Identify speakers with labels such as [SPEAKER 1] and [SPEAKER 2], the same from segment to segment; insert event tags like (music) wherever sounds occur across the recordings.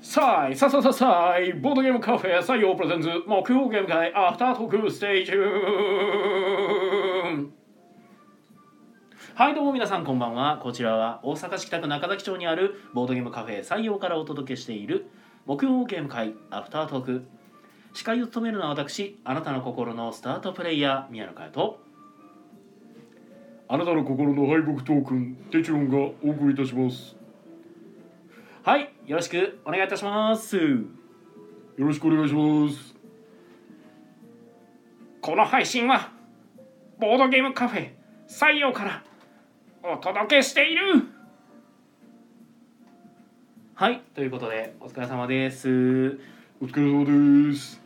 [SPEAKER 1] さあいさあさあさあさあいボードゲームカフェ採用プレゼンツ木曜ゲーム会アフタートークステージはいどうも皆さんこんばんはこちらは大阪市北区中崎町にあるボードゲームカフェ採用からお届けしている木曜ゲーム会アフタートーク司会を務めるのは私あなたの心のスタートプレイヤー宮野佳代と
[SPEAKER 2] あなたの心の敗北トークンテチロンがお送りいたします
[SPEAKER 1] はいよろしくお願いいたします
[SPEAKER 2] よろしくお願いします
[SPEAKER 1] この配信はボードゲームカフェ採用からお届けしているはいということでお疲れ様です
[SPEAKER 2] お疲れ様です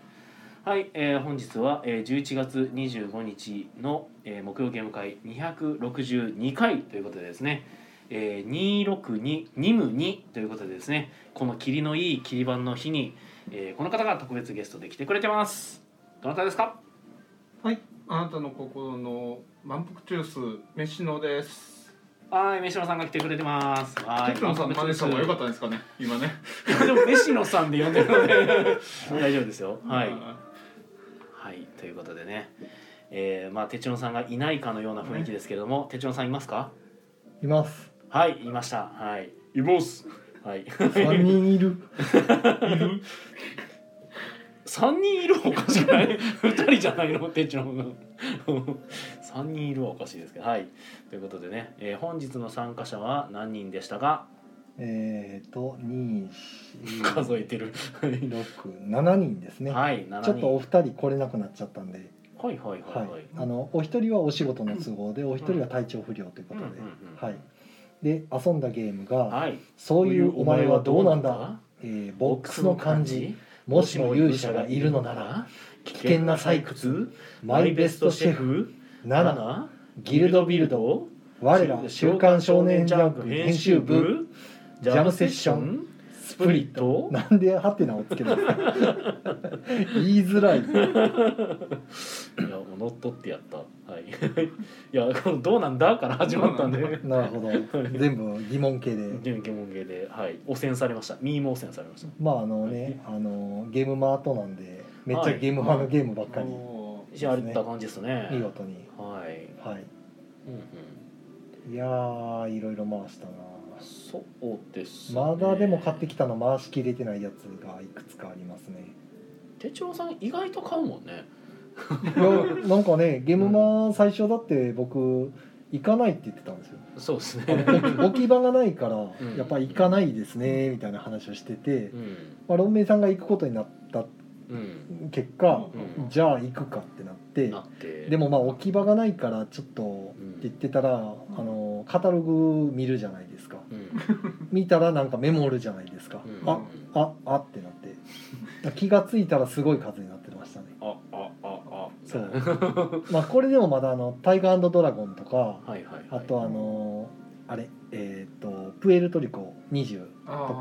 [SPEAKER 1] はい、えー本日は、えー、11月25日の、えー木曜ゲーム会262回ということでですね、えー、262ニム2ということでですねこの霧のいい霧版の日に、えーこの方が特別ゲストで来てくれてますどなたですか
[SPEAKER 3] はい、あなたの心の満腹ジュース、飯野です。
[SPEAKER 1] はい、飯野さんが来てくれてます。はい、
[SPEAKER 3] 哲郎さん、マネさんも良かったですかね、今ね。
[SPEAKER 1] た。でも、飯野さんで呼んでる
[SPEAKER 3] (laughs)
[SPEAKER 1] ので、大丈夫ですよ。はい、
[SPEAKER 3] あ
[SPEAKER 1] はい、ということでね。えー、まあ、てちのさんがいないかのような雰囲気ですけれども、てちのさんいますか。
[SPEAKER 4] います。
[SPEAKER 1] はい、いました。はい、
[SPEAKER 2] います
[SPEAKER 1] はい。
[SPEAKER 4] 三人いる。
[SPEAKER 1] (laughs)
[SPEAKER 4] (laughs)
[SPEAKER 1] 三人いるはおかしくない二人じゃないの店長の (laughs) 三人いるはおかしいですけどはいということでね、えー本日の参加者は何人でしたか
[SPEAKER 4] えっ、ー、と、二、
[SPEAKER 1] 数
[SPEAKER 4] 四、
[SPEAKER 1] えてるはい
[SPEAKER 4] 六、七人ですね。
[SPEAKER 1] はい7人
[SPEAKER 4] ちょっとお二人来れなくなっちゃったんで、
[SPEAKER 1] はいはいはい
[SPEAKER 4] は、
[SPEAKER 1] はいい
[SPEAKER 4] あのお一人はお仕事の都合で、お一人は体調不良ということで、
[SPEAKER 1] うんうんうん
[SPEAKER 4] はい。で遊んだゲームが、
[SPEAKER 1] はい
[SPEAKER 4] そういうお前はどうなんだ。
[SPEAKER 1] そういうお前はどうなんだ
[SPEAKER 4] えーボックスの漢字、もしも勇者がいるのなら、
[SPEAKER 1] 危
[SPEAKER 4] 険な採掘マイベストシェフ
[SPEAKER 1] フ
[SPEAKER 4] 七、ギルドビルド、
[SPEAKER 1] ド
[SPEAKER 4] 我ら週刊少年ジャンプ編集部、ジャムセッション
[SPEAKER 1] ス
[SPEAKER 4] ス
[SPEAKER 1] プ
[SPEAKER 4] プ
[SPEAKER 1] リ
[SPEAKER 4] リ
[SPEAKER 1] ット
[SPEAKER 4] なんでハテナを
[SPEAKER 1] (laughs)
[SPEAKER 4] つけたんですか言いづらい
[SPEAKER 1] いやもう乗っ取ってやったはい (laughs) いやこの「どうなんだ?」から始まったんで
[SPEAKER 4] なるほど全部疑問系で
[SPEAKER 1] 疑問芸ではい汚染されましたミーも汚染されました
[SPEAKER 4] まああのねあのゲームマートなんでめっち
[SPEAKER 1] は
[SPEAKER 4] ゃ
[SPEAKER 1] い
[SPEAKER 4] ゲーム派のゲームばっかり
[SPEAKER 3] のー
[SPEAKER 1] やった感じですね
[SPEAKER 4] 見事に
[SPEAKER 1] はい、
[SPEAKER 4] はい
[SPEAKER 1] うんうん、
[SPEAKER 4] いやーいろいろ回したな
[SPEAKER 1] そうです、
[SPEAKER 4] まだでも買ってきたの回しきれてないやつがいくつかありますね
[SPEAKER 1] 手帳さん意外と買うもんね
[SPEAKER 4] いやなんかねゲームマー最初だって僕行かないって言ってたんですよ
[SPEAKER 1] そうです
[SPEAKER 4] あ
[SPEAKER 1] ね、
[SPEAKER 4] の置き場がないから
[SPEAKER 1] ん
[SPEAKER 4] やっぱ行かないですねみたいな話をしてて、
[SPEAKER 1] うん
[SPEAKER 4] まあ、ロンメイさんが行くことになった
[SPEAKER 1] うん、
[SPEAKER 4] 結果、
[SPEAKER 1] う
[SPEAKER 4] じゃあ行くかってなって
[SPEAKER 1] なって
[SPEAKER 4] でもまあ置き場がないからちょっと
[SPEAKER 1] うん
[SPEAKER 4] って言ってたら、あのカタログ見るじゃないですか
[SPEAKER 1] うん
[SPEAKER 4] 見たらなんかメモるじゃないですか、
[SPEAKER 1] うん
[SPEAKER 4] あああってなって気がついたらすごい数になってましたね
[SPEAKER 1] ああああ
[SPEAKER 4] そうまあこれでもまだあのタイガードラゴンとか
[SPEAKER 1] はいはい、はい、
[SPEAKER 4] あとあのあれえっ、とプエルトリコ20と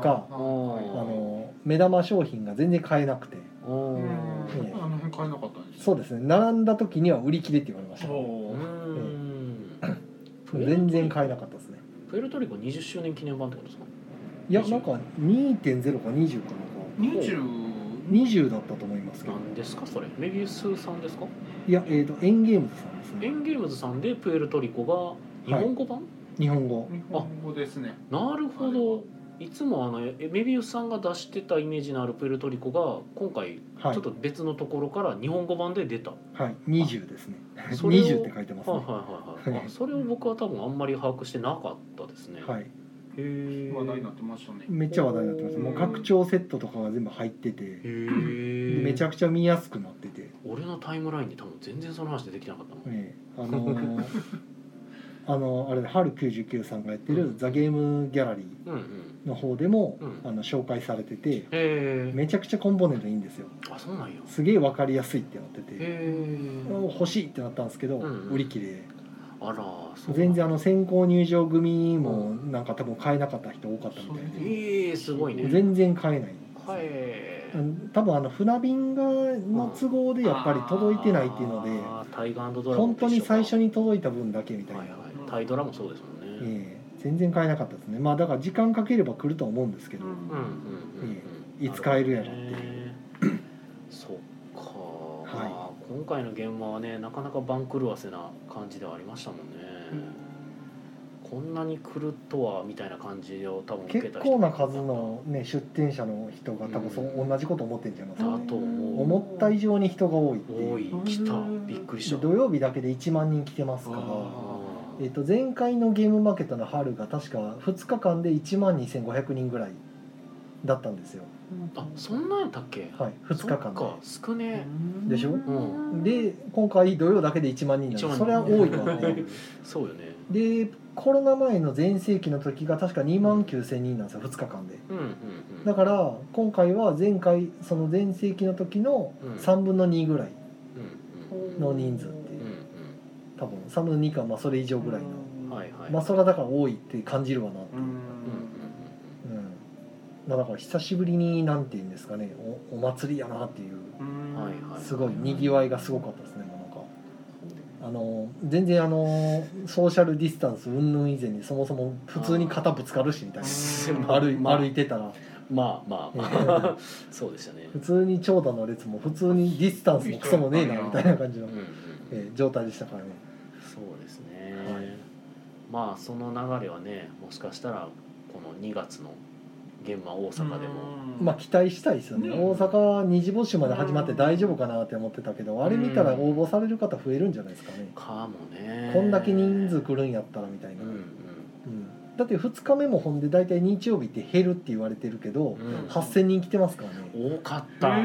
[SPEAKER 4] か
[SPEAKER 3] あー
[SPEAKER 1] うん
[SPEAKER 4] あ
[SPEAKER 3] はい
[SPEAKER 4] の目玉商品が全然買えなくて
[SPEAKER 1] お
[SPEAKER 3] う
[SPEAKER 1] ー
[SPEAKER 3] んあの辺買えなかったんです。
[SPEAKER 4] そうですね並んだ時には売り切れって言われましたね、
[SPEAKER 1] う
[SPEAKER 3] おー
[SPEAKER 1] ん
[SPEAKER 4] 全然買えなかったですね
[SPEAKER 1] プエルトリコ20周年記念版ってことですか
[SPEAKER 4] いや
[SPEAKER 1] 20
[SPEAKER 4] なんか2.0か20かなんか
[SPEAKER 3] 二十。
[SPEAKER 4] 20だったと思いますけど
[SPEAKER 1] 何ですかそれメビウスさんですか
[SPEAKER 4] いやえっ、とエンゲームズさんです
[SPEAKER 1] エ
[SPEAKER 4] ね
[SPEAKER 1] ンゲームズさんでプエルトリコが日本語版、
[SPEAKER 4] 日本語
[SPEAKER 3] 日本語ですね。
[SPEAKER 1] なるほどいつもあのえメビウスさんが出してたイメージのあるプエルトリコが今回
[SPEAKER 4] は
[SPEAKER 1] ち
[SPEAKER 4] い
[SPEAKER 1] ょっと別のところから日本語版で出た、
[SPEAKER 4] はい20ですね
[SPEAKER 1] それを
[SPEAKER 4] 20って書いてます
[SPEAKER 1] はい
[SPEAKER 4] ね
[SPEAKER 1] はいはいはいあそれを僕は多分あんまり把握してなかったですね、、
[SPEAKER 4] はいい
[SPEAKER 1] へえ
[SPEAKER 3] 話題になってましたね。
[SPEAKER 4] めっちゃ話題になってますもう拡張セットとかが全部入って
[SPEAKER 1] へ
[SPEAKER 4] て
[SPEAKER 1] え
[SPEAKER 4] めちゃくちゃ見やすくなってて、
[SPEAKER 1] 俺のタイムラインで多分全然その話出てきなかったもん、
[SPEAKER 4] ね、あの
[SPEAKER 1] (laughs)
[SPEAKER 4] ーあのあれ春99さんがやってる「ザ・ゲーム・ギャラリー
[SPEAKER 1] うんうん」
[SPEAKER 4] の方でも、
[SPEAKER 1] うん
[SPEAKER 4] あの紹介されてて
[SPEAKER 1] へえ
[SPEAKER 4] めちゃくちゃコンポーネントいいんですよ
[SPEAKER 1] あそうなんや
[SPEAKER 4] すげえ分かりやすいってなってて
[SPEAKER 1] へえ
[SPEAKER 4] 欲しいってなったんですけど、
[SPEAKER 1] うん
[SPEAKER 4] 売り切れ
[SPEAKER 1] あらそうなん
[SPEAKER 4] 全然あの先行入場組もなんか多分買えなかった人多かったみたいで、
[SPEAKER 1] ええすごいね
[SPEAKER 4] 全然買えない、
[SPEAKER 1] はいへ
[SPEAKER 4] うん多分あの船便がの都合でやっぱり届いてないっていうので、
[SPEAKER 1] あータイガードラゴン
[SPEAKER 4] 本当に最初
[SPEAKER 1] に
[SPEAKER 4] に届いた分だけみたい
[SPEAKER 1] は、
[SPEAKER 4] ない
[SPEAKER 1] はい、タイドラもそうですもんね、
[SPEAKER 4] ええ全然買えなかったですねまあだから時間かければ来るとは思うんですけど、
[SPEAKER 1] うんうんうんうん、
[SPEAKER 4] いつ買えるやろっていう
[SPEAKER 1] ねそっか、
[SPEAKER 4] い
[SPEAKER 1] まあ今回の現場はねなかなか番狂わせな感じではありましたもんね、こんなに来るとはみたいな感じを多分受け
[SPEAKER 4] 結
[SPEAKER 1] た
[SPEAKER 4] 構
[SPEAKER 1] 人
[SPEAKER 4] な数の、ね、出店者の人が多分そう同じこと思ってんじゃないです
[SPEAKER 1] だ
[SPEAKER 4] か、
[SPEAKER 1] と
[SPEAKER 4] ね、
[SPEAKER 1] 思う
[SPEAKER 4] 思った以上に人が多いっていう
[SPEAKER 1] 多い
[SPEAKER 3] うん
[SPEAKER 1] 来たびっくりし
[SPEAKER 4] で
[SPEAKER 1] た
[SPEAKER 4] 土曜日だけで1万人来てますから
[SPEAKER 3] あ
[SPEAKER 4] えっと前回のゲームマーケットの春が確か2日間で1万2500人ぐらいだったんですよ
[SPEAKER 1] あそんなんやったっけ
[SPEAKER 4] はい2日間
[SPEAKER 1] そっか少ね
[SPEAKER 4] でしょ
[SPEAKER 1] ん
[SPEAKER 4] でで今回土曜だけで1万人なん
[SPEAKER 1] 1万
[SPEAKER 4] で
[SPEAKER 1] 人
[SPEAKER 4] それは多いわね
[SPEAKER 1] (laughs) そうよね
[SPEAKER 4] でコロナ前の全盛期の時が確か2万9000人なんですよ2日間で
[SPEAKER 1] うんうんうん
[SPEAKER 4] だから今回は前回その全盛期の時の
[SPEAKER 1] うん
[SPEAKER 4] 3分の2ぐらい
[SPEAKER 1] うんうん
[SPEAKER 4] の人数っていううん多分3分の2かまあそれ以上ぐらいの
[SPEAKER 1] うんはいはい
[SPEAKER 4] まあそれはだから多いって感じるわな
[SPEAKER 3] う
[SPEAKER 1] うんうんうん
[SPEAKER 3] ん
[SPEAKER 4] うん、だから久しぶりになんて言うんですかねおお祭りやなっていう
[SPEAKER 3] うん
[SPEAKER 1] はいはい
[SPEAKER 4] すごいにぎわいがすごかったですねもうなんかあの全然あのソーシャルディスタンス云々以前にそもそも普通に肩ぶつかるしみたい
[SPEAKER 1] うん
[SPEAKER 4] な歩い歩いてた
[SPEAKER 1] (laughs)
[SPEAKER 4] ら
[SPEAKER 1] まあまあまあそうでしたね
[SPEAKER 4] 普通に長蛇の列も普通にディスタンスもクソも
[SPEAKER 1] (laughs)
[SPEAKER 4] ねえなみたいな感じの
[SPEAKER 1] うん、うん
[SPEAKER 4] えー状態でしたからね
[SPEAKER 1] そうですね、
[SPEAKER 4] はい
[SPEAKER 1] まあその流れはねもしかしたらこの2月の現場大阪でも
[SPEAKER 4] まあ期待したいですよね
[SPEAKER 3] ね
[SPEAKER 4] 大阪二次募集まで始まって大丈夫かなって思ってたけどあれ見たら応募される方増えるんじゃないですかね
[SPEAKER 1] かもね
[SPEAKER 4] こんだけ人数来るんやったらみたいな
[SPEAKER 1] うんうん
[SPEAKER 4] うんだって2日目もほんで大体日曜日って減るって言われてるけど、
[SPEAKER 1] うん
[SPEAKER 4] 8,000人来てますからね、
[SPEAKER 1] 多かった
[SPEAKER 3] う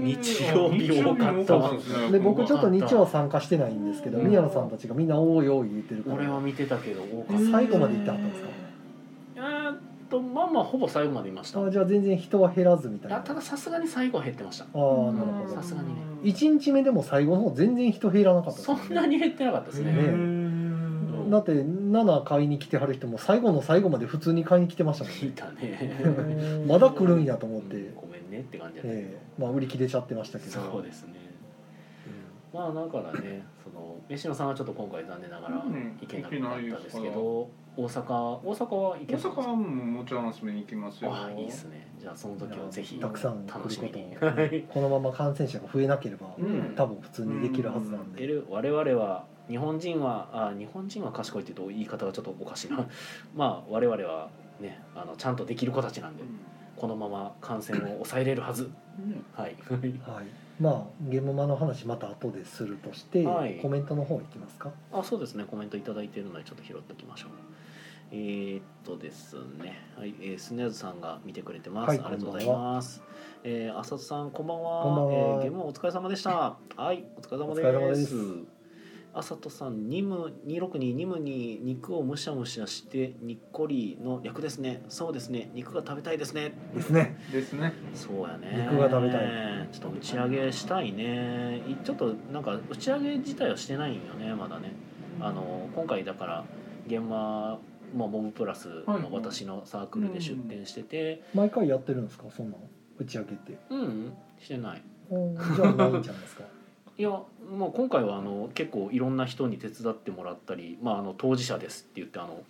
[SPEAKER 3] ん
[SPEAKER 1] 日曜日多かった
[SPEAKER 3] 多ですね
[SPEAKER 4] で僕ちょっと日
[SPEAKER 1] 多
[SPEAKER 4] 曜
[SPEAKER 1] か
[SPEAKER 4] 参加してないんですけど、
[SPEAKER 1] うん
[SPEAKER 4] 宮野さんたちがみんな「おーいおーい」言ってるから
[SPEAKER 1] 俺は見てたけど多かっ
[SPEAKER 4] え
[SPEAKER 1] た
[SPEAKER 4] 最後まで行ってはったんですか
[SPEAKER 1] えーっとまあまあほぼ最後までいました
[SPEAKER 4] あじゃあ全然人は減らずみたいな
[SPEAKER 1] あたださすがに最後は減ってました
[SPEAKER 4] あーなるほ
[SPEAKER 1] さ
[SPEAKER 4] ど
[SPEAKER 1] すがにね
[SPEAKER 4] 1日目でも最後の方全然人減らなかったです
[SPEAKER 1] そ
[SPEAKER 4] ね
[SPEAKER 1] んなに減ってなかったですね
[SPEAKER 4] ね
[SPEAKER 1] うん
[SPEAKER 4] だって7買いに来てはる人も最後の最後まで普通に買いに来てましたもん
[SPEAKER 1] 見
[SPEAKER 4] ね
[SPEAKER 1] たね
[SPEAKER 4] まだ来るんやと思って、
[SPEAKER 1] うんごめんねって感じだったけど、
[SPEAKER 4] ええまあ売り切れちゃってましたけど
[SPEAKER 1] そうですねまあだからねその飯野さんはちょっと今回残念ながら
[SPEAKER 3] うん
[SPEAKER 1] 行けなかったですけ
[SPEAKER 3] 行けないですから
[SPEAKER 1] ど、大阪大阪は行け
[SPEAKER 3] 大
[SPEAKER 1] なか
[SPEAKER 3] 阪
[SPEAKER 1] った
[SPEAKER 3] はもうもちろん遊びに行きますよ
[SPEAKER 1] ああいいですねじゃあその時はぜひ
[SPEAKER 4] たくさん来
[SPEAKER 1] 楽
[SPEAKER 4] る
[SPEAKER 1] し
[SPEAKER 4] こ
[SPEAKER 1] み
[SPEAKER 4] と
[SPEAKER 1] に
[SPEAKER 4] をこのまま感染者が増えなければ、
[SPEAKER 3] うん
[SPEAKER 4] 多分普通にできるはずなん
[SPEAKER 1] 出
[SPEAKER 4] で、
[SPEAKER 1] る我々は日本人はあ日本人は賢いっていうと言い方がちょっとおかしいなまあ我々はねあのちゃんとできる子たちなんでこのまま感染を抑えれるはず
[SPEAKER 3] うん
[SPEAKER 1] はい
[SPEAKER 4] はい、まあゲームマの話また後でするとして、
[SPEAKER 1] はい
[SPEAKER 4] コメントの方いきますか
[SPEAKER 1] (laughs) あそうですねコメント頂いただいてるのでちょっと拾っておきましょうえーっとですねはい、えー、スネーズさんが見てくれてます、
[SPEAKER 4] はい
[SPEAKER 1] ありがとうござい
[SPEAKER 4] こんばん
[SPEAKER 1] ますえー、浅田さんこんばんは
[SPEAKER 4] こんばんは
[SPEAKER 1] えーゲームはお疲れ様でしたはいお疲れ様で
[SPEAKER 4] お疲れ様です
[SPEAKER 1] あさとさん、ニム、二六二、ニムに肉をむしゃむしゃして、にっこりの略ですね。そうですね、肉が食べたいですね。
[SPEAKER 4] ですね
[SPEAKER 3] ですね
[SPEAKER 1] そうやね。
[SPEAKER 4] 肉が食べたい。
[SPEAKER 1] ちょっと打ち上げしたいね。いちょっとなんか打ち上げ自体はしてないんよね、まだね。あの今回だから現場まあ、モブプラス
[SPEAKER 3] はいは
[SPEAKER 1] の
[SPEAKER 3] い
[SPEAKER 1] 私のサークルで出展してて、
[SPEAKER 4] 毎回やってるんですかそんなの打ち上げって
[SPEAKER 1] うん、してない
[SPEAKER 4] うんじゃあないんじゃないですか
[SPEAKER 1] いや、まあ、今回はあの結構いろんな人に手伝ってもらったり、まあ、あの当事者ですって言ってあの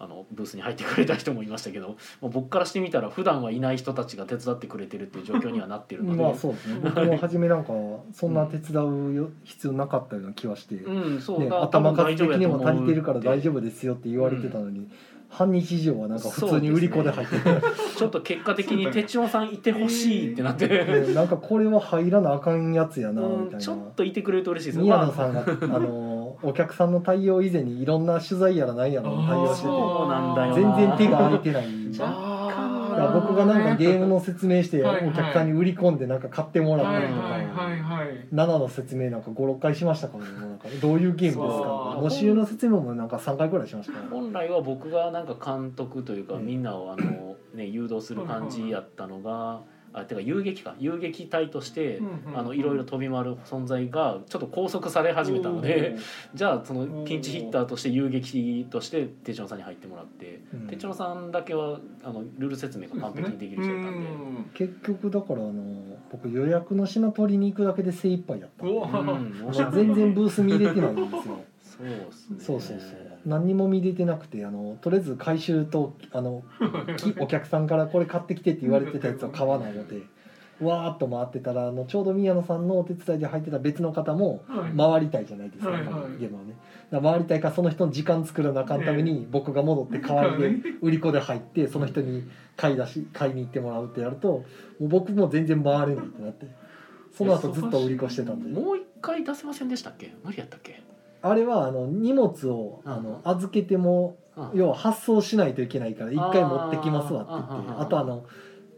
[SPEAKER 1] あのブースに入ってくれた人もいましたけど、まあ、僕からしてみたら普段はいない人たちが手伝ってくれてるっていう状況にはなってるので、
[SPEAKER 4] まあそうですね僕も初めなんかそんな手伝うよ必要なかったような気はして、
[SPEAKER 1] うん、そう、
[SPEAKER 4] ね、
[SPEAKER 1] だから
[SPEAKER 4] 頭
[SPEAKER 1] 多分
[SPEAKER 4] 数
[SPEAKER 1] 大丈
[SPEAKER 4] 的
[SPEAKER 1] 夫や
[SPEAKER 4] に
[SPEAKER 1] と
[SPEAKER 4] も
[SPEAKER 1] 思う
[SPEAKER 4] 足りてるから大丈
[SPEAKER 1] 夫
[SPEAKER 4] 夫ですよって言われてたのに、半日以上はなんか普通に売り子で入ってる
[SPEAKER 1] ちょっと結果的に哲夫さんいてほしいってなって、
[SPEAKER 4] でなんかこれは入らなあかんやつやなみ
[SPEAKER 1] う
[SPEAKER 4] た
[SPEAKER 1] ん、
[SPEAKER 4] い
[SPEAKER 1] ち
[SPEAKER 4] な、
[SPEAKER 1] ょっといてくれると嬉しいです
[SPEAKER 4] 宮野さんがあのお客さんの対応以前にいろんな取材やら何やらの対応して
[SPEAKER 1] そうなんだよ
[SPEAKER 4] て全
[SPEAKER 1] な
[SPEAKER 4] 然手が空いてない
[SPEAKER 1] あ
[SPEAKER 4] だから僕がなんかゲームの説明してお
[SPEAKER 3] はいはい
[SPEAKER 4] 客さんに売り込んでなんか買ってもらった
[SPEAKER 3] はい
[SPEAKER 4] りとか、
[SPEAKER 3] はいはいはい
[SPEAKER 4] 7の説明なんか56回しましたからねもうなんかどういうゲームですか
[SPEAKER 3] そう
[SPEAKER 4] 募集の説明もなんか3回ぐらいしましたから
[SPEAKER 1] 本来は僕がなんか監督というか
[SPEAKER 4] うん
[SPEAKER 1] みんなをあの、ね、誘導する感じやったのがあてか遊撃か遊撃隊としてあのいろいろ飛び回る存在がちょっと拘束され始めたのでじゃあそのピンチヒッターとして遊撃として手帳さんに入ってもらって
[SPEAKER 4] うん
[SPEAKER 1] 手帳さんだけはあのルール説明が完璧にできる人だったんで。
[SPEAKER 4] 結局だからあの僕予約の品取りに行くだけで精一杯やったんで
[SPEAKER 3] うわ (laughs)
[SPEAKER 4] (laughs) もう全然ブース見れてないんですよ
[SPEAKER 1] そうですね。
[SPEAKER 4] そうそうそう何にも見れてなくてあのとりあえず回収とあのきお客さんからこれ買ってきてって言われてたやつを買わないのでわーっと回ってたらあのちょうど宮野さんのお手伝いで入ってた別の方も
[SPEAKER 3] はい
[SPEAKER 4] 回りたいじゃないですか、
[SPEAKER 3] はいはい
[SPEAKER 4] 多分ゲームはねだから回りたいからその人の時間作らなあかんために僕が戻って代わりで売り子で入ってその人に買い出し買いに行ってもらうってやるともう僕も全然回れないってなってその後ずっと売り子してたんで
[SPEAKER 1] もう一回出せませんでしたっけ無理やったっけ、
[SPEAKER 4] あれはあの荷物をあの預けても
[SPEAKER 1] うん
[SPEAKER 4] 要は発送しないといけないから一回持ってきますわって言って
[SPEAKER 1] あー
[SPEAKER 4] あとあの、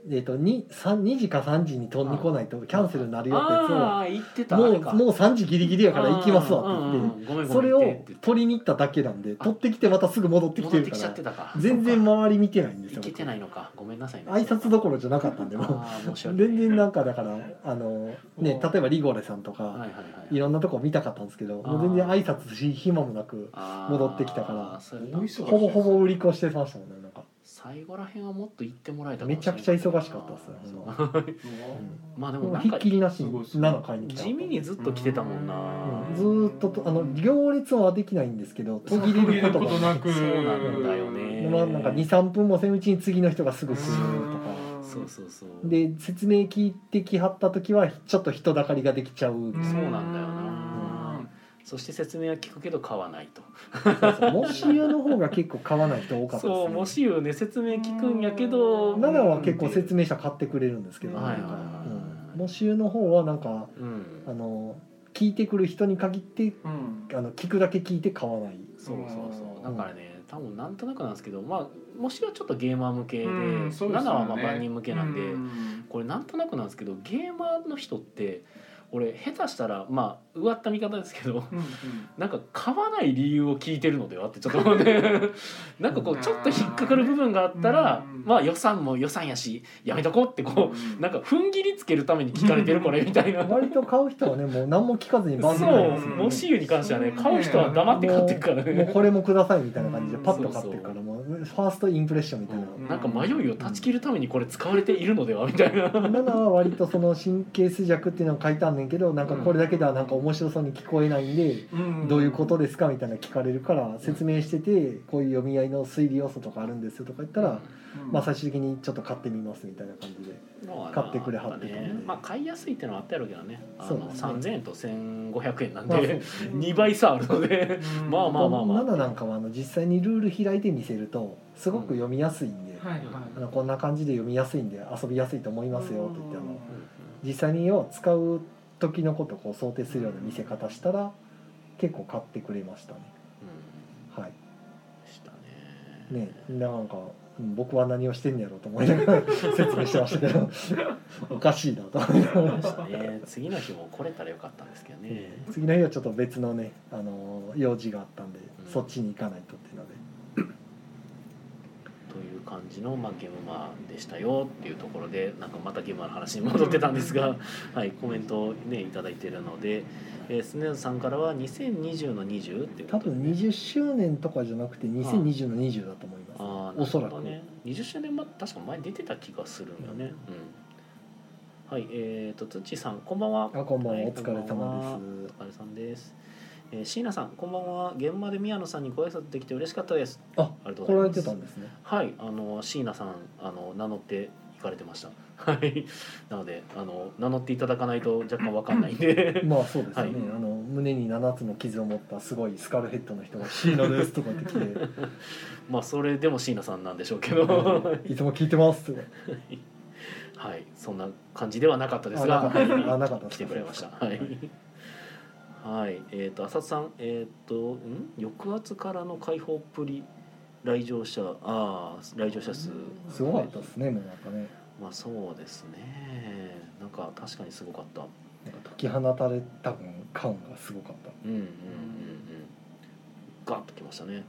[SPEAKER 4] えー、と 2, 3 2時か3時に飛んでこないとキャンセルになるよってやつを
[SPEAKER 1] ああ言ってた
[SPEAKER 4] も
[SPEAKER 1] あ
[SPEAKER 4] う
[SPEAKER 1] れか
[SPEAKER 4] もう3時ギリギリやから行きますわって
[SPEAKER 1] うん
[SPEAKER 4] 言
[SPEAKER 1] う
[SPEAKER 4] っ
[SPEAKER 1] んうんごめんごめんってて
[SPEAKER 4] それを
[SPEAKER 1] 言って
[SPEAKER 4] 取りに行っただけなんで
[SPEAKER 1] あ
[SPEAKER 4] 取ってきてまたすぐ戻ってきて
[SPEAKER 1] 戻っ
[SPEAKER 4] る
[SPEAKER 1] て
[SPEAKER 4] か
[SPEAKER 1] きちゃって
[SPEAKER 4] ら
[SPEAKER 1] たか
[SPEAKER 4] 全然
[SPEAKER 1] そうか
[SPEAKER 4] 周り見てないんです
[SPEAKER 1] い
[SPEAKER 4] よ
[SPEAKER 1] けてないのかごめんなさいね
[SPEAKER 4] 挨拶どころじゃなかったんでも
[SPEAKER 1] ああ申し
[SPEAKER 4] う
[SPEAKER 1] 訳ない
[SPEAKER 4] 全然なんかだからあのね例えばリゴレさんとか、
[SPEAKER 1] はいはい
[SPEAKER 4] い
[SPEAKER 1] はい
[SPEAKER 4] ろんなとこ見たかったんですけど
[SPEAKER 1] あー
[SPEAKER 4] もう全然挨拶し暇もなく
[SPEAKER 1] あー
[SPEAKER 4] 戻ってきたから
[SPEAKER 1] そうやな
[SPEAKER 3] 大忙し
[SPEAKER 4] ほぼほぼ売り越してましたもんねなんか
[SPEAKER 1] 最後らへんはもっと言ってもらえた
[SPEAKER 4] めちゃくちゃ忙しかったっすよ
[SPEAKER 1] ね
[SPEAKER 4] ほんま
[SPEAKER 1] そう (laughs) まあでも
[SPEAKER 4] もう
[SPEAKER 1] な
[SPEAKER 4] ひ
[SPEAKER 1] んか
[SPEAKER 4] っきりなし
[SPEAKER 3] すごい
[SPEAKER 4] に
[SPEAKER 3] すごい
[SPEAKER 4] 7買いに来た
[SPEAKER 1] 地味にずっと来てたもんな
[SPEAKER 4] うんずーっととあの行列はできないんですけど途切れることがな
[SPEAKER 3] な
[SPEAKER 4] く
[SPEAKER 3] く
[SPEAKER 1] そうなんだよね
[SPEAKER 4] まあなんか23分もせんうちに次の人がすぐ来るとか
[SPEAKER 3] うん
[SPEAKER 1] そうそうそう
[SPEAKER 4] で説明聞いてきはった時はちょっと人だかりができちゃう
[SPEAKER 1] そうなんだよなそして説明は聞くけど買わないと
[SPEAKER 4] そう
[SPEAKER 1] (laughs)
[SPEAKER 4] そうもし湯の方が結構買わない人多かった
[SPEAKER 1] そうも
[SPEAKER 4] ですね
[SPEAKER 1] しよね説明聞くんやけど
[SPEAKER 3] な
[SPEAKER 4] 7は結構説明者買ってくれるんですけど
[SPEAKER 3] はい
[SPEAKER 4] な
[SPEAKER 3] は
[SPEAKER 4] ん
[SPEAKER 3] い
[SPEAKER 4] か
[SPEAKER 1] はい
[SPEAKER 4] うんもし湯の方はなんか
[SPEAKER 1] うん
[SPEAKER 4] あの聞いてくる人に限って
[SPEAKER 3] うん
[SPEAKER 4] あの聞くだけ聞いて買わない
[SPEAKER 1] そうそうそううんだからね多分なんとなくなんですけどまあもしはちょっとゲーマー向けで
[SPEAKER 3] うんそう
[SPEAKER 1] 7
[SPEAKER 3] ですよね
[SPEAKER 1] はまあ万人向けなんで
[SPEAKER 3] うん
[SPEAKER 1] これなんとなくなんですけどゲーマーの人って俺下手したらまあうわった見方ですけど (laughs)
[SPEAKER 3] うんうん
[SPEAKER 1] なんか買わない理由を聞いてるのではってちょっと思って (laughs) なんかこうちょっと引っかかる部分があったら
[SPEAKER 3] うん
[SPEAKER 1] まあ予算も予算やしやめとこうってこうなん
[SPEAKER 3] か
[SPEAKER 1] か踏ん切りつけるために聞かれてるこれみたいな
[SPEAKER 4] 割と買う人はねもう何も聞かずに
[SPEAKER 1] そ
[SPEAKER 4] バンド買います
[SPEAKER 1] う
[SPEAKER 4] よね
[SPEAKER 1] もしゆに関してはね買う人は黙って買ってるから
[SPEAKER 4] もう
[SPEAKER 1] ね
[SPEAKER 4] これもくださいみたいな感じでパッと買ってるか
[SPEAKER 1] そ
[SPEAKER 4] らもうファーストインプレッションみたい
[SPEAKER 1] な
[SPEAKER 4] な、
[SPEAKER 1] んか迷いを断ち切るためにこれ使われているのではみたいな
[SPEAKER 4] 7は割とその神経衰弱っていうのを書いてあんねんけどなんかこれだけではなんか面白そうに聞こえないんでどういうことですかみたいな聞かれるから説明しててこういう読み合いの推理要素とかあるんですよとか言ったら、まあ、最終的にちょっと買ってみますみたいな感じで (laughs) 買ってくれはってたんで
[SPEAKER 1] ねまあ買いやすいってのはあったやろうけどねあ
[SPEAKER 4] そう
[SPEAKER 1] の
[SPEAKER 4] ですね
[SPEAKER 1] 3000円と1500円なん
[SPEAKER 4] まあそうで
[SPEAKER 1] です
[SPEAKER 4] ね
[SPEAKER 1] 2倍差あるのでまあまあ
[SPEAKER 4] 7なんかはあの実際にルール開いて見せるとすごく読みやすいんで、
[SPEAKER 3] はいはい
[SPEAKER 4] あのこんな感じで読みやすいんで遊びやすいと思いますよと言ってあの実際に要は使う時のことをこう想定するような見せ方したら結構買ってくれましたね
[SPEAKER 1] うん
[SPEAKER 4] はい
[SPEAKER 1] したね
[SPEAKER 4] ねなんかうん僕は何をしてんねやろうと思いながら (laughs) 説明してましたけ
[SPEAKER 1] (laughs)
[SPEAKER 4] どおかしいなと思いながら
[SPEAKER 1] したね次の日も来れたらよかったんですけどね
[SPEAKER 4] 次の日はちょっと別のね、あのー用事があったんで、
[SPEAKER 1] うん
[SPEAKER 4] そっちに行かないとっていうので
[SPEAKER 1] という感じの、まあ、ゲームマーでしたよっていうところでなんかまたゲームマーの話に戻ってたんですが、はい、コメントをね頂いただいてるので、えー、スネーズさんからは2020の20っていうこ
[SPEAKER 4] 多
[SPEAKER 1] とで
[SPEAKER 4] 分20周年とかじゃなくて2020の20だと思います、
[SPEAKER 1] あー
[SPEAKER 4] おそら
[SPEAKER 1] なる
[SPEAKER 4] く
[SPEAKER 1] ほどね20周年前確か前に出てた気がするんだよね、うん、はいえっ、と土さんこんばんは
[SPEAKER 4] あこんばんは、
[SPEAKER 1] はい
[SPEAKER 4] お疲
[SPEAKER 1] こ
[SPEAKER 4] れ
[SPEAKER 1] んばんは
[SPEAKER 4] 様です
[SPEAKER 1] あれさんです。えー、椎名さん、こんばんは。現場で宮野さんにご挨拶できて嬉しかったです。
[SPEAKER 4] あ
[SPEAKER 1] ありがとう
[SPEAKER 4] 来
[SPEAKER 1] ござい
[SPEAKER 4] られ
[SPEAKER 1] ます
[SPEAKER 4] てたんですね
[SPEAKER 1] はい、あの椎名さん、あの名乗って行かれてました。はい。なので、あの名乗っていただかないと若干わかんないん
[SPEAKER 4] (laughs)
[SPEAKER 1] で。
[SPEAKER 4] まあそうですよね、
[SPEAKER 1] はい
[SPEAKER 4] あの胸に7つの傷を持ったすごいスカルヘッドの人が「シーナです」とかって来て (laughs)
[SPEAKER 1] まあそれでも椎名さんなんでしょうけど、は
[SPEAKER 4] 「いつも聞いてます」とか
[SPEAKER 1] い、そんな感じではなかったですが、
[SPEAKER 4] あなかったあなかった
[SPEAKER 1] はい来てくれました。はい。はい、えっ、と浅田さん、えっ、とん抑圧からの解放っぷり来場者ああ来場者数
[SPEAKER 4] すごかったですねもうなんかね
[SPEAKER 1] まあそうですねなんか確かにすごかった
[SPEAKER 4] なんか解き放たれた分感がすごかった
[SPEAKER 1] うんうんうんうんガッときましたね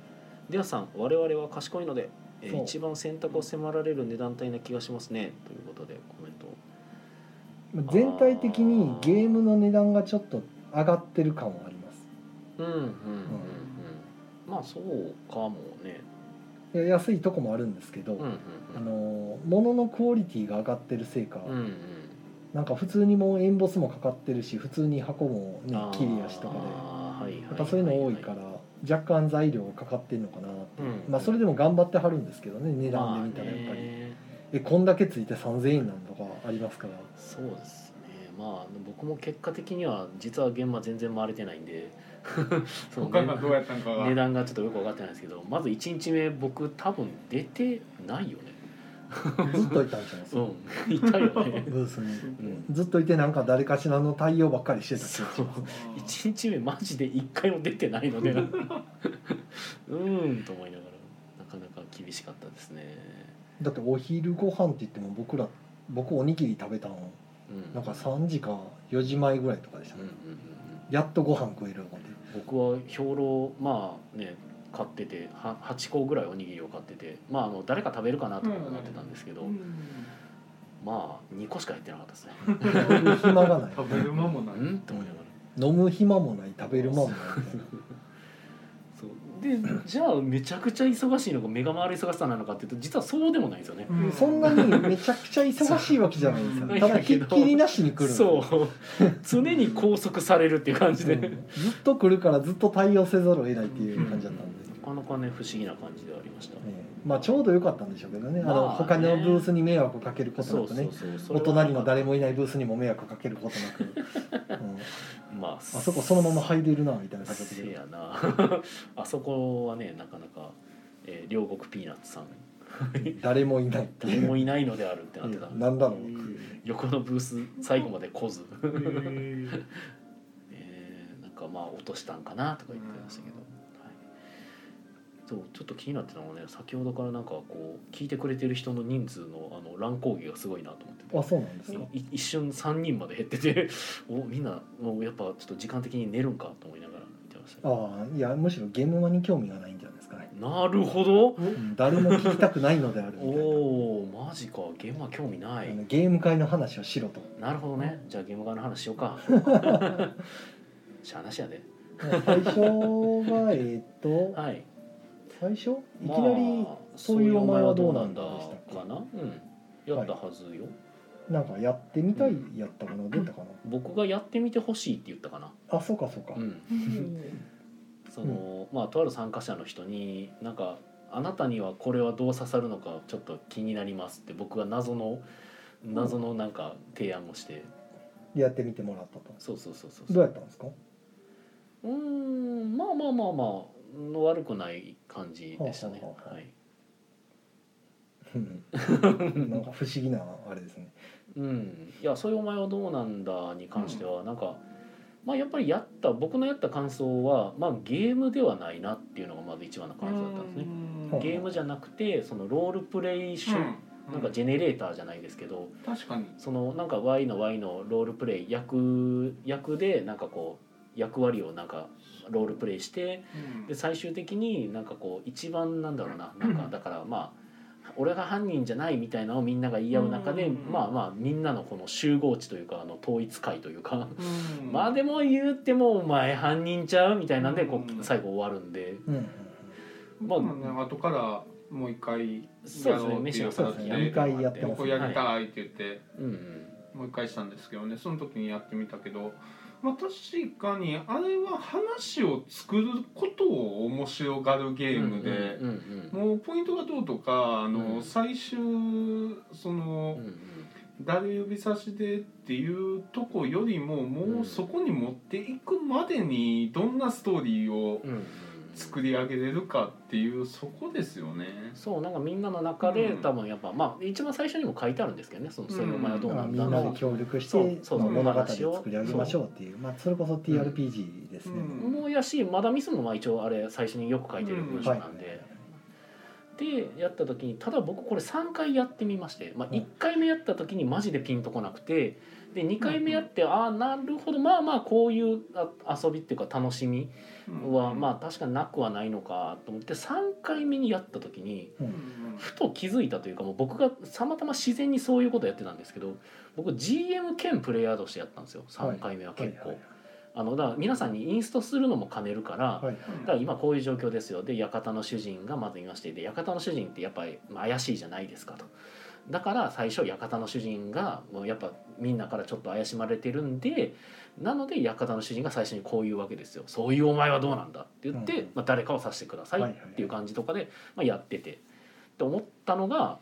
[SPEAKER 1] ではさん我々は賢いので、えー
[SPEAKER 4] そう
[SPEAKER 1] 一番選択を迫られる値段帯な気がしますねということでコメントを
[SPEAKER 4] まあ全体的にゲームの値段がちょっと上がってる感はあります
[SPEAKER 1] うんうんうんうんまあそうかもね
[SPEAKER 4] いや安いとこもあるんですけど、
[SPEAKER 1] うんうん
[SPEAKER 4] あ
[SPEAKER 1] うん
[SPEAKER 4] の物のクオリティが上がってるせいか、
[SPEAKER 1] うんうん
[SPEAKER 4] なんか普通にもうエンボスもかかってるし普通に箱もね
[SPEAKER 1] あー
[SPEAKER 4] 切りやしとかで
[SPEAKER 1] はいはいはいはい
[SPEAKER 4] やっぱそういうの多いから、若干材料かかってんのかな
[SPEAKER 1] うん
[SPEAKER 4] まあそれでも頑張ってはるんですけどね値段で見たらやっぱり、えこんだけついて3,000円なんとかありま
[SPEAKER 1] (laughs)
[SPEAKER 4] すから
[SPEAKER 1] そうですねまあ僕も結果的には実は現場全然回れてないんでその
[SPEAKER 3] 他がどうやったんかが
[SPEAKER 1] 値段がちょっとよく分かってないんですけどまず1日目僕多分出てないよね
[SPEAKER 4] ずっといたんじゃないです
[SPEAKER 1] う
[SPEAKER 4] か
[SPEAKER 1] んいたよ
[SPEAKER 4] (laughs)
[SPEAKER 1] ね
[SPEAKER 4] ブースに
[SPEAKER 1] うん
[SPEAKER 4] ずっといてなんか誰かしらの対応ばっかりしてた
[SPEAKER 1] そう1日目マジで1回も出てないのでうーんと思いながらなかなか厳しかったですね、
[SPEAKER 4] だってお昼ご飯って言っても僕ら僕おにぎり食べたの
[SPEAKER 1] うん、
[SPEAKER 4] なんか3時か4時前ぐらいとかでした
[SPEAKER 1] うん
[SPEAKER 4] ね
[SPEAKER 1] うんうん
[SPEAKER 4] やっとご飯食えるまで
[SPEAKER 1] うん、僕は兵糧まあね買ってては8個ぐらいおにぎりを買っててまああの誰か食べるかなとか思ってたんですけど、まあ2個しか入ってなかったですね
[SPEAKER 4] 食べる暇がない
[SPEAKER 3] 食べる間もない、
[SPEAKER 1] うんと思いながら
[SPEAKER 4] 飲む暇もない食べる間もないみたいな
[SPEAKER 1] そうで (clears throat) じゃあめちゃくちゃ忙しいのか目が回る忙しさなのかっていうと実はそうでもないんですよね
[SPEAKER 3] う
[SPEAKER 4] そんなにめちゃくちゃ忙しいわけじゃないですよ
[SPEAKER 3] そう
[SPEAKER 4] ただひっきりなしに来る
[SPEAKER 1] そう常に拘束されるっていう感じで、
[SPEAKER 4] うん
[SPEAKER 1] な
[SPEAKER 4] ずっと来るからずっと対応せざるを得ないっていう感じだったんで、
[SPEAKER 1] かなかね不思議な感じではありました、
[SPEAKER 4] ええまあちょうど良かったんでしょうけどね,、
[SPEAKER 1] まあ
[SPEAKER 4] あ、の他の
[SPEAKER 1] ね
[SPEAKER 4] ブースに迷惑をかけることなくね
[SPEAKER 1] そうそ
[SPEAKER 4] お隣の誰
[SPEAKER 1] も
[SPEAKER 4] もいないブースにも迷惑をかけること
[SPEAKER 1] (laughs)
[SPEAKER 4] なく、うん、あ
[SPEAKER 1] まああ
[SPEAKER 4] そこそのまま入れるなみたいな形
[SPEAKER 1] せ
[SPEAKER 4] で
[SPEAKER 1] やな (laughs) あそこはねなかなか、えー両国ピーナッツさん
[SPEAKER 4] 誰もいないって
[SPEAKER 1] 誰
[SPEAKER 4] いう
[SPEAKER 1] もいないのであるってなってた、
[SPEAKER 4] うんなんだろう
[SPEAKER 1] 横のブース最後まで来ず、
[SPEAKER 3] えー
[SPEAKER 1] えーなんかまあ落としたんかなとか言ってましたけど、はい、そうちょっと気になってたのがね先ほどからなんかこう聞いてくれてる人の人数のあの乱高下がすごいなと思ってて
[SPEAKER 4] あそうなんですか
[SPEAKER 1] い一瞬3人まで減ってて (laughs) おみんなもうやっぱちょっと時間的に寝るんかと思いながら見てましたね
[SPEAKER 4] ああいやむしろゲームマに興味がないんじゃないですかね、
[SPEAKER 1] なるほど
[SPEAKER 4] うん誰も聞きたくないのであるみたいな
[SPEAKER 1] (laughs) おーマジかゲームは興味ない、
[SPEAKER 4] あのゲーム会の話をしろと
[SPEAKER 1] なるほどねじゃあゲーム側の話しよう
[SPEAKER 4] (laughs)
[SPEAKER 1] かしゃあなしやで
[SPEAKER 4] 最初はえーっと
[SPEAKER 1] はい
[SPEAKER 4] 最初いき
[SPEAKER 1] ま
[SPEAKER 4] な
[SPEAKER 1] あ
[SPEAKER 4] りそういうお前はどうなんだ
[SPEAKER 1] そういうお前はどうなんだかなうんやったはずよ、
[SPEAKER 4] なんかやってみたいやったかな出たか
[SPEAKER 1] 僕がやってみてほしいって言ったかな、
[SPEAKER 4] なあそうかそうか、
[SPEAKER 1] うん、その、まあとある参加者の人になんかあなたにはこれはどう刺さるのかちょっと気になりますって僕が謎の謎のなんか提案をして、
[SPEAKER 4] やってみてもらったと
[SPEAKER 1] そうそうそうそう
[SPEAKER 4] どうやったんですか
[SPEAKER 1] うーんまあまあまあまあ悪くない感じでしたね
[SPEAKER 4] ほうほうほう
[SPEAKER 1] はい
[SPEAKER 4] う
[SPEAKER 1] (laughs)
[SPEAKER 4] んなんか不思議なあれですね
[SPEAKER 1] うんいやそういうお前はどうなんだに関してはなんか、まあやっぱりやった僕のやった感想はまあゲームではないなっていうのがまず一番の感想だったんですね
[SPEAKER 4] うん
[SPEAKER 1] ゲームじゃなくてそのロールプレイシ
[SPEAKER 3] う
[SPEAKER 1] ョ
[SPEAKER 3] ん
[SPEAKER 1] なんかジェネレーターじゃないですけど
[SPEAKER 3] 確かに
[SPEAKER 1] そのなんか Y の Y のロールプレイ役役でなんかこう役割をなんかロールプレイして
[SPEAKER 3] うん
[SPEAKER 1] で最終的になんかこう一番なんだろうななんかだからまあ俺が犯人じゃないみたいなのをみんなが言い合う中で
[SPEAKER 3] うんうんうん
[SPEAKER 1] まあまあみんなのこの集合値というかあの統一会というか
[SPEAKER 3] うん
[SPEAKER 1] (laughs) まあでも言ってもお前犯人ちゃうみたいなんでこ
[SPEAKER 3] うんう
[SPEAKER 1] うん最後終わるんで
[SPEAKER 4] うんうん
[SPEAKER 1] まあ
[SPEAKER 3] まあね後からもう一回
[SPEAKER 1] そうですね
[SPEAKER 3] やろうって
[SPEAKER 1] 飯
[SPEAKER 3] い
[SPEAKER 1] の
[SPEAKER 3] う
[SPEAKER 4] そう
[SPEAKER 3] 形
[SPEAKER 4] で
[SPEAKER 1] 話
[SPEAKER 4] すね
[SPEAKER 3] で
[SPEAKER 4] 二回やってま
[SPEAKER 3] こ
[SPEAKER 4] す
[SPEAKER 3] こやりたいって言って
[SPEAKER 1] うんうん
[SPEAKER 3] もう一回したんですけどねその時にやってみたけど、まあ、確かにあれは話を作ることを面白がるゲームで、
[SPEAKER 1] うんうんうん
[SPEAKER 3] もうポイントがどうとかあの、
[SPEAKER 1] うん
[SPEAKER 3] 最終その
[SPEAKER 1] う、ん
[SPEAKER 3] 誰指差しでっていうとこよりももうそこに持っていくまでにどんなストーリーを
[SPEAKER 1] うんうんうん
[SPEAKER 3] 作り上げれるかっていうそこですよね。
[SPEAKER 1] そうなんかみんなの中で、
[SPEAKER 3] うん
[SPEAKER 1] 多分やっぱまあ一番最初にも書いてあるんですけどねその「
[SPEAKER 3] うん
[SPEAKER 1] そういうお前はどうな
[SPEAKER 4] まあ
[SPEAKER 1] ん
[SPEAKER 4] み
[SPEAKER 1] だ」
[SPEAKER 4] んな
[SPEAKER 1] の
[SPEAKER 4] で協力し
[SPEAKER 1] そう
[SPEAKER 4] て
[SPEAKER 1] そう
[SPEAKER 4] まあ物語を
[SPEAKER 1] 話を
[SPEAKER 4] 作り上げましょうっていうまあそれこそ TRPG ですね、
[SPEAKER 3] うん
[SPEAKER 1] もうやしまだミスもまあ一応あれ最初によく書いてる文章
[SPEAKER 4] はい
[SPEAKER 1] なんで。でやった時にただ僕これ3回やってみまして、まあ、1回目やった時にマジでピンとこなくてで2回目やってああなるほどまあまあこういうあ遊びっていうか楽しみはまあ確かになくはないのかと思って3回目にやった時に
[SPEAKER 3] あ
[SPEAKER 1] ふと気づいたというかもう僕がたまたま自然にそういうことやってたんですけど僕 GM 兼プレイヤーとしてやったんですよ3回目は結構、
[SPEAKER 4] はい
[SPEAKER 1] あのだから皆さんにインストするのも兼ねるから、
[SPEAKER 4] はいはい
[SPEAKER 1] だから今こういう状況ですよで館の主人がまずいましてで館の主人ってやっぱりまあ怪しいじゃないですかとだから最初館の主人がもうやっぱみんなからちょっと怪しまれてるんでなので館の主人が最初にこう言うわけですよ「そういうお前はどうなんだ」って言って、
[SPEAKER 4] うん
[SPEAKER 1] まあ、誰かを指してください
[SPEAKER 4] はい
[SPEAKER 1] っ
[SPEAKER 4] はいはい
[SPEAKER 1] ていう感じとかで、まあ、やっててって思ったのが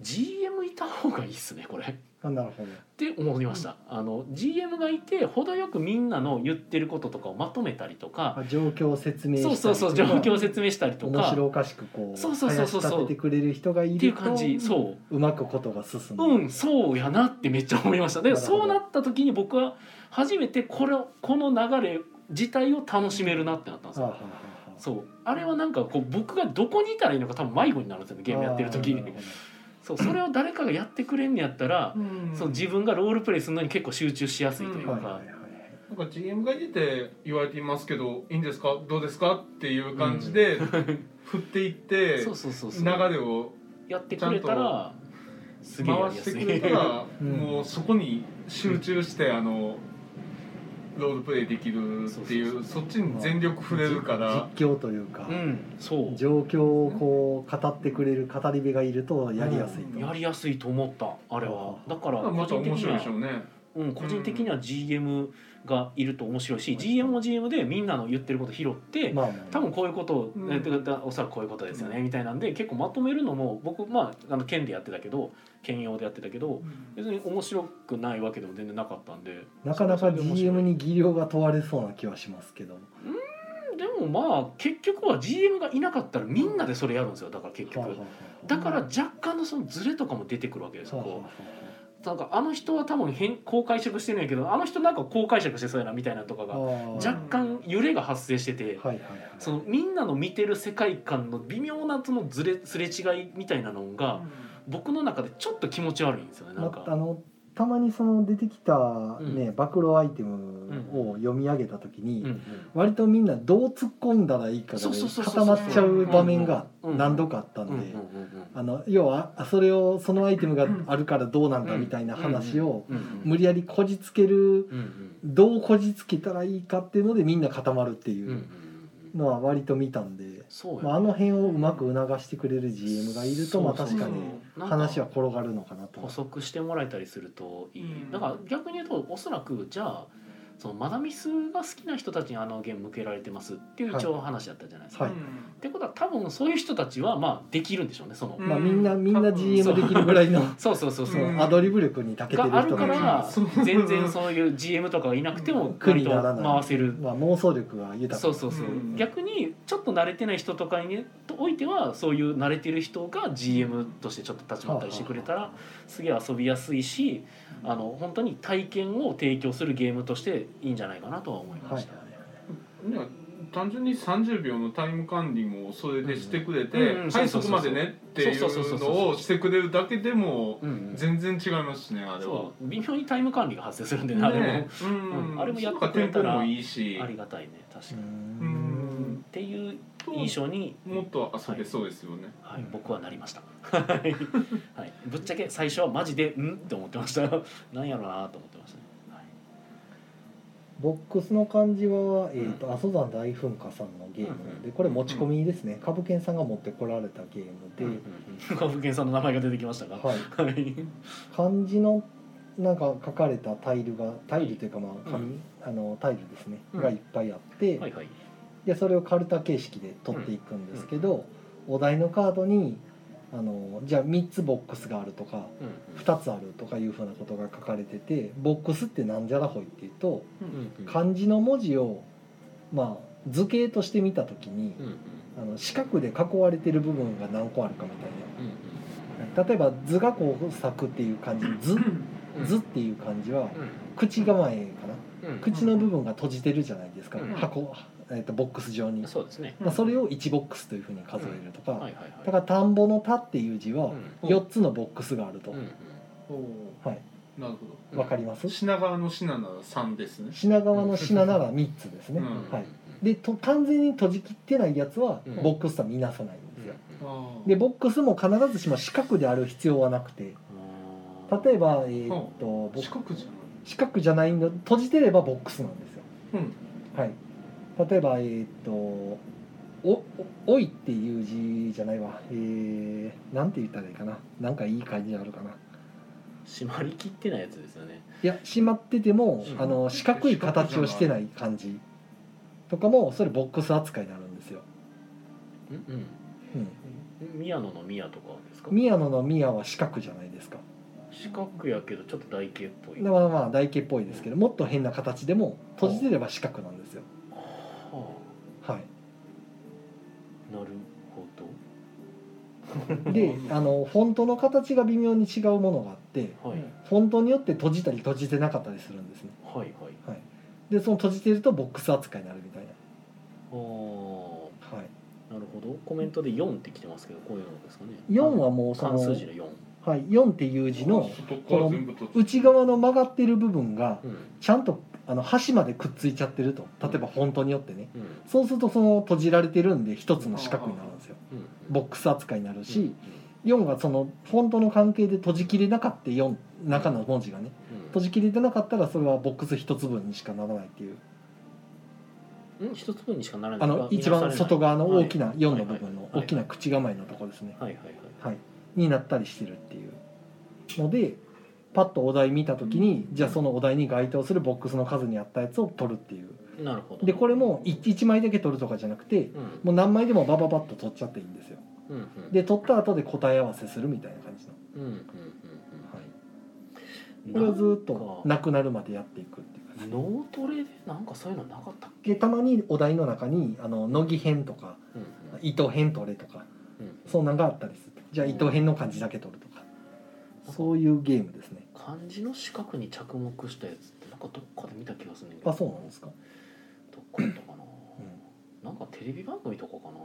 [SPEAKER 1] GM いた方がいいっすねこれ。
[SPEAKER 4] あなるほど
[SPEAKER 1] って思いました、あの GM がいて程よくみんなの言ってることとかをまとめたりとか、
[SPEAKER 4] あ状況を説明した
[SPEAKER 1] そう
[SPEAKER 4] り
[SPEAKER 1] そうそう
[SPEAKER 4] と
[SPEAKER 1] 状
[SPEAKER 4] か
[SPEAKER 1] 況を説明したりと
[SPEAKER 4] 面
[SPEAKER 1] か
[SPEAKER 4] 白おかしくこう
[SPEAKER 1] そうそうそうそう
[SPEAKER 4] 林立ててくれる人がいると
[SPEAKER 1] っていう感じそう
[SPEAKER 4] まくことが進
[SPEAKER 1] う
[SPEAKER 4] む、
[SPEAKER 1] うんそうやなってめっちゃ思いましたで
[SPEAKER 4] なるほど
[SPEAKER 1] そうなった時に僕は初めてこれこの流れ自体を楽しめるなってなったんです
[SPEAKER 4] はあは
[SPEAKER 1] よ
[SPEAKER 4] あはあ
[SPEAKER 1] そうあれはなんかこう僕がどこにいたらいいのか多分迷子になるんですよねゲームやってる時
[SPEAKER 4] あーなるほど
[SPEAKER 1] そうそれを誰かがやってくれんのやったら、
[SPEAKER 3] うん
[SPEAKER 1] そう自分がロールプレイするのに結構集中しやすいというか、
[SPEAKER 4] はいはいはい
[SPEAKER 3] なんか GM が出て言われていますけどいいんですかどうですかっていう感じで振っていって
[SPEAKER 1] そうそうそうそう
[SPEAKER 3] 流れを
[SPEAKER 1] やってくれたらすげえや
[SPEAKER 3] 回
[SPEAKER 1] りや
[SPEAKER 3] し
[SPEAKER 1] す
[SPEAKER 3] てく
[SPEAKER 1] い
[SPEAKER 3] れたら
[SPEAKER 4] うん
[SPEAKER 3] もうそこに集中してあのロールプレイできるってい
[SPEAKER 1] そう
[SPEAKER 3] そっちに全力振れるから
[SPEAKER 4] 実況という
[SPEAKER 1] (laughs)
[SPEAKER 4] か、
[SPEAKER 1] うんそう
[SPEAKER 4] 状況をこう語ってくれる語り部がいるとやりやすいと、
[SPEAKER 3] うん
[SPEAKER 1] やりやすいと思ったあれはだから
[SPEAKER 3] ま
[SPEAKER 1] 個人
[SPEAKER 3] た
[SPEAKER 1] 的
[SPEAKER 3] 面
[SPEAKER 1] に
[SPEAKER 3] 白いでしょ
[SPEAKER 1] は
[SPEAKER 3] うね。
[SPEAKER 1] うん個人的には GM がいると面白いし GM も GM でみんなの言ってること拾って
[SPEAKER 4] まあまあ
[SPEAKER 1] 多分こういうことを
[SPEAKER 3] うん
[SPEAKER 1] えてかだおそらくこういうことですよね
[SPEAKER 3] う
[SPEAKER 1] みたいなんで結構まとめるのも僕まああの県でやってたけど兼用でやってたけど別に面白くないわけでも全然なかったんで
[SPEAKER 4] なかな
[SPEAKER 1] それは
[SPEAKER 4] か
[SPEAKER 1] それで面白い
[SPEAKER 4] GM に技量が問われそうな気はしますけど
[SPEAKER 1] でもまあ結局は GM がいなかったらみんなでそれやるんですよだから結
[SPEAKER 4] はあ
[SPEAKER 1] 局
[SPEAKER 4] は
[SPEAKER 1] だから若干のそのズレとかも出てくるわけです
[SPEAKER 4] あ
[SPEAKER 1] よ
[SPEAKER 4] はあはあ
[SPEAKER 1] こう
[SPEAKER 4] は
[SPEAKER 1] なんかあの人は多分変こう解釈してるんやけどあの人なんかこう解釈してそうやなみたいなのとか
[SPEAKER 4] あ
[SPEAKER 1] が
[SPEAKER 4] はあ
[SPEAKER 1] 若干揺れが発生してて、
[SPEAKER 4] はいはいはい
[SPEAKER 1] そのみんなの見てる世界観の微妙なそのずれすれ違いみたいなのが、僕の中でちょっと気持ち悪いんですよねなん
[SPEAKER 4] ま
[SPEAKER 1] か。
[SPEAKER 4] あのたまにその出てきたね、暴露アイテムを読み上げた時に、
[SPEAKER 1] うんうん
[SPEAKER 4] 割とみんなどう突っ込んだらいいかが
[SPEAKER 1] そうそうそうそう
[SPEAKER 4] 固まっちゃう場面が
[SPEAKER 1] うんうん
[SPEAKER 4] 何度かあったんで、
[SPEAKER 1] うんうんうん
[SPEAKER 4] あの要はあそれをそのアイテムがあるからどうなんだみたいな話を
[SPEAKER 1] うんうん
[SPEAKER 4] 無理やりこじつけ
[SPEAKER 1] う
[SPEAKER 4] る
[SPEAKER 1] んうん
[SPEAKER 4] どうこじつけたらいいかっていうのでみんな固まるってい
[SPEAKER 1] うんうんう
[SPEAKER 4] うんのは割と見たんで、
[SPEAKER 1] そうや
[SPEAKER 4] まあ、あの辺をうまく促してくれる GM がいるとまあ
[SPEAKER 1] そうそ
[SPEAKER 4] 確
[SPEAKER 1] う
[SPEAKER 4] か
[SPEAKER 1] そう
[SPEAKER 4] に
[SPEAKER 1] なんか
[SPEAKER 4] 話は転がるのかなと
[SPEAKER 1] 補。足してもらえたりするといい、
[SPEAKER 3] うん
[SPEAKER 1] だから逆に言うとおそらくじゃあそのマダミスが好きな人たちにあのゲーム向けられてますっていう一応話だったじゃないですか。
[SPEAKER 4] はい
[SPEAKER 3] うん
[SPEAKER 1] ってことは多分そういう人たちはまあできるんでしょうねその、
[SPEAKER 3] うん
[SPEAKER 4] まあ、みんなみん
[SPEAKER 3] 多
[SPEAKER 4] な
[SPEAKER 3] 分
[SPEAKER 4] GM できるぐらいの
[SPEAKER 1] そうそうそうそう
[SPEAKER 3] う
[SPEAKER 4] (laughs) そ、
[SPEAKER 3] ん
[SPEAKER 4] うアドリブ力に長けてる
[SPEAKER 1] がある
[SPEAKER 4] 人
[SPEAKER 1] か
[SPEAKER 4] たち
[SPEAKER 1] ら
[SPEAKER 3] うん
[SPEAKER 1] 全然そういう GM とかがいなくても割と回せる。
[SPEAKER 4] まあ、妄想力が豊か
[SPEAKER 1] そうそうそう、
[SPEAKER 3] うん
[SPEAKER 1] 逆にちょっと慣れてない人とかに、ね、とおいてはそういう慣れてる人が GM としてちょっと立ち回ったりしてくれたらすげえ遊びやすいしあの本当に体験を提供するゲームとしていいんじゃないかなとは思いま
[SPEAKER 4] はい
[SPEAKER 1] した。
[SPEAKER 3] いや単純に30秒のタイム管理もそれでしてくれ
[SPEAKER 1] うんうんう
[SPEAKER 3] て
[SPEAKER 1] ん
[SPEAKER 3] 「はいそこまでね」ってい
[SPEAKER 1] そうそうそう
[SPEAKER 3] う
[SPEAKER 1] そうそう
[SPEAKER 3] のをしてくれるだけでも
[SPEAKER 1] うんうん
[SPEAKER 3] 全然違いますしねあれは
[SPEAKER 1] そ。う微妙にタイム管理が発生するんでねあれも
[SPEAKER 3] ね
[SPEAKER 1] う
[SPEAKER 3] うんん
[SPEAKER 1] あれもやってくれたら
[SPEAKER 3] なんかテンポもいいし
[SPEAKER 1] ありがたいね確か
[SPEAKER 4] う
[SPEAKER 1] に、っ
[SPEAKER 3] うんん
[SPEAKER 1] ていう
[SPEAKER 3] と
[SPEAKER 1] 印象に、
[SPEAKER 3] もっと遊べそうですよね。
[SPEAKER 1] はい、僕はなりま (laughs) した、はいはい、ぶっちゃけ最初はマジで「ん?」って思ってました (laughs) なんやろうなと思ってましたね、はい
[SPEAKER 4] ボックスの感じは、えーと阿蘇山大噴火さんのゲー
[SPEAKER 1] うんう
[SPEAKER 4] ム
[SPEAKER 1] ん
[SPEAKER 4] でこれ持ち込みですね株券さんが持ってこられたゲームで、
[SPEAKER 1] うん、カフケンさんの名前が出てきましたが
[SPEAKER 4] はい、
[SPEAKER 1] はい、
[SPEAKER 4] 漢字のなんか書かれたタイルがタイルというかまあ紙、
[SPEAKER 1] う
[SPEAKER 4] あのタイルですね、
[SPEAKER 1] うん
[SPEAKER 4] がいっぱいあって、
[SPEAKER 1] はいはい
[SPEAKER 4] でそれをカルタ形式で取っていくんですけど、お題のカードにあのじゃあ3つボックスがあるとか
[SPEAKER 1] うん
[SPEAKER 4] 2つあるとかいうふうなことが書かれててボックスってなんじゃらほいっていうと
[SPEAKER 1] うんうん
[SPEAKER 4] 漢字の文字をまあ図形として見た時に
[SPEAKER 1] うんうん
[SPEAKER 4] あの四角で囲われてる部分が何個あるかみた
[SPEAKER 1] うん
[SPEAKER 4] いな例えば図がこう咲くっていう感
[SPEAKER 1] (coughs)
[SPEAKER 4] じ図
[SPEAKER 1] うん
[SPEAKER 4] 図っていう感じは
[SPEAKER 1] うん
[SPEAKER 4] 口構えかな
[SPEAKER 1] うん
[SPEAKER 4] 口の部分が閉じてるじゃないですか
[SPEAKER 1] うん
[SPEAKER 4] 箱、えー、とボックス上に、
[SPEAKER 1] そうですね
[SPEAKER 4] まあ、それを1ボックスというふうに数えるとか、
[SPEAKER 1] はいはいはい
[SPEAKER 4] だから田んぼの田っていう字は
[SPEAKER 1] うん
[SPEAKER 4] 4つのボックスがあると、
[SPEAKER 1] うんうん
[SPEAKER 4] はい
[SPEAKER 3] なるほ
[SPEAKER 1] うん
[SPEAKER 4] わかります
[SPEAKER 3] ど。品川の品なら三ですね。
[SPEAKER 4] 品川の品なら3つですね、
[SPEAKER 3] うん
[SPEAKER 4] はいでと完全に閉じきってないやつは
[SPEAKER 1] うん
[SPEAKER 4] ボックスとは見なさないんですよ、
[SPEAKER 3] あー
[SPEAKER 4] でボックスも必ずしも四角である必要はなくて例えば、えーっとボ
[SPEAKER 3] 四角じゃない。
[SPEAKER 4] 四角じゃないの閉じてればボックスなんですよ
[SPEAKER 3] うん。
[SPEAKER 4] はい例えばえーっとお「おおい」っていう字じゃないわえー、なんて言ったらいいかななんかいい感じあるかな
[SPEAKER 1] 締まりきってないやつですよね
[SPEAKER 4] いや閉まってても
[SPEAKER 1] 閉まって
[SPEAKER 4] あの四角い形をしてない感じとかもそれボックス扱いになるんですよ、
[SPEAKER 1] うん
[SPEAKER 4] うん、
[SPEAKER 1] うん宮野の宮とかですか
[SPEAKER 4] 宮野の宮は四角じゃないですか
[SPEAKER 1] 四角やけどちょっと台形っぽい
[SPEAKER 4] まあまあ台形っぽいですけどもっと変な形でも閉じてれば四角なんですよ
[SPEAKER 1] は
[SPEAKER 4] はい
[SPEAKER 1] あなるほ
[SPEAKER 4] であのフォントの形が微妙に違うものがあって
[SPEAKER 1] どはい、
[SPEAKER 3] うん
[SPEAKER 4] フォントによって閉じたり閉じてなかったりするんですね、
[SPEAKER 1] はいはい
[SPEAKER 4] はい、でその閉じてるとボックス扱いになるみたい
[SPEAKER 1] あー
[SPEAKER 4] な、はい、
[SPEAKER 1] なるほどコメントで4って来てますけどこういうのですかね
[SPEAKER 4] 4はもうそ
[SPEAKER 1] 関
[SPEAKER 4] の、
[SPEAKER 1] 数字の4、
[SPEAKER 4] はい、4っていう字の
[SPEAKER 3] 外側全部取って
[SPEAKER 4] 内側の曲がってる部分が
[SPEAKER 1] うん
[SPEAKER 4] ちゃんとあの端までくっついちゃってると例えばフォントによってね
[SPEAKER 1] うん
[SPEAKER 4] そうするとその閉じられてるんで一つの四角になるんですよ
[SPEAKER 1] うん、
[SPEAKER 4] ボックス扱いになる
[SPEAKER 1] うん
[SPEAKER 4] し、4がそのフォントの関係で閉じきれなかった4中の文字がね
[SPEAKER 1] うん
[SPEAKER 4] 閉じきれてなかったらそれはボックス一つ分にしかならないっていう
[SPEAKER 1] うん一つ分にしかならな
[SPEAKER 4] あ
[SPEAKER 1] い
[SPEAKER 4] の一番外側の大きな4の部分
[SPEAKER 1] は
[SPEAKER 4] の
[SPEAKER 1] いはい
[SPEAKER 4] 大きな口構えのとこですね
[SPEAKER 1] はいはいはい
[SPEAKER 4] はいになったりしてるっていうのでパッとお題見た時にじゃあそのお題に該当するボックスの数に合ったやつを取るっていう
[SPEAKER 1] なるほど
[SPEAKER 4] でこれも 1, 枚だけ取るとかじゃなくて
[SPEAKER 1] うん
[SPEAKER 4] もう何枚でもバババッと取っちゃっていいんですよ
[SPEAKER 1] うんうん
[SPEAKER 4] で取った後で答え合わせするみたいな感じの
[SPEAKER 1] うんうんうんうん
[SPEAKER 4] これをずっ
[SPEAKER 1] なん
[SPEAKER 4] と
[SPEAKER 1] か
[SPEAKER 4] なくなるまでやっていくっていう感じ
[SPEAKER 1] 脳トレでなんかそういうのなかったっけ、
[SPEAKER 4] でたまにお題の中にあの乃木編とか
[SPEAKER 1] うん
[SPEAKER 4] 糸編取れとか
[SPEAKER 1] うんうん、
[SPEAKER 4] そんなんがあったりするじゃあ糸編の漢字だけ取るとかそういうゲームですね
[SPEAKER 1] 漢字の四角に着目したやつってなんかどっかで見た気がするんだけど
[SPEAKER 4] あそうなんですか、
[SPEAKER 1] どっかだったかな、
[SPEAKER 4] うん、
[SPEAKER 1] なんかテレビ番組とかかな、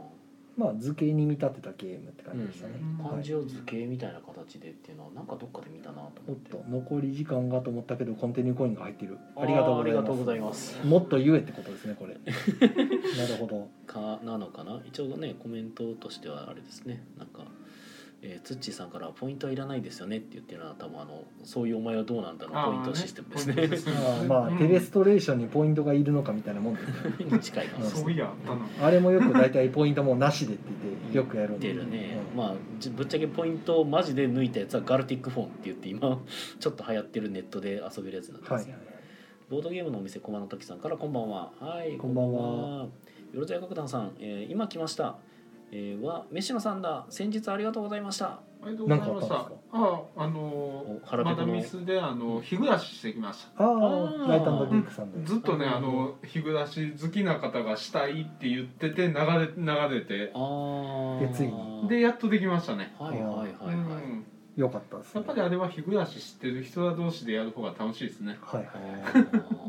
[SPEAKER 4] まあ図形に見立てたゲームって感じでしたね、
[SPEAKER 1] うん
[SPEAKER 4] はい
[SPEAKER 1] 漢字を図形みたいな形でっていうのはなんかどっかで見たなと
[SPEAKER 4] お
[SPEAKER 1] 思
[SPEAKER 4] っ
[SPEAKER 1] って
[SPEAKER 4] と残り時間がと思ったけどコンティニューコインが入ってる
[SPEAKER 1] あー
[SPEAKER 4] ありがとうございます
[SPEAKER 1] ありがとうございます
[SPEAKER 4] もっと言えってことですねこれなるほど
[SPEAKER 1] かなのかな一応ねコメントとしてはあれですねなんか、えー、ツッチーさんから「ポイントはいらないですよね」って言ってるのは多分あの「そういうお前はどうなんだ」のポイントシステムです
[SPEAKER 3] あーねポイント
[SPEAKER 1] ね
[SPEAKER 3] システム
[SPEAKER 4] あーまあ、
[SPEAKER 3] うん
[SPEAKER 4] テレストレーションにポイントがいるのかみたいなもんですね
[SPEAKER 1] に近いかもしれない
[SPEAKER 3] そういやあったな
[SPEAKER 4] あれもよく大体ポイントもなしでって言ってよくや
[SPEAKER 3] (laughs)
[SPEAKER 4] るんで
[SPEAKER 1] 出るね、
[SPEAKER 4] うん
[SPEAKER 1] まあじぶっちゃけポイントをマジで抜いたやつはガルティックフォンって言って今 (laughs) ちょっと流行ってるネットで遊べるやつなんですよ、
[SPEAKER 4] はい
[SPEAKER 1] ボードゲームのお店駒の時さんからこんばんははい
[SPEAKER 4] こんばんは
[SPEAKER 1] よろずや楽団さん、えー、今来ましたえー、は飯野さんだ先日ありがとうございました
[SPEAKER 3] ありがとうございまし
[SPEAKER 4] なんかあ
[SPEAKER 3] た
[SPEAKER 4] ったんで。
[SPEAKER 3] あ、あの
[SPEAKER 1] お腹
[SPEAKER 3] ー、
[SPEAKER 1] ペコ
[SPEAKER 3] ま
[SPEAKER 1] の
[SPEAKER 3] だミスであの日暮らししてきました。
[SPEAKER 4] あ
[SPEAKER 1] あー
[SPEAKER 4] あライトディックさんで、
[SPEAKER 3] ずっとね
[SPEAKER 1] うん
[SPEAKER 3] あの日暮らし好きな方がしたいって言ってて流れ流れて
[SPEAKER 1] あー
[SPEAKER 4] でつい
[SPEAKER 3] でやっとできましたね。
[SPEAKER 1] はいはいはいはい、
[SPEAKER 3] うん
[SPEAKER 4] よかったです、
[SPEAKER 3] や
[SPEAKER 4] ね
[SPEAKER 3] っぱりあれは日暮らし知ってる人ら同士でやる方が楽しいですね。
[SPEAKER 4] はいは
[SPEAKER 1] あー
[SPEAKER 4] い
[SPEAKER 1] なるほど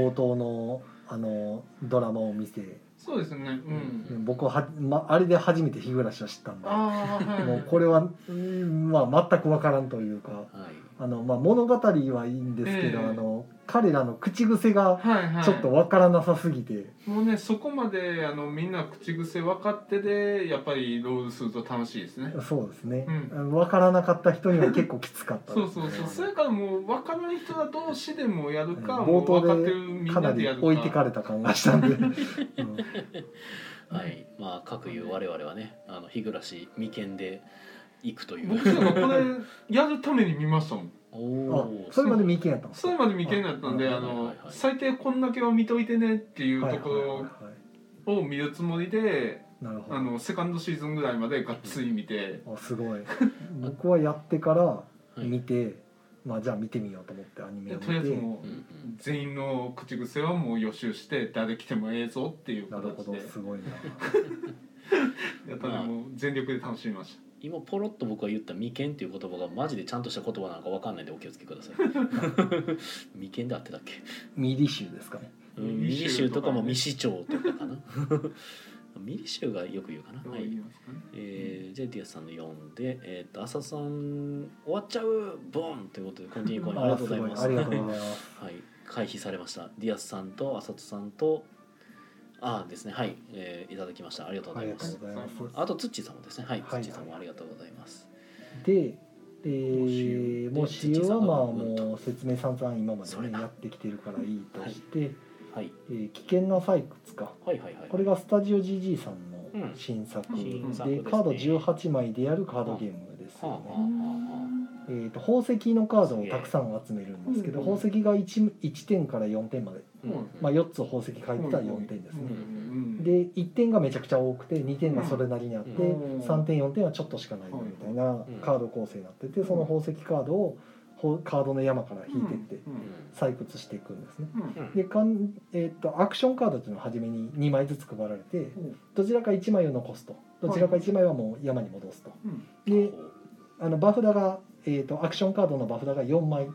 [SPEAKER 1] ね
[SPEAKER 4] 冒頭のあのドラマを見て
[SPEAKER 3] そうですね。うん。
[SPEAKER 1] うん
[SPEAKER 4] 僕はは、ま、あれで初めて日暮らしを知ったんで
[SPEAKER 3] ああはい。
[SPEAKER 4] もうこれは、うんまあ、全く分からんというか
[SPEAKER 1] はい
[SPEAKER 4] あの、まあ、物語はいいんですけど、
[SPEAKER 3] ええ
[SPEAKER 4] あの彼らの口癖が
[SPEAKER 3] はいはい。
[SPEAKER 4] ちょっと分からなさすぎて、
[SPEAKER 3] もうねそこまであのみんな口癖分かってでやっぱりロールすると楽しいですね。
[SPEAKER 4] そうですね、
[SPEAKER 3] う
[SPEAKER 4] 分からなかった人には結構きつかった
[SPEAKER 3] そう
[SPEAKER 4] です
[SPEAKER 3] そうそう。それからもう分からない人ら同士でもやるか、
[SPEAKER 4] うん
[SPEAKER 3] もう
[SPEAKER 4] 冒頭
[SPEAKER 3] 分か
[SPEAKER 4] で
[SPEAKER 3] ってるみん
[SPEAKER 4] か
[SPEAKER 3] な
[SPEAKER 4] な
[SPEAKER 3] で
[SPEAKER 4] り
[SPEAKER 3] やるか。
[SPEAKER 4] 置いてかれた感がしたんで、うん
[SPEAKER 1] はい、まあ各有我々はねあの日暮らし眉間で行くという
[SPEAKER 3] 僕なんかこれやるために見ましたもん
[SPEAKER 1] お
[SPEAKER 4] あ
[SPEAKER 1] お
[SPEAKER 4] それまで見切やったんです
[SPEAKER 3] それまで未見だったんで、
[SPEAKER 1] はい
[SPEAKER 3] あの、
[SPEAKER 1] はいはい
[SPEAKER 3] 最低こんだけは見といてねっていうとこ
[SPEAKER 4] はいはいはいはい
[SPEAKER 3] ろを見るつもりで、
[SPEAKER 4] なるほど
[SPEAKER 3] あのセカンドシーズンぐらいまでがっつり見て、
[SPEAKER 4] あすごい僕はやってから
[SPEAKER 1] い
[SPEAKER 4] 見て、まあじゃあ見てみようと思ってアニメ
[SPEAKER 3] で
[SPEAKER 4] を
[SPEAKER 3] とりあえ
[SPEAKER 4] 見
[SPEAKER 3] ず
[SPEAKER 4] て
[SPEAKER 3] も
[SPEAKER 1] うん
[SPEAKER 3] う、
[SPEAKER 1] うん
[SPEAKER 3] 全員の口癖はもう予習して誰来てもええぞっていう
[SPEAKER 4] なるほ
[SPEAKER 3] 形
[SPEAKER 4] ど
[SPEAKER 3] でやっ
[SPEAKER 4] すごいな
[SPEAKER 3] ぱりもう全力で楽しみまし
[SPEAKER 1] 今ポロッと僕が言った眉間っていう言葉がマジでちゃんとした言葉なのかわかんないんでお気をつけくだ
[SPEAKER 4] (laughs)
[SPEAKER 1] さい眉間で合ってたっけ
[SPEAKER 4] ミリ集ですかね
[SPEAKER 1] うんミリ州とかも未市長とかかな (laughs) ミリ州がよく言うか
[SPEAKER 3] た。
[SPEAKER 1] な
[SPEAKER 3] どう
[SPEAKER 1] は
[SPEAKER 3] 言い
[SPEAKER 1] い
[SPEAKER 3] ますかね。
[SPEAKER 1] えー、ジェイティアスさんの4で、えー、と朝さん終わっちゃうボンということでコンティニューコインありが
[SPEAKER 4] あ
[SPEAKER 1] とう
[SPEAKER 4] す
[SPEAKER 1] ござい
[SPEAKER 4] ごい
[SPEAKER 1] ます
[SPEAKER 4] ありがとうございます
[SPEAKER 1] (laughs) はい、回避されました。ディアスさんと浅戸さんと。ああですね、はい、えーいただきました。ありがとうご
[SPEAKER 4] あ
[SPEAKER 1] ざい
[SPEAKER 4] りが
[SPEAKER 1] ま
[SPEAKER 4] とう
[SPEAKER 1] す
[SPEAKER 4] ご。ざいます
[SPEAKER 1] あと、つっちーさんもですね、はい、
[SPEAKER 4] はい
[SPEAKER 1] つっちーさんもありがとうございます。
[SPEAKER 4] でえー、
[SPEAKER 1] も
[SPEAKER 4] もう
[SPEAKER 1] う私有
[SPEAKER 4] 使用はまあ
[SPEAKER 1] うん
[SPEAKER 4] もう説明散々今ま
[SPEAKER 1] そ
[SPEAKER 4] で
[SPEAKER 1] れ
[SPEAKER 4] ね
[SPEAKER 1] だ
[SPEAKER 4] やってきてるからいいとして、
[SPEAKER 1] はい
[SPEAKER 4] えー危険な採掘か
[SPEAKER 1] はいはいはい
[SPEAKER 4] これがスタジオ GG さんの新作
[SPEAKER 1] うん
[SPEAKER 4] で,、
[SPEAKER 1] 新作ですね
[SPEAKER 4] カード18枚でやるカードゲームです
[SPEAKER 1] はあは
[SPEAKER 4] よ
[SPEAKER 1] あ
[SPEAKER 4] ね、
[SPEAKER 1] は
[SPEAKER 4] えー、と宝石のカードをたくさん集めるんですけど、
[SPEAKER 3] すげえ
[SPEAKER 4] 宝石が 1, 1点から4点まで、
[SPEAKER 1] あうん
[SPEAKER 3] うん
[SPEAKER 4] まあ、4つ宝石書いてたら4点ですね、
[SPEAKER 3] うん
[SPEAKER 4] で1点がめちゃくちゃ多くて2点がそれなりにあって、
[SPEAKER 3] うん
[SPEAKER 4] 3点4点はちょっとしかないみたいなカード構成になっててその宝石カードをほカードの山から引いてって
[SPEAKER 3] うん
[SPEAKER 4] 採掘していくんですね。
[SPEAKER 3] うん
[SPEAKER 1] うん
[SPEAKER 4] でかんえーっとアクションカードっていうのは初めに2枚ずつ配られて
[SPEAKER 3] ん
[SPEAKER 4] どちらか1枚を残すとどちらか1枚はもう山に戻すと。
[SPEAKER 3] うん
[SPEAKER 4] であのバフ札が、えーっとアクションカードのバフ札が4枚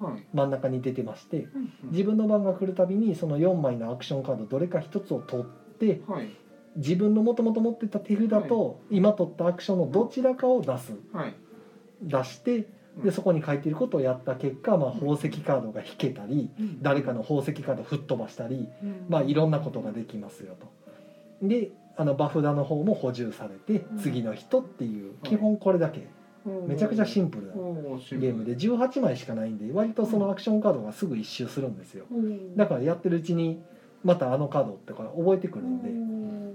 [SPEAKER 3] はい
[SPEAKER 4] 真ん中に出てまして
[SPEAKER 3] うん
[SPEAKER 4] 自分の番が来るたびにその4枚のアクションカードどれか1つを取って
[SPEAKER 3] はい
[SPEAKER 4] 自分のもともと持ってた手札と今取ったアクションのどちらかを出す
[SPEAKER 3] はい
[SPEAKER 4] 出して
[SPEAKER 3] う
[SPEAKER 4] で
[SPEAKER 3] ん
[SPEAKER 4] そこに書いてることをやった結果、まあ、宝石カードが引けたり
[SPEAKER 3] うん
[SPEAKER 4] 誰かの宝石カード吹っ飛ばしたり、
[SPEAKER 3] うん
[SPEAKER 4] まあ、いろんなことができますよと。であのバフダの方も補充されて
[SPEAKER 3] うん
[SPEAKER 4] 次の人っていう
[SPEAKER 3] はい
[SPEAKER 4] 基本これだけめちゃくちゃシンプルな
[SPEAKER 3] おーシンプ
[SPEAKER 4] ゲ
[SPEAKER 3] ル
[SPEAKER 4] ームで18枚しかないんで割とそのアクションカードがすぐ一周するんですよ
[SPEAKER 3] おー
[SPEAKER 4] だからやってるうちにまたあのカードとか覚えてくるん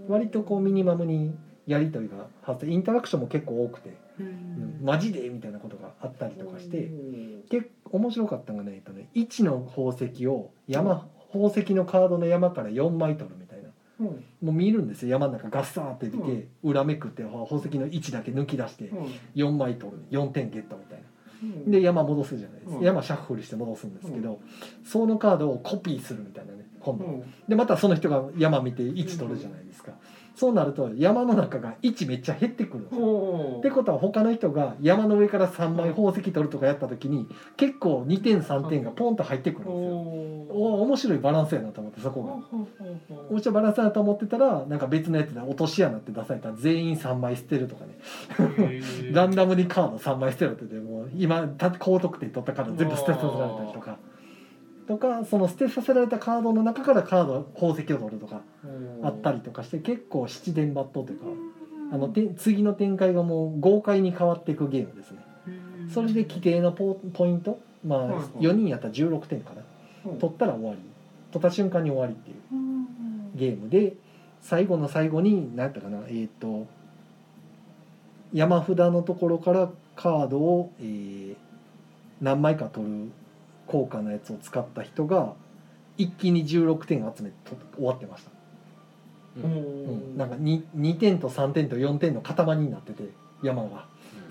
[SPEAKER 4] で割とこうミニマムにやり取りが発生インタラクションも結構多くて、
[SPEAKER 3] うん
[SPEAKER 4] うんマジでみたいなことがあったりとかして
[SPEAKER 3] うん
[SPEAKER 4] 結構面白かったのがねえっとね1の宝石を山宝石のカードの山から4枚取るみたいな
[SPEAKER 3] うん
[SPEAKER 4] もう見るんですよ山の中ガッサーって出て裏めくって宝石の1だけ抜き出して4枚取る4点ゲットみたいな
[SPEAKER 3] うん
[SPEAKER 4] で山戻すじゃないです
[SPEAKER 3] うん
[SPEAKER 4] か山シャッフルして戻すんですけどそのカードをコピーするみたいなね今
[SPEAKER 3] う
[SPEAKER 4] 度
[SPEAKER 3] ん
[SPEAKER 4] でまたその人が山見て1取るじゃないですか、そうなると山の中が1めっちゃ減ってくるんですよ
[SPEAKER 3] おー
[SPEAKER 4] ってことは他の人が山の上から3枚宝石取るとかやった時に結構2点3点がポンと入ってくるんですよ
[SPEAKER 3] おー
[SPEAKER 4] おお面白いバランスやなと思ってそこ
[SPEAKER 3] ほう
[SPEAKER 4] が
[SPEAKER 3] ほうほうほう
[SPEAKER 4] 面白いバランスやなと思ってたらなんか別のやつで落とし穴って出されたら全員3枚捨てるとかねランダムにカード3枚捨てろって言ってもう今た高得点取ったカード全部捨てさせられたりとかとかその捨てさせられたカードの中からカード宝石を取るとかあったりとかして結構七伝抜刀というかあのて次の展開がもう豪快に変わっていくゲームですねそれで規定のポポイントまあ
[SPEAKER 3] はいはい
[SPEAKER 4] 4人やったら16点かな取ったら終わり取った瞬間に終わりっていうゲームで最後の最後に何やったかなえーっ、と山札のところからカードを、えー何枚か取る効果のやつを使った人が一気に16点集めてと終わってました、うんなんか 2, 2点と3点と4点の塊になってて山が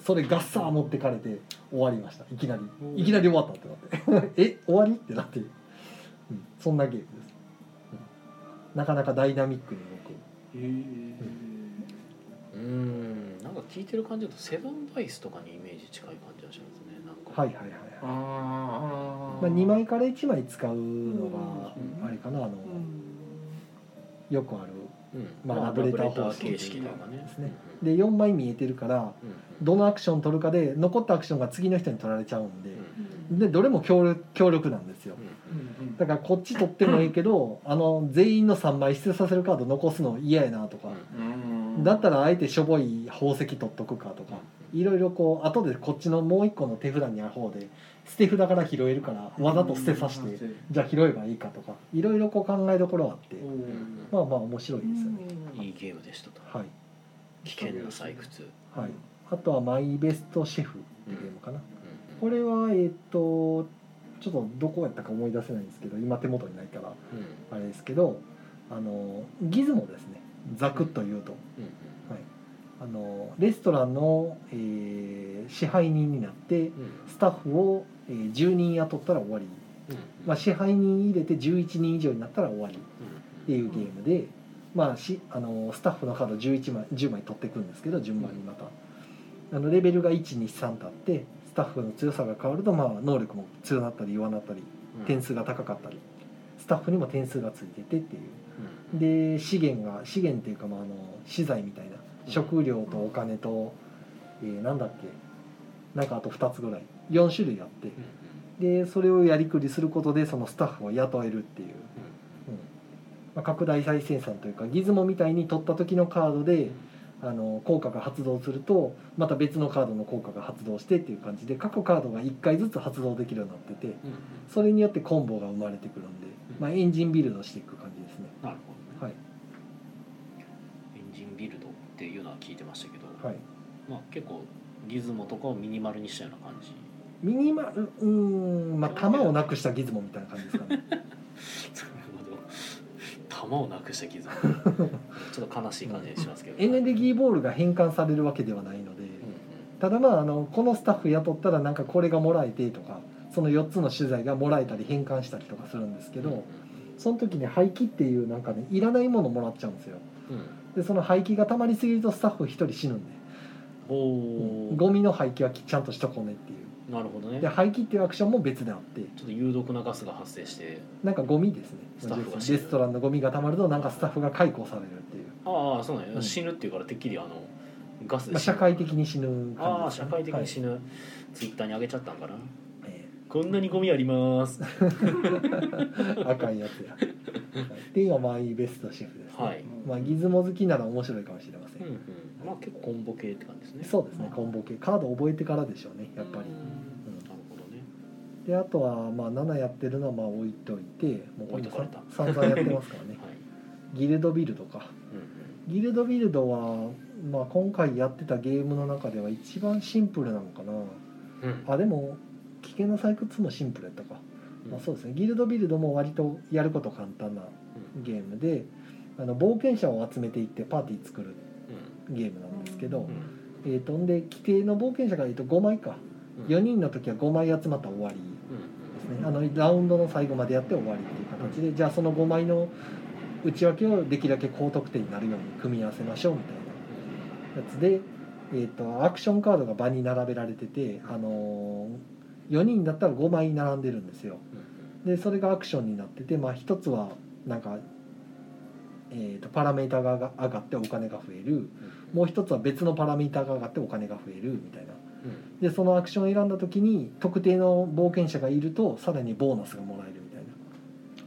[SPEAKER 4] それガッサー持ってかれて終わりましたいきなり
[SPEAKER 3] うん
[SPEAKER 4] いきなり終わったってなって (laughs) え終わりってなって、うん、そんなゲームです、うんなかなかダイナミックに動く
[SPEAKER 1] うんなんか聞いてる感じだとセブンバイスとかにイメージ近い感じがしますねなんか
[SPEAKER 4] はい
[SPEAKER 1] い
[SPEAKER 4] はいはいはい
[SPEAKER 3] あ
[SPEAKER 4] まあ、2枚から1枚使うの
[SPEAKER 3] うん
[SPEAKER 4] があれかなあのよくある
[SPEAKER 1] うん
[SPEAKER 4] まあ
[SPEAKER 1] まあ
[SPEAKER 4] ラブレター
[SPEAKER 1] ラ
[SPEAKER 4] 方
[SPEAKER 1] ブ
[SPEAKER 4] 式
[SPEAKER 1] レ形式とかね
[SPEAKER 4] ですねで4枚見えてるから
[SPEAKER 1] うん
[SPEAKER 4] どのアクション取るかで残ったアクションが次の人に取られちゃうんで
[SPEAKER 1] うん
[SPEAKER 4] でどれも強力強力なんですよ
[SPEAKER 1] うん
[SPEAKER 4] だからこっち取ってもいいけどあの全員の3枚捨てさせるカード残すの嫌やなとかだった
[SPEAKER 3] ら
[SPEAKER 4] らあえてしょぼい宝石取っとくかとかいろいろこう後でこっちのもう一個の手札にある方で捨て札から拾えるからわざと捨てさせてじゃあ拾えばいいかとかいろいろこう考えどころはあってまあまあ面白いですよね。
[SPEAKER 1] うんいいゲームでしたと
[SPEAKER 4] はい
[SPEAKER 1] 危険な採掘
[SPEAKER 4] はい、あとは「マイベストシェフ」っていうゲームかな、こ
[SPEAKER 1] れ
[SPEAKER 4] れはえっ、とちょっとどこやったか思い出せないんですけど今手元にないからあれですけどあのギズモですねザクッと言うと、はい、あのレストランの、えー支配人になってスタッフを、えー10人雇ったら終わり、まあ、支配人入れて11人以上になったら終わりっていうゲームで、まあ、しあのスタッフのカード11枚10枚取っていくんですけど順番にまた、あのレベルが123とあってスタッフの強さが変わると、まあ、能力も強なったり弱なったり点数が高かったりスタッフにも点数がついててっていうで資源が資源っていうか、まあ、あの資材みたいな食料とお金と、えーなんだっけなんかあと2つぐらい4種類あってでそれをやりくりすることでそのスタッフを雇えるっていうまあ、拡大再生産というかギズモみたいに取った時のカードであの効果が発動するとまた別のカードの効果が発動してっていう感じで各カードが1回ずつ発動できるようになっててそれによってコンボが生まれてくるんでまあ、エンジンビルドしていく感じですね。
[SPEAKER 1] なるほどね、
[SPEAKER 4] はい
[SPEAKER 1] エンジンビルドっていうのは聞いてましたけど、
[SPEAKER 4] はい、
[SPEAKER 1] まあ、結構ギズモとかをミニマルにしたような感
[SPEAKER 4] (laughs)
[SPEAKER 1] じ
[SPEAKER 4] ミニマルうーんまあ弾をなくしたギズモみたいな感じですかね。
[SPEAKER 1] なるほど弾をなくした傷ちょっと悲しい感じにしますけど、
[SPEAKER 4] エネルギ
[SPEAKER 1] ー、
[SPEAKER 4] ーボールが変換されるわけではないの
[SPEAKER 1] うんう
[SPEAKER 4] で
[SPEAKER 1] ん、
[SPEAKER 4] ただまああのこのスタッフ雇ったらなんかこれがもらえてとかその4つの取材がもらえたり変換したりとかするんですけどその時に廃棄っていうなんかねいらないものもらっちゃうんですよ
[SPEAKER 1] うんうん、
[SPEAKER 4] でその廃棄が溜まりすぎるとスタッフ1人死ぬんで
[SPEAKER 1] ほう、
[SPEAKER 4] ゴミの廃棄はちゃんとしとこうねっていう
[SPEAKER 1] なるほどね
[SPEAKER 4] で
[SPEAKER 1] ち
[SPEAKER 4] 廃棄っていうアクションも別であって
[SPEAKER 1] ょっと有毒なガスが発生して
[SPEAKER 4] なんかゴミですね
[SPEAKER 1] スタッフが死ぬ
[SPEAKER 4] レストランのゴミが溜まるとなんかスタッフが解雇されるっていう、
[SPEAKER 1] ああそうなんや、
[SPEAKER 4] うん
[SPEAKER 1] 死ぬっていうからてっきりあのガスで死
[SPEAKER 4] まあ、
[SPEAKER 1] ぬ
[SPEAKER 4] 社会的に死ぬ
[SPEAKER 1] あ
[SPEAKER 4] 感
[SPEAKER 1] あ
[SPEAKER 4] じですね
[SPEAKER 1] 社会的
[SPEAKER 4] は
[SPEAKER 1] に
[SPEAKER 4] い
[SPEAKER 1] 死ぬ、ツイッターに上げちゃったんかな
[SPEAKER 4] ええ
[SPEAKER 1] こんなにゴミあります
[SPEAKER 4] あかんや
[SPEAKER 1] (laughs)
[SPEAKER 4] つや。っていうのがマイベストシェフです、ね。
[SPEAKER 1] はい、
[SPEAKER 4] まあギズモ好きなら面白いかもしれませ
[SPEAKER 1] うん
[SPEAKER 4] ん。
[SPEAKER 1] うん、まあ結構コンボ系って感じですね
[SPEAKER 4] そうですね。
[SPEAKER 1] まあ
[SPEAKER 4] コンボ系カード覚えてからでしょうね。やっぱ
[SPEAKER 1] う
[SPEAKER 4] り
[SPEAKER 1] ん。
[SPEAKER 4] うん
[SPEAKER 1] なるほどね
[SPEAKER 4] であとはまあ7やってるのはまあ置いといて、もうこ
[SPEAKER 1] 置い
[SPEAKER 4] れ
[SPEAKER 1] とかれた
[SPEAKER 4] 散々やってますから
[SPEAKER 1] (laughs)。
[SPEAKER 4] ね
[SPEAKER 1] はい、
[SPEAKER 4] ギルドビルドか。
[SPEAKER 1] うん
[SPEAKER 4] ギルドビルドはまあ今回やってたゲームの中では一番シンプルなのかな。
[SPEAKER 1] うんうん
[SPEAKER 4] あでも危険な採掘もシンプルやったか。
[SPEAKER 1] うん
[SPEAKER 4] まあそうですね。ギルドビルドも割とやること簡単なゲームであの冒険者を集めていってパーティー作るゲームなんですけ
[SPEAKER 1] う
[SPEAKER 4] ど、
[SPEAKER 1] ん
[SPEAKER 4] えー、とんで規定の冒険者が、えー、と5枚か
[SPEAKER 1] うん
[SPEAKER 4] 4人の時は5枚集まったら終わり
[SPEAKER 1] うん
[SPEAKER 4] ですねあのラウンドの最後までやって終わりっていう形でじゃあその5枚の内訳をできるだけ高得点になるように組み合わせましょうみたいなやつで、えー、とアクションカードが場に並べられてて、あの4人だったら5枚並んでるんですよ。
[SPEAKER 1] うん
[SPEAKER 4] でそれがアクションになってて、まあ、一つはなんか、えー、とパラメーターが上がってお金が増える
[SPEAKER 1] うん
[SPEAKER 4] もう一つは別のパラメーターが上がってお金が増えるみたいな
[SPEAKER 1] うん
[SPEAKER 4] でそのアクションを選んだ時に特定の冒険者がいるとさらにボーナスがもらえるみたいな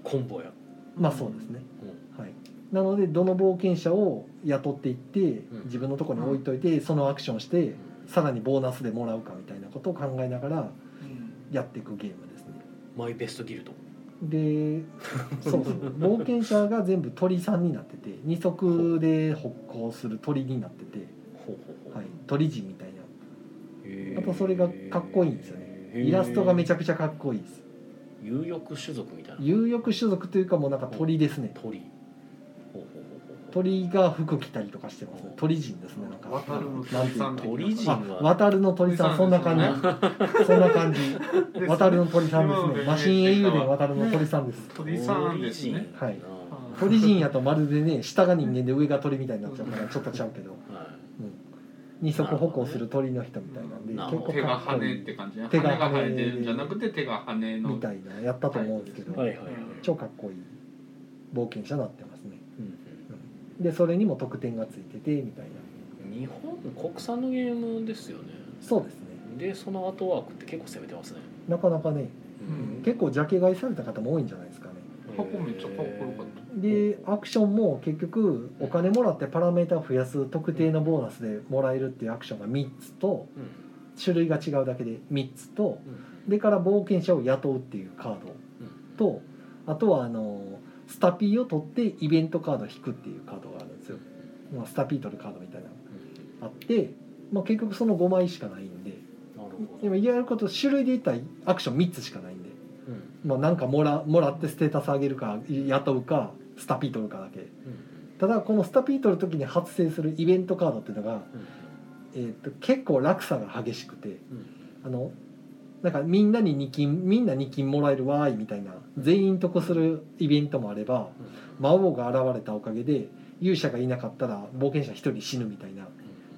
[SPEAKER 1] コンボや、
[SPEAKER 4] まあそうですね、
[SPEAKER 1] うん
[SPEAKER 4] はい、なのでどの冒険者を雇っていって
[SPEAKER 1] うん
[SPEAKER 4] 自分のところに置いといてそのアクションしてさらにボーナスでもらうかみたいなことを考えながらやっていくゲームですね
[SPEAKER 1] マイベストギルド (laughs)
[SPEAKER 4] でそうそう冒険者が全部鳥さんになってて二足で歩行する鳥になってて、
[SPEAKER 1] ほうほうほう、
[SPEAKER 4] はい、鳥人みたいな
[SPEAKER 1] へー
[SPEAKER 4] またそれがかっこいいんですよイラストがめちゃくちゃかっこいいです
[SPEAKER 1] 有力種族みたいな
[SPEAKER 4] 有力種族というかもうなんか鳥ですね
[SPEAKER 1] 鳥ほうほうほうほう
[SPEAKER 4] 鳥が服着たりとかしてますね鳥人ですねなんか
[SPEAKER 3] 渡るの
[SPEAKER 4] なん
[SPEAKER 3] 鳥
[SPEAKER 4] ていう
[SPEAKER 3] さん
[SPEAKER 4] の
[SPEAKER 1] 鳥
[SPEAKER 3] 的な
[SPEAKER 1] 人
[SPEAKER 4] あ渡るの鳥さんそんな感じそんな感じ
[SPEAKER 3] (laughs) ですね
[SPEAKER 4] 渡るの鳥さんですねマシン英雄伝渡るの鳥さんです
[SPEAKER 3] 鳥さんですね
[SPEAKER 1] 鳥人
[SPEAKER 4] は
[SPEAKER 1] な
[SPEAKER 4] い
[SPEAKER 3] あ
[SPEAKER 4] 鳥人やとまるでね下が人間で上が鳥みたいになっちゃうからちょっとちゃうけど
[SPEAKER 1] は
[SPEAKER 4] 二足歩行する鳥の人みたいなんで
[SPEAKER 1] な
[SPEAKER 4] 結
[SPEAKER 1] るほど
[SPEAKER 4] 構
[SPEAKER 3] 手が
[SPEAKER 4] かっこ
[SPEAKER 3] 羽
[SPEAKER 4] い
[SPEAKER 3] って
[SPEAKER 4] い
[SPEAKER 3] 感じね
[SPEAKER 4] 手が
[SPEAKER 3] 羽
[SPEAKER 4] 羽
[SPEAKER 3] が生えてるんじゃなくて手が羽の
[SPEAKER 4] みたいなやったと思うんですけ
[SPEAKER 1] い
[SPEAKER 4] ど
[SPEAKER 1] はいはいはい、
[SPEAKER 4] 超かっこいい冒険者になってますね
[SPEAKER 1] うん
[SPEAKER 4] でそれにも得点がついててみたいな
[SPEAKER 1] うん日本国産のゲームですよね
[SPEAKER 4] そうですね
[SPEAKER 1] でそのアートワークって結構攻めてますね、
[SPEAKER 4] なかなかね
[SPEAKER 3] うん
[SPEAKER 4] 結構ジャケ買いされた方も多いんじゃないですかね
[SPEAKER 3] 箱めっちゃかっこよかった
[SPEAKER 4] でアクションも結局お金もらってパラメータを増やす特定のボーナスでもらえるっていうアクションが3つと
[SPEAKER 1] うん
[SPEAKER 4] 種類が違うだけで3つと
[SPEAKER 1] うん
[SPEAKER 4] でから冒険者を雇うっていうカー
[SPEAKER 1] うん
[SPEAKER 4] ドとあとはあのスタピーを取ってイベントカードを引くっていうカードがあるんですよ、まあ、スタピー取るカードみたいなの
[SPEAKER 1] うん
[SPEAKER 4] があって、まあ、結局その5枚しかないんで
[SPEAKER 1] なるほど
[SPEAKER 4] でもやること種類で言ったらアクション3つしかないんで、
[SPEAKER 1] うん
[SPEAKER 4] まあ、なんかもらもらってステータス上げるか雇うかスタピー取るかだけ
[SPEAKER 1] うん
[SPEAKER 4] ただこのスタピー取る時に発生するイベントカードっていうのが、
[SPEAKER 1] うん
[SPEAKER 4] えー、と結構落差が激しくて
[SPEAKER 1] うん
[SPEAKER 4] あのなんかみんなに2金みんな2金もらえるわーいみたいな全員得するイベントもあれば魔王が現れたおかげで勇者がいなかったら冒険者1人死ぬみたい
[SPEAKER 1] う
[SPEAKER 4] な
[SPEAKER 1] ん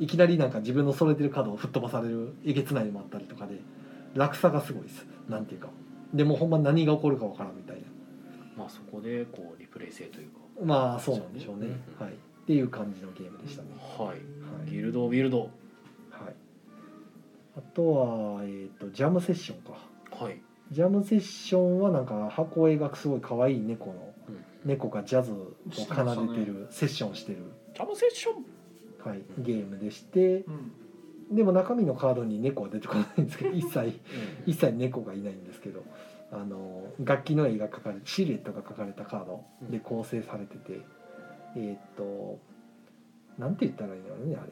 [SPEAKER 4] いきなりなんか自分の揃えてるカードを吹っ飛ばされるえげつないのもあったりとかで落差がすごいですなんていうかでもうほんま何が起こるかわからんみたいな
[SPEAKER 1] まあそこでこうリプレイ性というか
[SPEAKER 4] まあそうなんでしょうね、
[SPEAKER 1] うん
[SPEAKER 4] はい、っていう感じのゲームでしたね、
[SPEAKER 1] はい
[SPEAKER 4] はい
[SPEAKER 1] ギルドビルド
[SPEAKER 4] はい、あとは、えー、とジャムセッションか
[SPEAKER 1] はい、
[SPEAKER 4] ジャムセッションはなんか箱絵がすごい可愛い猫の
[SPEAKER 1] うん
[SPEAKER 4] 猫がジャズを奏でてるセッションしてる、
[SPEAKER 1] ジャムセッション
[SPEAKER 4] はい、ゲームでして
[SPEAKER 3] うん
[SPEAKER 4] でも中身のカードに猫は出てこないんですけど一切一切猫がいないんですけどあの楽器の絵が描かれシルエットが描かれたカードで構成されてて、えーっとなんて言ったらいいんだろうねあれ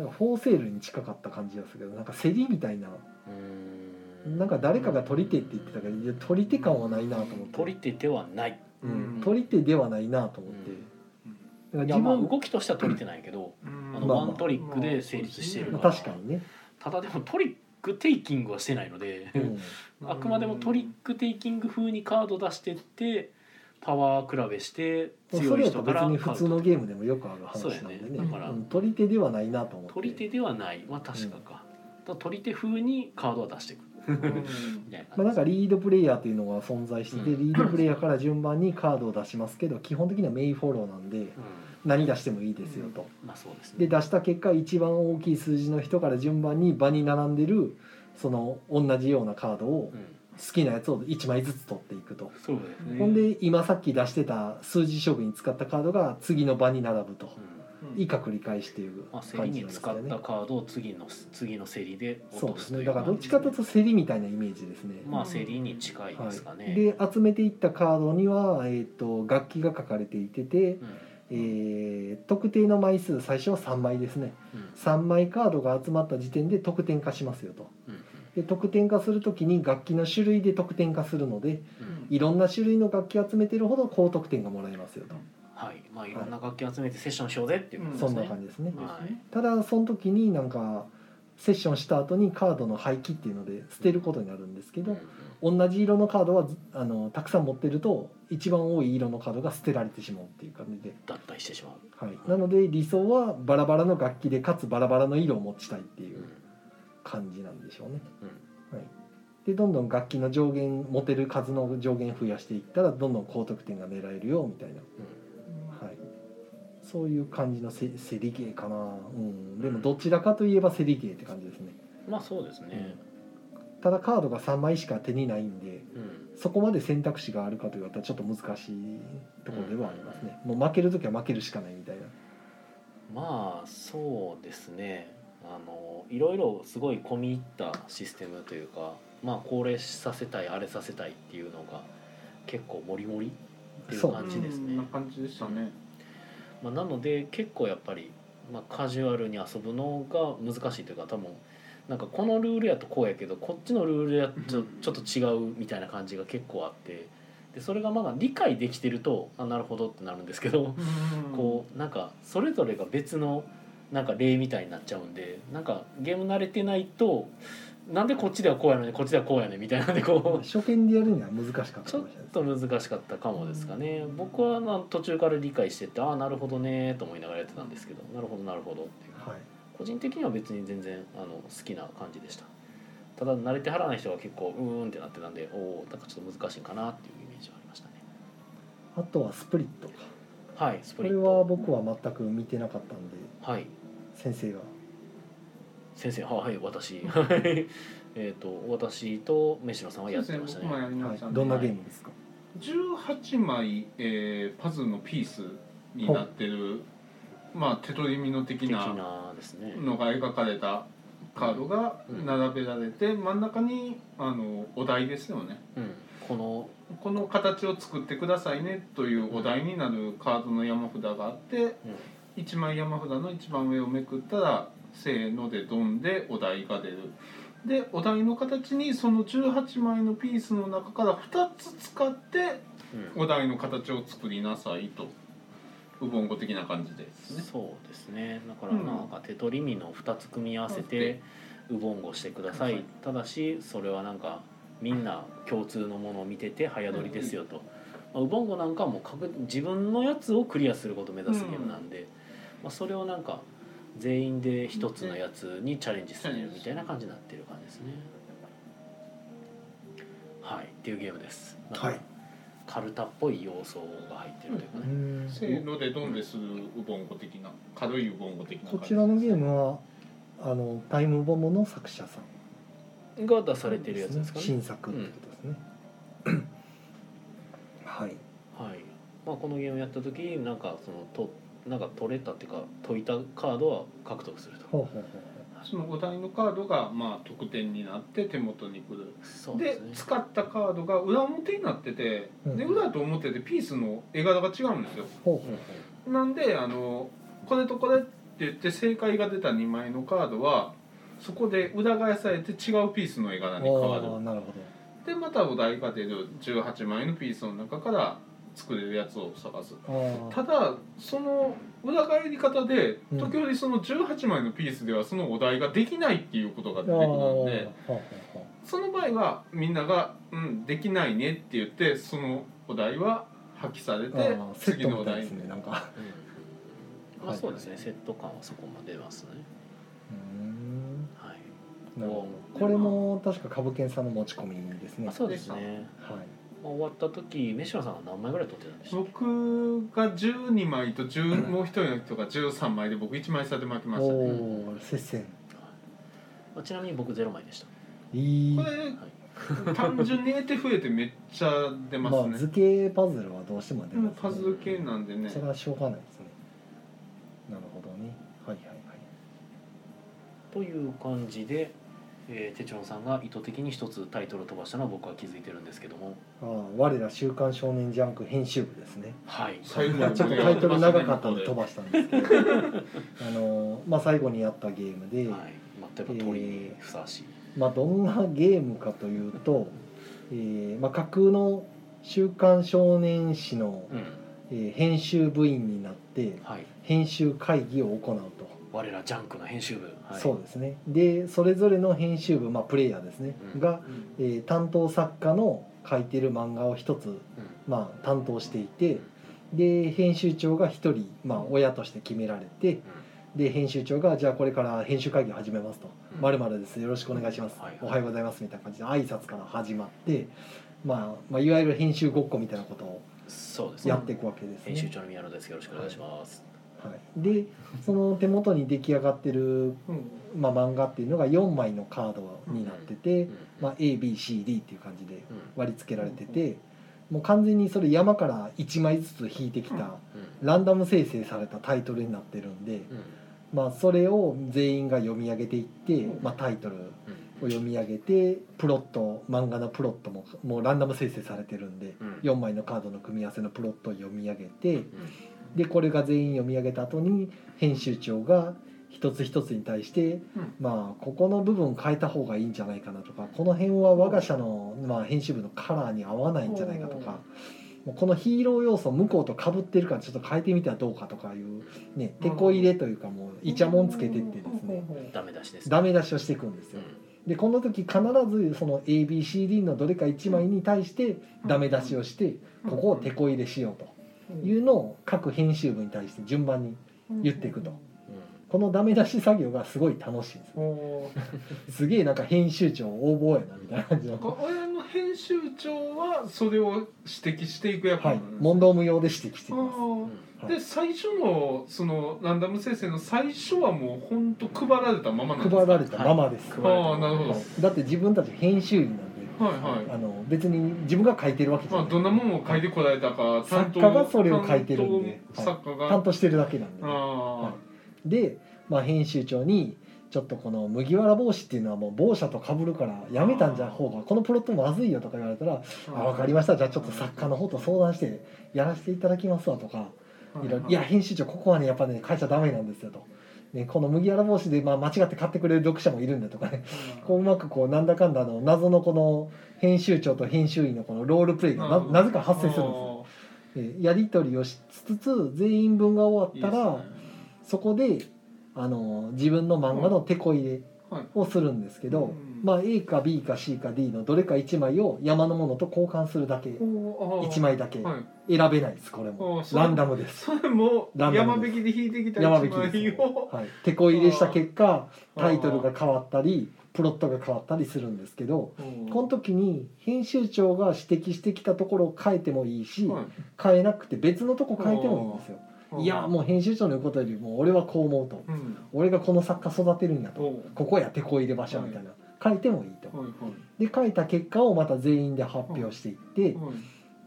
[SPEAKER 4] なんかフォーセールに近かった感じがするけどなんか競りみたいな
[SPEAKER 1] うん
[SPEAKER 4] なんか誰かが取り手って言ってたけどいや取り手感はないなと思って
[SPEAKER 1] 取り手ではない
[SPEAKER 4] うん、取り手ではないなと思って、だ
[SPEAKER 1] い
[SPEAKER 4] か
[SPEAKER 1] や
[SPEAKER 4] ら自
[SPEAKER 1] まあ
[SPEAKER 4] 分
[SPEAKER 1] 動きとしては取り手ないけど
[SPEAKER 3] うん
[SPEAKER 1] あの
[SPEAKER 4] まあまあ
[SPEAKER 1] ワントリックで成立している
[SPEAKER 3] ま
[SPEAKER 1] か
[SPEAKER 3] あ
[SPEAKER 1] ら
[SPEAKER 4] 確かにね、
[SPEAKER 1] ただでもトリックテイキングはしてないので
[SPEAKER 4] うん、
[SPEAKER 1] あくまでもトリックテイキング風にカード出してってパワー比べして
[SPEAKER 4] そ
[SPEAKER 1] 強い
[SPEAKER 4] れやっ
[SPEAKER 1] 人
[SPEAKER 4] た
[SPEAKER 1] からら
[SPEAKER 4] 別に普通のゲームでもよくある
[SPEAKER 1] そう
[SPEAKER 4] 話
[SPEAKER 1] や
[SPEAKER 4] なん
[SPEAKER 1] ね
[SPEAKER 4] でね
[SPEAKER 1] だから
[SPEAKER 4] うん取り手ではないなと思って
[SPEAKER 1] 取り手ではないは確かか,、だから取り手風にカードは出していくみたいな
[SPEAKER 4] まあ、なん
[SPEAKER 1] 感
[SPEAKER 4] かリードプレイヤーというのが存在してて、
[SPEAKER 1] うん
[SPEAKER 4] リードプレイヤーから順番にカードを出しますけど基本的にはメインフォローなんで
[SPEAKER 1] じ、うん
[SPEAKER 4] 何出してもいいですよと。
[SPEAKER 1] まあそうです
[SPEAKER 4] で
[SPEAKER 1] ね
[SPEAKER 4] 出した結果一番大きい数字の人から順番に場に並んでるその同じようなカードを
[SPEAKER 1] うん、
[SPEAKER 4] 好きなやつを1枚ずつ取っていくと。
[SPEAKER 1] そうですね
[SPEAKER 4] ほんで今さっき出してた数字勝負に使ったカードが次の場に並ぶと
[SPEAKER 1] うん
[SPEAKER 4] 以下繰り返しっていう
[SPEAKER 1] ま
[SPEAKER 4] 感
[SPEAKER 1] あ、
[SPEAKER 4] じ
[SPEAKER 1] 競
[SPEAKER 4] な
[SPEAKER 1] り
[SPEAKER 4] ん
[SPEAKER 1] に
[SPEAKER 4] です
[SPEAKER 1] 使
[SPEAKER 4] よ
[SPEAKER 1] っ
[SPEAKER 4] ね
[SPEAKER 1] た。カードを次の次の競りで
[SPEAKER 4] そう
[SPEAKER 1] 落と
[SPEAKER 4] ですす
[SPEAKER 1] とい
[SPEAKER 4] ね
[SPEAKER 1] う
[SPEAKER 4] だからどっちかというと競りみたいなイメージですね。
[SPEAKER 1] まあ競りに近いですかね、
[SPEAKER 4] はい、で集めていったカードには、えー、と楽器が書かれていてて、
[SPEAKER 1] うん
[SPEAKER 4] えー特定の枚数最初は3枚ですね
[SPEAKER 1] うん
[SPEAKER 4] 3枚カードが集まった時点で得点化しますよと
[SPEAKER 1] うん
[SPEAKER 4] で得点化する時に楽器の種類で得点化するので
[SPEAKER 1] うん
[SPEAKER 4] いろんな種類の楽器集めてるほど高得点がもらえますよと、
[SPEAKER 1] はいまあいろんな楽器集めてセッションしようぜっていうこと
[SPEAKER 3] ん
[SPEAKER 1] で
[SPEAKER 4] そ
[SPEAKER 1] す
[SPEAKER 4] ん
[SPEAKER 1] ね、
[SPEAKER 4] な感じですね
[SPEAKER 1] はい
[SPEAKER 4] ただその時になんかセッションした後にカードの廃棄っていうので捨てることになるんですけ
[SPEAKER 1] うん
[SPEAKER 4] ど、同じ色のカードはずあのたくさん持ってると一番多い色のカードが捨てられてしまうっていう感じで、
[SPEAKER 1] 脱退してしまう、
[SPEAKER 4] はい、なので理想はバラバラの楽器でかつバラバラの色を持ちたいっていう感じなんでしょうね。はい、でどんどん楽器の上限持てる数の上限増やしていったらどんどん高得点が狙えるよみたいな、はい、そういう感じのせ競りゲーかな、うん、でもどちらかといえば競りゲーって感じですね。
[SPEAKER 1] まあそうですね、
[SPEAKER 4] ただカードが3枚しか手にないんで、
[SPEAKER 1] うん
[SPEAKER 4] そこまで選択肢があるかというとちょっと難しいところではありますね、もう負ける時は負けるしかないみたいな
[SPEAKER 1] まあそうですねあのいろいろすごい込み入ったシステムというかまあ高齢させたいあれさせたいっていうのが結構モリモリっていう感じですね、
[SPEAKER 3] な感じでしたね。
[SPEAKER 1] まあ、なので結構やっぱり、まあ、カジュアルに遊ぶのが難しいというか多分なんかこのルールやとこうやけどこっちのルールやとちょちょっと違うみたいな感じが結構あってでそれがまあ理解できてるとあなるほどってなるんですけどこうなんかそれぞれが別のなんか例みたいになっちゃうんでなんかゲーム慣れてないとなんでこっちではこうやのにこっちではこうやねんみたいなんでこう
[SPEAKER 4] 初見でやるには難しかったかもし
[SPEAKER 1] ち
[SPEAKER 4] れ
[SPEAKER 1] ょっ
[SPEAKER 4] ないで
[SPEAKER 1] と
[SPEAKER 4] す
[SPEAKER 1] 難しかったかもですかね僕はまあ途中から理解しててああなるほどねーと思いながらやってたんですけどなるほどなるほどっていう
[SPEAKER 4] はい
[SPEAKER 1] 個人的には別に全然あの好きな感じでしたただ慣れてはらない人が結構うーんってなってたんでおおなんかちょっと難しいかなっていうイメージはありましたね
[SPEAKER 4] あとはスプリットか
[SPEAKER 1] はいス
[SPEAKER 4] こ
[SPEAKER 1] プリ
[SPEAKER 4] れ
[SPEAKER 1] ッ
[SPEAKER 4] は
[SPEAKER 1] ト
[SPEAKER 4] 僕は全く見てなかったんで
[SPEAKER 1] はい
[SPEAKER 4] 先生が
[SPEAKER 1] 先生ははい私はいえっと私と飯野さんはやってましたね
[SPEAKER 3] 僕もやりました
[SPEAKER 4] はい、
[SPEAKER 3] ね
[SPEAKER 4] どんなゲームですか、
[SPEAKER 3] 18枚、えーパズルのピースになってる、まあ、テトリミノ的
[SPEAKER 1] 的
[SPEAKER 3] な
[SPEAKER 1] なですね
[SPEAKER 3] のが描かれたカードが
[SPEAKER 1] うん
[SPEAKER 3] 並べられて真ん中にあのお題ですよね
[SPEAKER 1] うんこの
[SPEAKER 3] この形を作ってくださいねというお題になるカードの山札があって
[SPEAKER 1] うん
[SPEAKER 3] 1枚山札の一番上をめくったら「せーの」で「ドン」でお題が出る。でお題の形にその18枚のピースの中から2つ使って
[SPEAKER 1] うん
[SPEAKER 3] お題の形を作りなさいとウボンゴ的な感じですね
[SPEAKER 1] そうですねだから
[SPEAKER 3] うん
[SPEAKER 1] なんか手取り身の2つ組み合わせてうぼんごしてくださ
[SPEAKER 3] はいい
[SPEAKER 1] ただしそれはなんかみんな共通のものを見てて早取りですよと、まあ、うぼんごなんかはもう確自分のやつをクリアすることを目指すゲームなんで、まあ、それをなんか全員で一つのやつにチャレンジするみたいな感じになってる感じですねはいっていうゲームですなんか
[SPEAKER 4] はい
[SPEAKER 1] カルタっぽい要素が入ってるというかね、
[SPEAKER 4] うん
[SPEAKER 3] せーのでドンでするウボンゴ的な軽いウボンゴ的な
[SPEAKER 4] こ
[SPEAKER 3] 感じ
[SPEAKER 4] ちらのゲームはあのタイムボムの作者さん
[SPEAKER 1] が出されてるやつですかね
[SPEAKER 4] 新作ってことですね、はい
[SPEAKER 1] はいまあ、このゲームやった時なんかそのとなんか取れたっていうか解いたカードは獲得すると、
[SPEAKER 4] ほうほうほうほう
[SPEAKER 3] そのお題のカードがまあ得点になって手元に来る
[SPEAKER 1] そうで
[SPEAKER 3] です
[SPEAKER 1] ね
[SPEAKER 3] 使ったカードが裏表になってて、
[SPEAKER 4] うん
[SPEAKER 3] で裏と表でピースの絵柄が違うんですよ
[SPEAKER 4] ほう
[SPEAKER 1] うんうん
[SPEAKER 3] なんであのこれとこれって言って正解が出た2枚のカードはそこで裏返されて違うピースの絵柄に変わ
[SPEAKER 4] あー
[SPEAKER 3] る
[SPEAKER 4] なるほど
[SPEAKER 3] でまたお題が出る18枚のピースの中から作れるやつを探す
[SPEAKER 4] あー
[SPEAKER 3] ただその裏返り方で
[SPEAKER 4] うん
[SPEAKER 3] 時折その18枚のピースではそのお題ができないっていうことが
[SPEAKER 4] あ
[SPEAKER 3] 出
[SPEAKER 4] ー
[SPEAKER 3] てくるん
[SPEAKER 4] は
[SPEAKER 3] で
[SPEAKER 4] あはあは
[SPEAKER 3] その場合はみんなが「うんできないね」って言ってそのお題は破棄され
[SPEAKER 4] あ
[SPEAKER 3] て
[SPEAKER 4] あーセッ
[SPEAKER 3] 次
[SPEAKER 4] ト
[SPEAKER 3] の
[SPEAKER 4] み
[SPEAKER 3] お
[SPEAKER 4] たい
[SPEAKER 3] 題
[SPEAKER 4] ですねなんか
[SPEAKER 1] まあ
[SPEAKER 4] はい
[SPEAKER 1] そうですねセット感はそこまで出ますね
[SPEAKER 4] うーん
[SPEAKER 1] はい
[SPEAKER 4] なるほどこれも確か株券さんの持ち込みですね
[SPEAKER 1] あそうですね
[SPEAKER 4] はい
[SPEAKER 1] まあ終わった時飯野さんが何枚ぐらい取ってたんでしたっ
[SPEAKER 3] 僕が12枚と10もう一人の人が13枚で僕1枚差で負けましたね
[SPEAKER 4] おお接戦
[SPEAKER 1] けはいまあちなみに僕ゼロ枚でした
[SPEAKER 4] いい
[SPEAKER 3] こ
[SPEAKER 1] は
[SPEAKER 3] れ単純に得て増えてめっちゃ出ま
[SPEAKER 4] ますあ
[SPEAKER 3] ね
[SPEAKER 4] 図形パズルはどうしても出
[SPEAKER 3] うん
[SPEAKER 4] ます
[SPEAKER 3] パズル系なんでね
[SPEAKER 4] それはしょうがないですねなるほどねはいはいはい
[SPEAKER 1] という感じで、えー、手帳さんが意図的に一つタイトルを飛ばしたのは僕は気づいてるんですけども
[SPEAKER 4] ああ我ら「週刊少年ジャンク」編集部ですね
[SPEAKER 1] はい
[SPEAKER 3] 最後
[SPEAKER 4] ま
[SPEAKER 3] ま
[SPEAKER 4] あ
[SPEAKER 3] で
[SPEAKER 4] ちょっとタイトル長かったんで飛ばしたんですけど (laughs) あのまあ最後にやったゲームで、
[SPEAKER 1] はい、全く鳥にふさわしい、
[SPEAKER 4] まあ、どんなゲームかというと、えーまあ、架空の「週刊少年誌の」
[SPEAKER 1] うん
[SPEAKER 4] えー編集部員になって
[SPEAKER 1] はい
[SPEAKER 4] 編集会議を行うと、
[SPEAKER 1] 我らジャンクの編集部、はい、
[SPEAKER 4] そうですねでそれぞれの編集部、まあ、プレイヤーですね、
[SPEAKER 1] うん
[SPEAKER 4] が、えー担当作家の書いてる漫画を一つ、
[SPEAKER 1] うん
[SPEAKER 4] まあ、担当していてで編集長が一人、まあ、親として決められてで編集長が「じゃあこれから編集会議を始めます」と
[SPEAKER 1] う
[SPEAKER 4] 「
[SPEAKER 1] ん
[SPEAKER 4] まるまるですよろしくお願いします」
[SPEAKER 1] はい
[SPEAKER 4] おはようございます」みたいな感じで挨拶から始まって、まあ、まあいわゆる編集ごっこみたいなことを
[SPEAKER 1] そうですね
[SPEAKER 4] やっていくわけですね。
[SPEAKER 1] 編集長の宮野ですよろしくお願いします、
[SPEAKER 4] はい、でその手元に出来上がって
[SPEAKER 3] う
[SPEAKER 4] る、
[SPEAKER 3] ん
[SPEAKER 4] まあ、漫画っていうのが4枚のカードになってて、
[SPEAKER 1] うん
[SPEAKER 4] まあ、ABCD っていう感じで
[SPEAKER 1] うん
[SPEAKER 4] 割り付けられててもう完全にそれ山から1枚ずつ引いてきた
[SPEAKER 1] うん
[SPEAKER 4] ランダム生成されたタイトルになってるんで、
[SPEAKER 1] うん
[SPEAKER 4] まあ、それを全員が読み上げていって
[SPEAKER 3] う、ん
[SPEAKER 4] まあ、タイトル
[SPEAKER 1] うん
[SPEAKER 4] を読み上げてプロット漫画のプロットももうランダム生成されてるんで
[SPEAKER 1] うん
[SPEAKER 4] 4枚のカードの組み合わせのプロットを読み上げて
[SPEAKER 1] うん
[SPEAKER 4] でこれが全員読み上げた後に編集長が一つ一つに対して、
[SPEAKER 3] うん
[SPEAKER 4] まあここの部分変えた方がいいんじゃないかなとかこの辺は我が社の、まあ、編集部のカラーに合わないんじゃないかとか。もうこのヒーロー要素向こうと被ってるからちょっと変えてみたらどうかとかいうねてこ入れというかもうイチャモンつけてってですね
[SPEAKER 1] ダメ出しです
[SPEAKER 4] ダメ出しをしていくんです
[SPEAKER 1] う
[SPEAKER 4] よ
[SPEAKER 1] ん
[SPEAKER 4] でこの時必ずその ABCD のどれか1枚に対してダメ出しをしてここをてこ入れしようというのを各編集部に対して順番に言っていくと
[SPEAKER 1] うん
[SPEAKER 4] このダメ出し作業がすごい楽しいんで
[SPEAKER 3] おー
[SPEAKER 4] すすげえなんか編集長応募やなみたいな感じの、
[SPEAKER 3] 親の編集長はそれを指摘していく役
[SPEAKER 4] は
[SPEAKER 3] ないん、ですね
[SPEAKER 4] 問答無用で指摘していき
[SPEAKER 3] あ
[SPEAKER 4] ます
[SPEAKER 3] ー
[SPEAKER 1] うん
[SPEAKER 4] はい
[SPEAKER 3] で最初のそのランダム生成の最初はもう本当配られたままなんです
[SPEAKER 4] 配られたままです、
[SPEAKER 1] 配
[SPEAKER 3] ああーなるほど
[SPEAKER 4] は
[SPEAKER 3] はい
[SPEAKER 4] だって自分たち編集員なん
[SPEAKER 3] い
[SPEAKER 4] で
[SPEAKER 3] はい
[SPEAKER 4] あの別に自分が書いてるわけじゃ
[SPEAKER 3] ま
[SPEAKER 4] な
[SPEAKER 3] あ
[SPEAKER 4] い、
[SPEAKER 3] どんなもんを書いてこられたか
[SPEAKER 4] 作家がそれを書いてるんで
[SPEAKER 3] 担当作家が、
[SPEAKER 4] 担当してるだけなんで、
[SPEAKER 3] ああ、
[SPEAKER 4] はいで、まあ、編集長にちょっとこの麦わら帽子っていうのはもう帽子とかぶるからやめたんじゃ方がこのプロットまずいよとか言われたら「あ分かりましたじゃあちょっと作家の方と相談してやらせていただきますわ」とかいろいろ「いや編集長ここはねやっぱね変えちゃダメなんですよ」と。ね、この麦わら帽子で、まあ、間違って買ってくれる読者もいるんだとかねこううまくこうなんだかんだの謎のこの編集長と編集員のこのロールプレイがななぜか発生するんですよ。えーやり取りをしつつ全員分が終わったらそこであのー自分の漫画の手こ入れ
[SPEAKER 3] はい
[SPEAKER 4] をするんですけど、
[SPEAKER 3] うん
[SPEAKER 4] まあ、A か B か C か D のどれか1枚を山のものと交換するだけ1
[SPEAKER 3] 一
[SPEAKER 4] 枚だけ
[SPEAKER 3] はい
[SPEAKER 4] 選べないですこれ
[SPEAKER 3] お
[SPEAKER 4] も
[SPEAKER 3] ーそう
[SPEAKER 4] ランダムです。
[SPEAKER 3] それも
[SPEAKER 4] ランダ
[SPEAKER 3] 山
[SPEAKER 4] ムで
[SPEAKER 3] 引
[SPEAKER 4] す
[SPEAKER 3] きで引いてきた
[SPEAKER 4] 山
[SPEAKER 3] 一
[SPEAKER 4] 引き
[SPEAKER 3] 枚
[SPEAKER 4] です、
[SPEAKER 3] を
[SPEAKER 4] はい、手こ入れした結果
[SPEAKER 3] あー
[SPEAKER 4] タイトルが変わったりプロットが変わったりするんですけどこの時に編集長が指摘してきたところを変えてもいいし
[SPEAKER 3] は
[SPEAKER 4] 変えなくて別のとこ変えてもいいんですよ。
[SPEAKER 3] い
[SPEAKER 4] いやもう編集長の言うことよりも俺はこう思うと
[SPEAKER 3] うん、うん
[SPEAKER 4] 俺がこの作家育てるんや
[SPEAKER 3] お
[SPEAKER 4] と
[SPEAKER 3] う
[SPEAKER 4] ここや手こ入れ場所みたいな書いてもいいと
[SPEAKER 3] はい
[SPEAKER 4] で書いた結果をまた全員で発表していって
[SPEAKER 3] はいは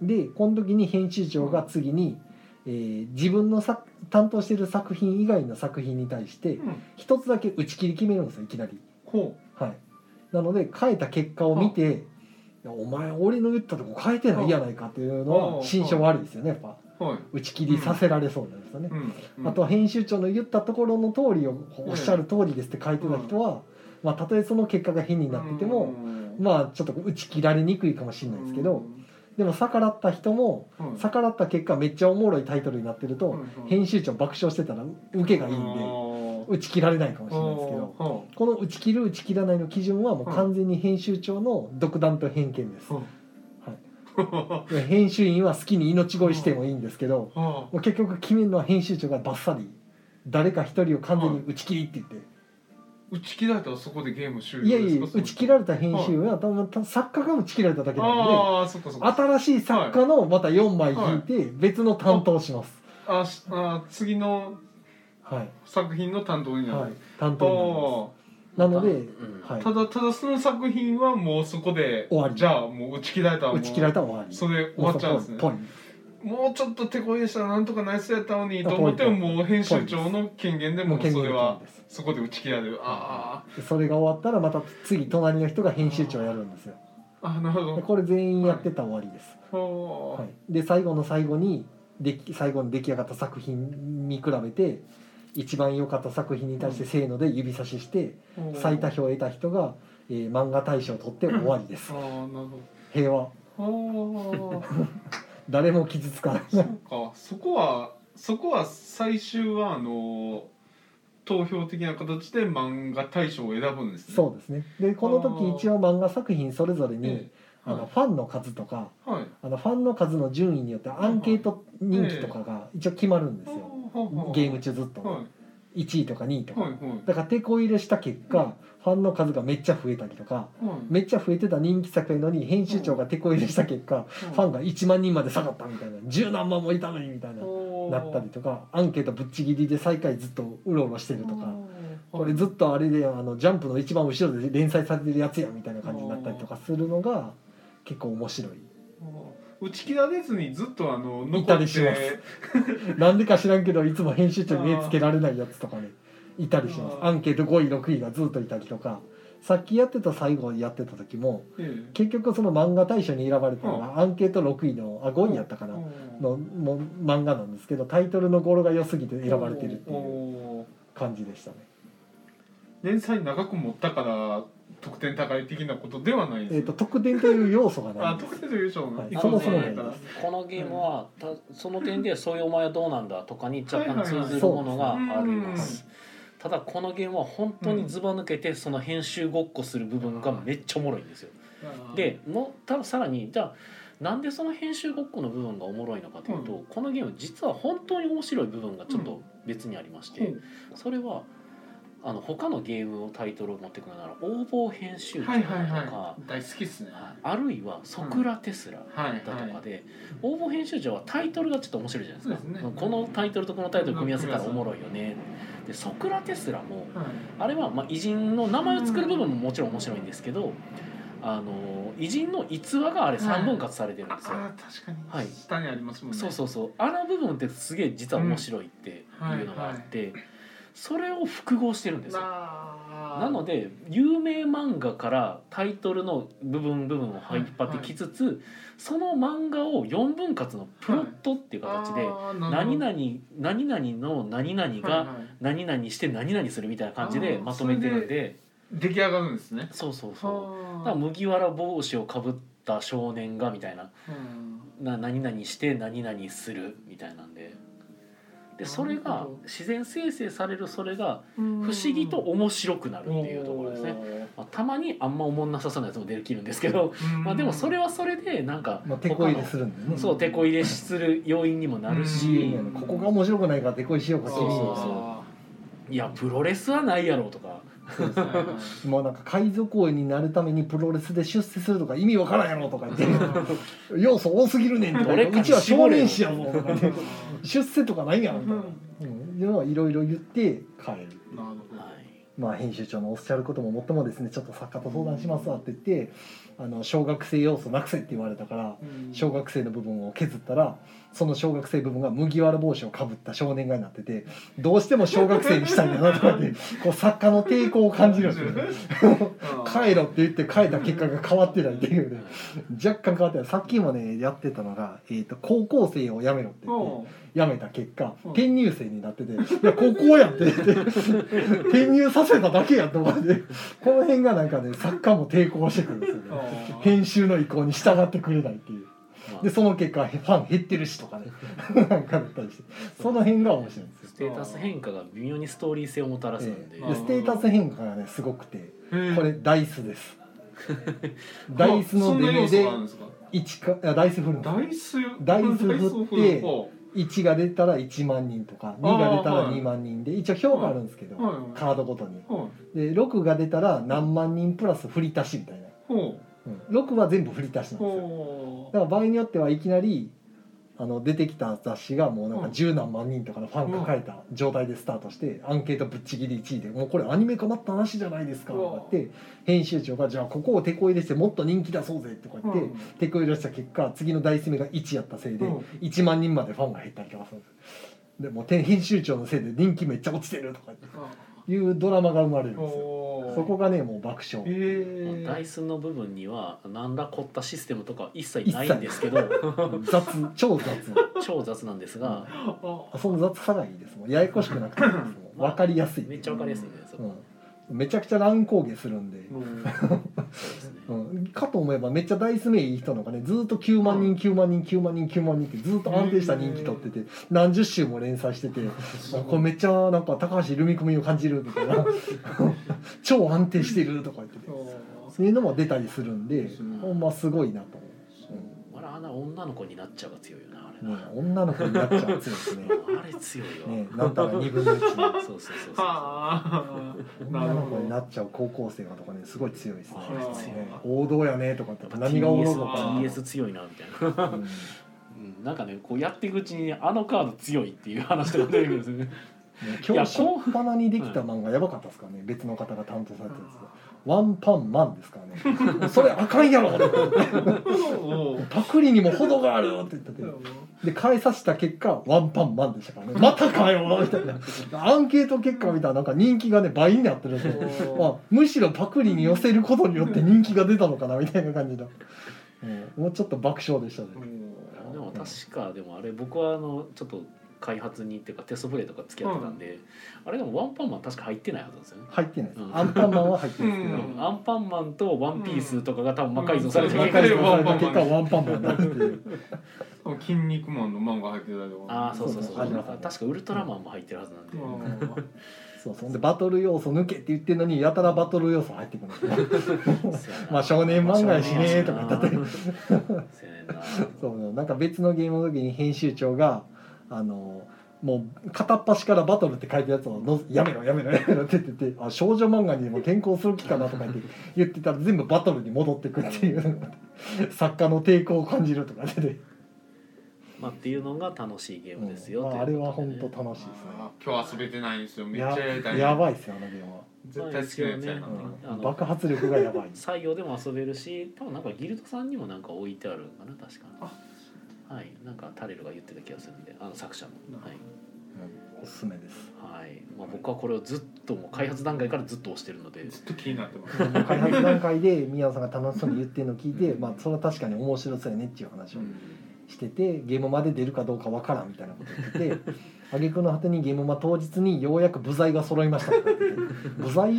[SPEAKER 3] い
[SPEAKER 4] でこの時に編集長が次にえー自分のさ担当している作品以外の作品に対して
[SPEAKER 3] うん
[SPEAKER 4] 一つだけ打ち切り決めるんですよいきなり。
[SPEAKER 3] ほ
[SPEAKER 4] はい、なので変えた結果を見て「いやお前俺の言ったとこ変えてないやないか」っていうの
[SPEAKER 3] う
[SPEAKER 4] は
[SPEAKER 3] ん
[SPEAKER 4] 心証悪いですよねやっぱ
[SPEAKER 3] うはい
[SPEAKER 4] 打ち切りさせられそうなんですよね。
[SPEAKER 3] うんうん
[SPEAKER 4] あとは編集長の言ったところの通りを
[SPEAKER 3] ん
[SPEAKER 4] おっしゃる通りですって書いてた人は、まあ、たとえその結果が変になってて
[SPEAKER 3] う
[SPEAKER 4] も、
[SPEAKER 3] ん
[SPEAKER 4] まあちょっと打ち切られにくいかもしれないですけど、でも逆らった人も
[SPEAKER 3] うんはい
[SPEAKER 4] 逆らった結果めっちゃおもろいタイトルになってる
[SPEAKER 3] は
[SPEAKER 4] と
[SPEAKER 3] いはい
[SPEAKER 4] 編集長爆笑してたら受けがいいんで
[SPEAKER 3] あ
[SPEAKER 4] 打ち切られないかも
[SPEAKER 3] ー
[SPEAKER 4] しれないですけど。
[SPEAKER 3] ほう
[SPEAKER 4] この打ち切る打ち切らないの基準はもう完全に編集長の独断と偏見です、
[SPEAKER 3] ほう
[SPEAKER 4] はい編集員は好きに命乞いしてもいいんですけど、
[SPEAKER 3] は
[SPEAKER 4] もう結局決めるのは編集長がバッサリ誰か一人を完全に打ち切りって言って、
[SPEAKER 3] 打ち切られたらそこでゲーム終
[SPEAKER 4] い、や
[SPEAKER 3] 了です
[SPEAKER 4] いや
[SPEAKER 3] か
[SPEAKER 4] 打ち切られた編
[SPEAKER 3] はい
[SPEAKER 4] 集はたまた作家が打ち切られただけなので
[SPEAKER 3] ああそっかそっか
[SPEAKER 4] 新しい作家のまた4枚引いて別の担当します
[SPEAKER 3] あしあー次の
[SPEAKER 4] はい、
[SPEAKER 3] 作品の担当にな
[SPEAKER 4] はい
[SPEAKER 3] る、
[SPEAKER 4] 担当になりま
[SPEAKER 3] あ
[SPEAKER 4] すなので、
[SPEAKER 1] うん
[SPEAKER 4] はい
[SPEAKER 3] あ、ただただその作品はもうそこで
[SPEAKER 4] 終わり
[SPEAKER 3] じゃあもう打ち切られたらもう
[SPEAKER 4] 打ち切られたら終わり
[SPEAKER 3] それ終わっちゃうんですね
[SPEAKER 4] もうそこぽい
[SPEAKER 3] もうちょっと手こいでしたらなんとかナイスやったのに
[SPEAKER 4] あ
[SPEAKER 3] と思っても
[SPEAKER 4] ポイン
[SPEAKER 3] もう編集長の権限でもう
[SPEAKER 4] 権
[SPEAKER 3] そ
[SPEAKER 4] 限
[SPEAKER 3] れ
[SPEAKER 4] の
[SPEAKER 3] は
[SPEAKER 4] 件です
[SPEAKER 3] そこで打ち切られるあ
[SPEAKER 4] でそれが終わったらまた次隣の人が編集長やるんですよ
[SPEAKER 3] ーあーなるほど
[SPEAKER 4] でこれ全員やってたら終わりです、
[SPEAKER 3] ほ
[SPEAKER 4] はい、で最後の最後にでき最後に出来上がった作品見比べて一番良かった作品に対してせーので指差しして
[SPEAKER 3] うほう
[SPEAKER 4] 最多票を得た人が、えー漫画大賞を取って終わりです
[SPEAKER 3] ああなるほど
[SPEAKER 4] 平和
[SPEAKER 3] ほー
[SPEAKER 4] 誰も傷つかない
[SPEAKER 3] そうかそこはそこは最終はあの投票的な形で漫画大賞を選ぶんですね
[SPEAKER 4] そううですねでこの時一応漫画作品それぞれにあ
[SPEAKER 3] はい
[SPEAKER 4] のファンの数とか
[SPEAKER 3] はい
[SPEAKER 4] あのファンの数の順位によってアンケート人気とかが一応決まるんですよゲーム中ずっと
[SPEAKER 3] はい
[SPEAKER 4] 1位とか2位とか、
[SPEAKER 3] はいはい
[SPEAKER 4] だから手こ入れした結果、ファンの数がめっちゃ増えたりとか
[SPEAKER 3] はい
[SPEAKER 4] めっちゃ増えてた人気作やのに編集長が手こ入れした結果、ファンが1万人まで下がったみたいな十何万もいたのにみたいな、なったりとかアンケートぶっちぎりで最下位ずっとうろうろしてるとか。これずっとあれであのジャンプの一番後ろで連載されてるやつやみたいな感じになったりとかするのが結構面白い
[SPEAKER 3] 打ち切られずにずっとあの残
[SPEAKER 4] いた
[SPEAKER 3] って
[SPEAKER 4] りしますなんでか知らんけどいつも編集長に目つけられないやつとかねいたりします
[SPEAKER 3] あー
[SPEAKER 4] アンケート5位6位がずっといたりとかさっきやってた最後やってた時も
[SPEAKER 3] え
[SPEAKER 4] 結局その漫画大賞に選ばれたのがアンケート6位のあ5位やったか
[SPEAKER 3] え
[SPEAKER 4] な
[SPEAKER 3] うん
[SPEAKER 4] のもう漫画なんですけどタイトルの語呂が良すぎて選ばれてるっていう
[SPEAKER 3] おー
[SPEAKER 4] 感じでしたね。
[SPEAKER 3] 連載長く持ったから得点高い的なことではないです、
[SPEAKER 4] えー、と得点という要素がない
[SPEAKER 3] あ
[SPEAKER 4] んで
[SPEAKER 3] 得
[SPEAKER 4] す
[SPEAKER 3] 点と優勝
[SPEAKER 4] はい
[SPEAKER 3] の
[SPEAKER 1] そもそも
[SPEAKER 3] ないから
[SPEAKER 1] このゲームはたその点で「そういうお前はどうなんだ」とかに若干通ずるものがあります。ただこのゲームは本当にずば抜けてその編集ごっこする部分がめっちゃおもろいんですよ。でもたさらにじゃあなんでその編集ごっこの部分がおもろいのかというと、
[SPEAKER 3] う
[SPEAKER 1] このゲーム実は本当に面白い部分がちょっと別にありまして、
[SPEAKER 3] うん
[SPEAKER 1] それはあの他のゲームのタイトルを持ってくるなら応募編集長
[SPEAKER 3] は
[SPEAKER 1] だ
[SPEAKER 3] い
[SPEAKER 1] とか、
[SPEAKER 3] はいはい大好きっすね
[SPEAKER 1] はいあるいはソクラテスラ
[SPEAKER 3] はいは
[SPEAKER 1] だ
[SPEAKER 3] い
[SPEAKER 1] とかで、応募編集長はタイトルがちょっと面白いじゃないですか
[SPEAKER 3] そうですね
[SPEAKER 1] このタイトルとこのタイトル組み合わせたらおもろいよねでソクラテスラも
[SPEAKER 3] はい
[SPEAKER 1] あれはまあ偉人の名前を作る部分ももちろん面白いんですけど、あの偉人の逸話があれ3分割されてるん
[SPEAKER 3] あ
[SPEAKER 1] ですよ。
[SPEAKER 3] あ確かに、
[SPEAKER 1] はい
[SPEAKER 3] 下にありますもんね
[SPEAKER 1] そうそうそうあの部分ってすげえ実は面白いっていうのがあって、それを複合してるんですよ。
[SPEAKER 3] な
[SPEAKER 1] なの
[SPEAKER 3] で
[SPEAKER 1] で有名漫画からタイトルの部分部分を引っ張ってきつつ、その漫画を4分割のプロットっていう形で、何々何々の何々が何々して何々するみたいな感じで
[SPEAKER 3] あー
[SPEAKER 1] まとめてるん
[SPEAKER 3] そ
[SPEAKER 1] で
[SPEAKER 3] 出来上がるんですね
[SPEAKER 1] そうそうそう。だから
[SPEAKER 3] は
[SPEAKER 1] 麦わら帽子をかぶった少年がみたいな
[SPEAKER 3] あうん
[SPEAKER 1] な何々して何々するみたいなんででそれ
[SPEAKER 3] なる
[SPEAKER 1] が
[SPEAKER 3] ほど
[SPEAKER 1] 自然生成されるそれが
[SPEAKER 3] 不
[SPEAKER 1] 不思議と面白くなるっていうところですね、
[SPEAKER 3] ね
[SPEAKER 1] まあ、たまにあんま思んなさそうなやつもできるんですけど、まあ、でもそれ
[SPEAKER 3] は
[SPEAKER 1] はそれでなんか
[SPEAKER 4] まあ、手こ入れするんでね
[SPEAKER 1] 他のそう手こ入れする要因にもなる
[SPEAKER 4] い
[SPEAKER 1] し
[SPEAKER 4] やいやここが面白くないから手こ入れしようか
[SPEAKER 1] そうそうそういやプロレスはないやろうとか
[SPEAKER 3] そうですね
[SPEAKER 4] もうなんか海賊王になるためにプロレスで出世するとか意味わからんやろとか言って要素多すぎるねんとか
[SPEAKER 1] 俺
[SPEAKER 4] う
[SPEAKER 1] から
[SPEAKER 4] ちは
[SPEAKER 1] 絞
[SPEAKER 4] 少
[SPEAKER 1] れよ
[SPEAKER 4] 年誌やぞとか言って出世とかないやんみたいな、うん、いうのはいろいろ言って帰
[SPEAKER 3] な
[SPEAKER 4] る
[SPEAKER 3] るほど
[SPEAKER 1] はい
[SPEAKER 4] まあ、編集長のおっしゃることももっともですねちょっと作家と相談しますわって言ってあの小学生要素なくせって言われたから小学生の部分を削ったらその小学生部分が麦わら帽子をかぶった少年がになっててどうしても小学生にしたいんだなとかってこう作家の抵抗を感じるんですよね。
[SPEAKER 3] 帰
[SPEAKER 4] 帰ろって言って変えた結果が変わってないっていうね若干変わってないさっきもねやってたのが、えー、と高校生を辞めろって言って辞めた結果
[SPEAKER 3] うん
[SPEAKER 4] 転入生になってて「いや高校や」って言って転入させただけやと思ってこの辺がなんかね作家も抵抗してくるんですよね編集の意向に従ってくれないっていう
[SPEAKER 1] まあ
[SPEAKER 4] でその結果ファン減ってるしとかね (laughs) なんかだったりしてその辺が面白いんですよ
[SPEAKER 1] ステータス変化が微妙にストーリー性をもたらすんで、
[SPEAKER 4] ええでステータス変化がねすごくてこ
[SPEAKER 3] こ
[SPEAKER 4] れダイスです。ダイスの出目で一かあダイス振るの
[SPEAKER 3] ダイス
[SPEAKER 4] ダイス振って
[SPEAKER 3] は
[SPEAKER 4] 1が出たら1万人とか2が出たら2万人で一応評価あるんですけ
[SPEAKER 3] い
[SPEAKER 4] ど
[SPEAKER 3] はい
[SPEAKER 4] カードごとに
[SPEAKER 3] はい
[SPEAKER 4] で6が出たら何万人プラス振り足しみたいな、
[SPEAKER 3] ほ
[SPEAKER 4] うん、6は全部振り足し
[SPEAKER 3] う
[SPEAKER 4] なんですよ
[SPEAKER 3] ほ
[SPEAKER 4] だから場合によってはいきなりあの出てきた雑誌がもうなんか十何万人とかのファン抱えた状態でスタートしてアンケートぶっちぎり1位で「もうこれアニメ化なった話じゃないですか」とかって編集長が「じゃあここを手こ入れしてもっと人気出そうぜ」ってこうやって手こ入れした結果次の大攻めが1やったせいで
[SPEAKER 3] うん
[SPEAKER 4] 1万人までファンが減ったりとかするんですでもうて編集長のせいで人気めっちゃ落ちてるとかいうドラマが生まれるんですよそこがねもう爆笑
[SPEAKER 3] え
[SPEAKER 1] ダイスの部分には何ら凝ったシステムとかは一切ないんですけど
[SPEAKER 4] 雑超雑
[SPEAKER 1] 超雑なんですが
[SPEAKER 4] その雑さがいいですもんややこしくなくていいですもん分かりやすい
[SPEAKER 1] めっちゃわかりやすいねそこ
[SPEAKER 4] うん、めちゃくちゃ乱高下するんで、
[SPEAKER 1] そうですね
[SPEAKER 4] うん、かと思えばめっちゃ大スメいい人の方がねずーっと9万人9万人9万人9万人ってずーっと安定した人気取ってて何十週も連載しててあこれめっちゃなんか高橋留美子みを感じるみたいな (laughs) 超安定してるとか言っててそういうのも出たりするんで
[SPEAKER 3] うん
[SPEAKER 4] ほんますごいなと
[SPEAKER 1] あれあの女の子になっちゃうが強いよなあれ
[SPEAKER 4] 思う、ね
[SPEAKER 1] な、、
[SPEAKER 4] 女の子になっちゃうやつですね
[SPEAKER 1] あれ強いよ、
[SPEAKER 4] ねなんたら2分の1
[SPEAKER 1] そうそうそうそう
[SPEAKER 3] は
[SPEAKER 4] 女の子になっちゃう高校生がとかねすごい強いですね
[SPEAKER 1] あれ強い
[SPEAKER 4] ね王道やねとかって
[SPEAKER 1] やっぱ
[SPEAKER 4] 何が王道か
[SPEAKER 1] TS,
[SPEAKER 4] な
[SPEAKER 1] TS 強いなみたいな、
[SPEAKER 4] うん
[SPEAKER 1] うん、なんかねこうやっていくうちにあのカード強いっていう話とか出てくるんですよね
[SPEAKER 4] ね
[SPEAKER 1] い
[SPEAKER 4] 今
[SPEAKER 1] や
[SPEAKER 4] 日しょっぱなにできた漫画やばかったですからね、別の方が担当されてるんですよワンパンマンですからねそれあかんやろ (laughs) パクリにも程があるって言っててで変えさせた結果ワンパンマンでしたからねまたかよみたいなアンケート結果見たらなんか人気がね倍になってるんで、まあ、むしろパクリに寄せることによって人気が出たのかなみたいな感じの、うんもうちょっと爆笑でしたね、
[SPEAKER 1] でも確かでもあれ僕はあのちょっと開発にっていうかテストプレイとか付き合ってたんで、あれでもワンパンマン確か入ってないはずなんですよね
[SPEAKER 4] 入ってないです、
[SPEAKER 1] うん
[SPEAKER 4] アンパンマンは入ってるんですけど、
[SPEAKER 3] うん
[SPEAKER 1] アンパンマンとワンピースとかが多分魔改造されて
[SPEAKER 3] うん
[SPEAKER 1] る、
[SPEAKER 4] 若い人が入った結果ワンパンマンになるっていう。
[SPEAKER 3] 筋肉マンの漫画入ってたりと
[SPEAKER 1] あ
[SPEAKER 3] か
[SPEAKER 1] あそうそうそう
[SPEAKER 4] そうね
[SPEAKER 1] 確かウルトラマンも入ってるはずなんで、
[SPEAKER 4] そうそうでバトル要素抜けって言ってるのにやたらバトル要素入ってくるんですよまあ少年漫画やしねとか言った
[SPEAKER 1] て
[SPEAKER 4] りそうなんか別のゲームの時に編集長があのもう片っ端からバトルって書いたやつをのやめろやめろやめろって言っててあ少女漫画にでも転校する気かなとか言って言ってたら全部バトルに戻ってくっていう作家の抵抗を感じるとかでね、
[SPEAKER 1] まあっていうのが楽しいゲームですよ、
[SPEAKER 4] まあ、あ
[SPEAKER 1] とい
[SPEAKER 4] れ
[SPEAKER 1] う
[SPEAKER 4] は
[SPEAKER 1] ことで
[SPEAKER 4] 本
[SPEAKER 1] ね
[SPEAKER 4] 当楽しいですね
[SPEAKER 3] 今日遊べてないんですよめっちゃやりた
[SPEAKER 4] や
[SPEAKER 3] い
[SPEAKER 4] やばいですよあのゲームは、
[SPEAKER 3] 絶対好きなやつやな
[SPEAKER 1] あ
[SPEAKER 4] う
[SPEAKER 1] の
[SPEAKER 4] ん、爆発力がやばい
[SPEAKER 1] 採用でも遊べるし多分なんかギルドさんにもなんか置いてあるのかな確かはいなんかタレルが言ってた気がするんであの作者もはい、
[SPEAKER 4] おすすめ
[SPEAKER 1] (laughs)
[SPEAKER 4] です
[SPEAKER 1] はいまあ、僕はこれをずっともう開発段階からずっと押してるので
[SPEAKER 3] ずっと気になってます
[SPEAKER 4] 開発段階で宮野さんが楽しそうに言ってるのを聞いて、まあ、それは確かに面白そうやねっていう話をしててゲームまで出るかどうかわからんみたいなこと言って
[SPEAKER 1] (laughs)
[SPEAKER 4] て挙句の果てにゲームま当日にようやく部材が揃いましたとか言ってて部材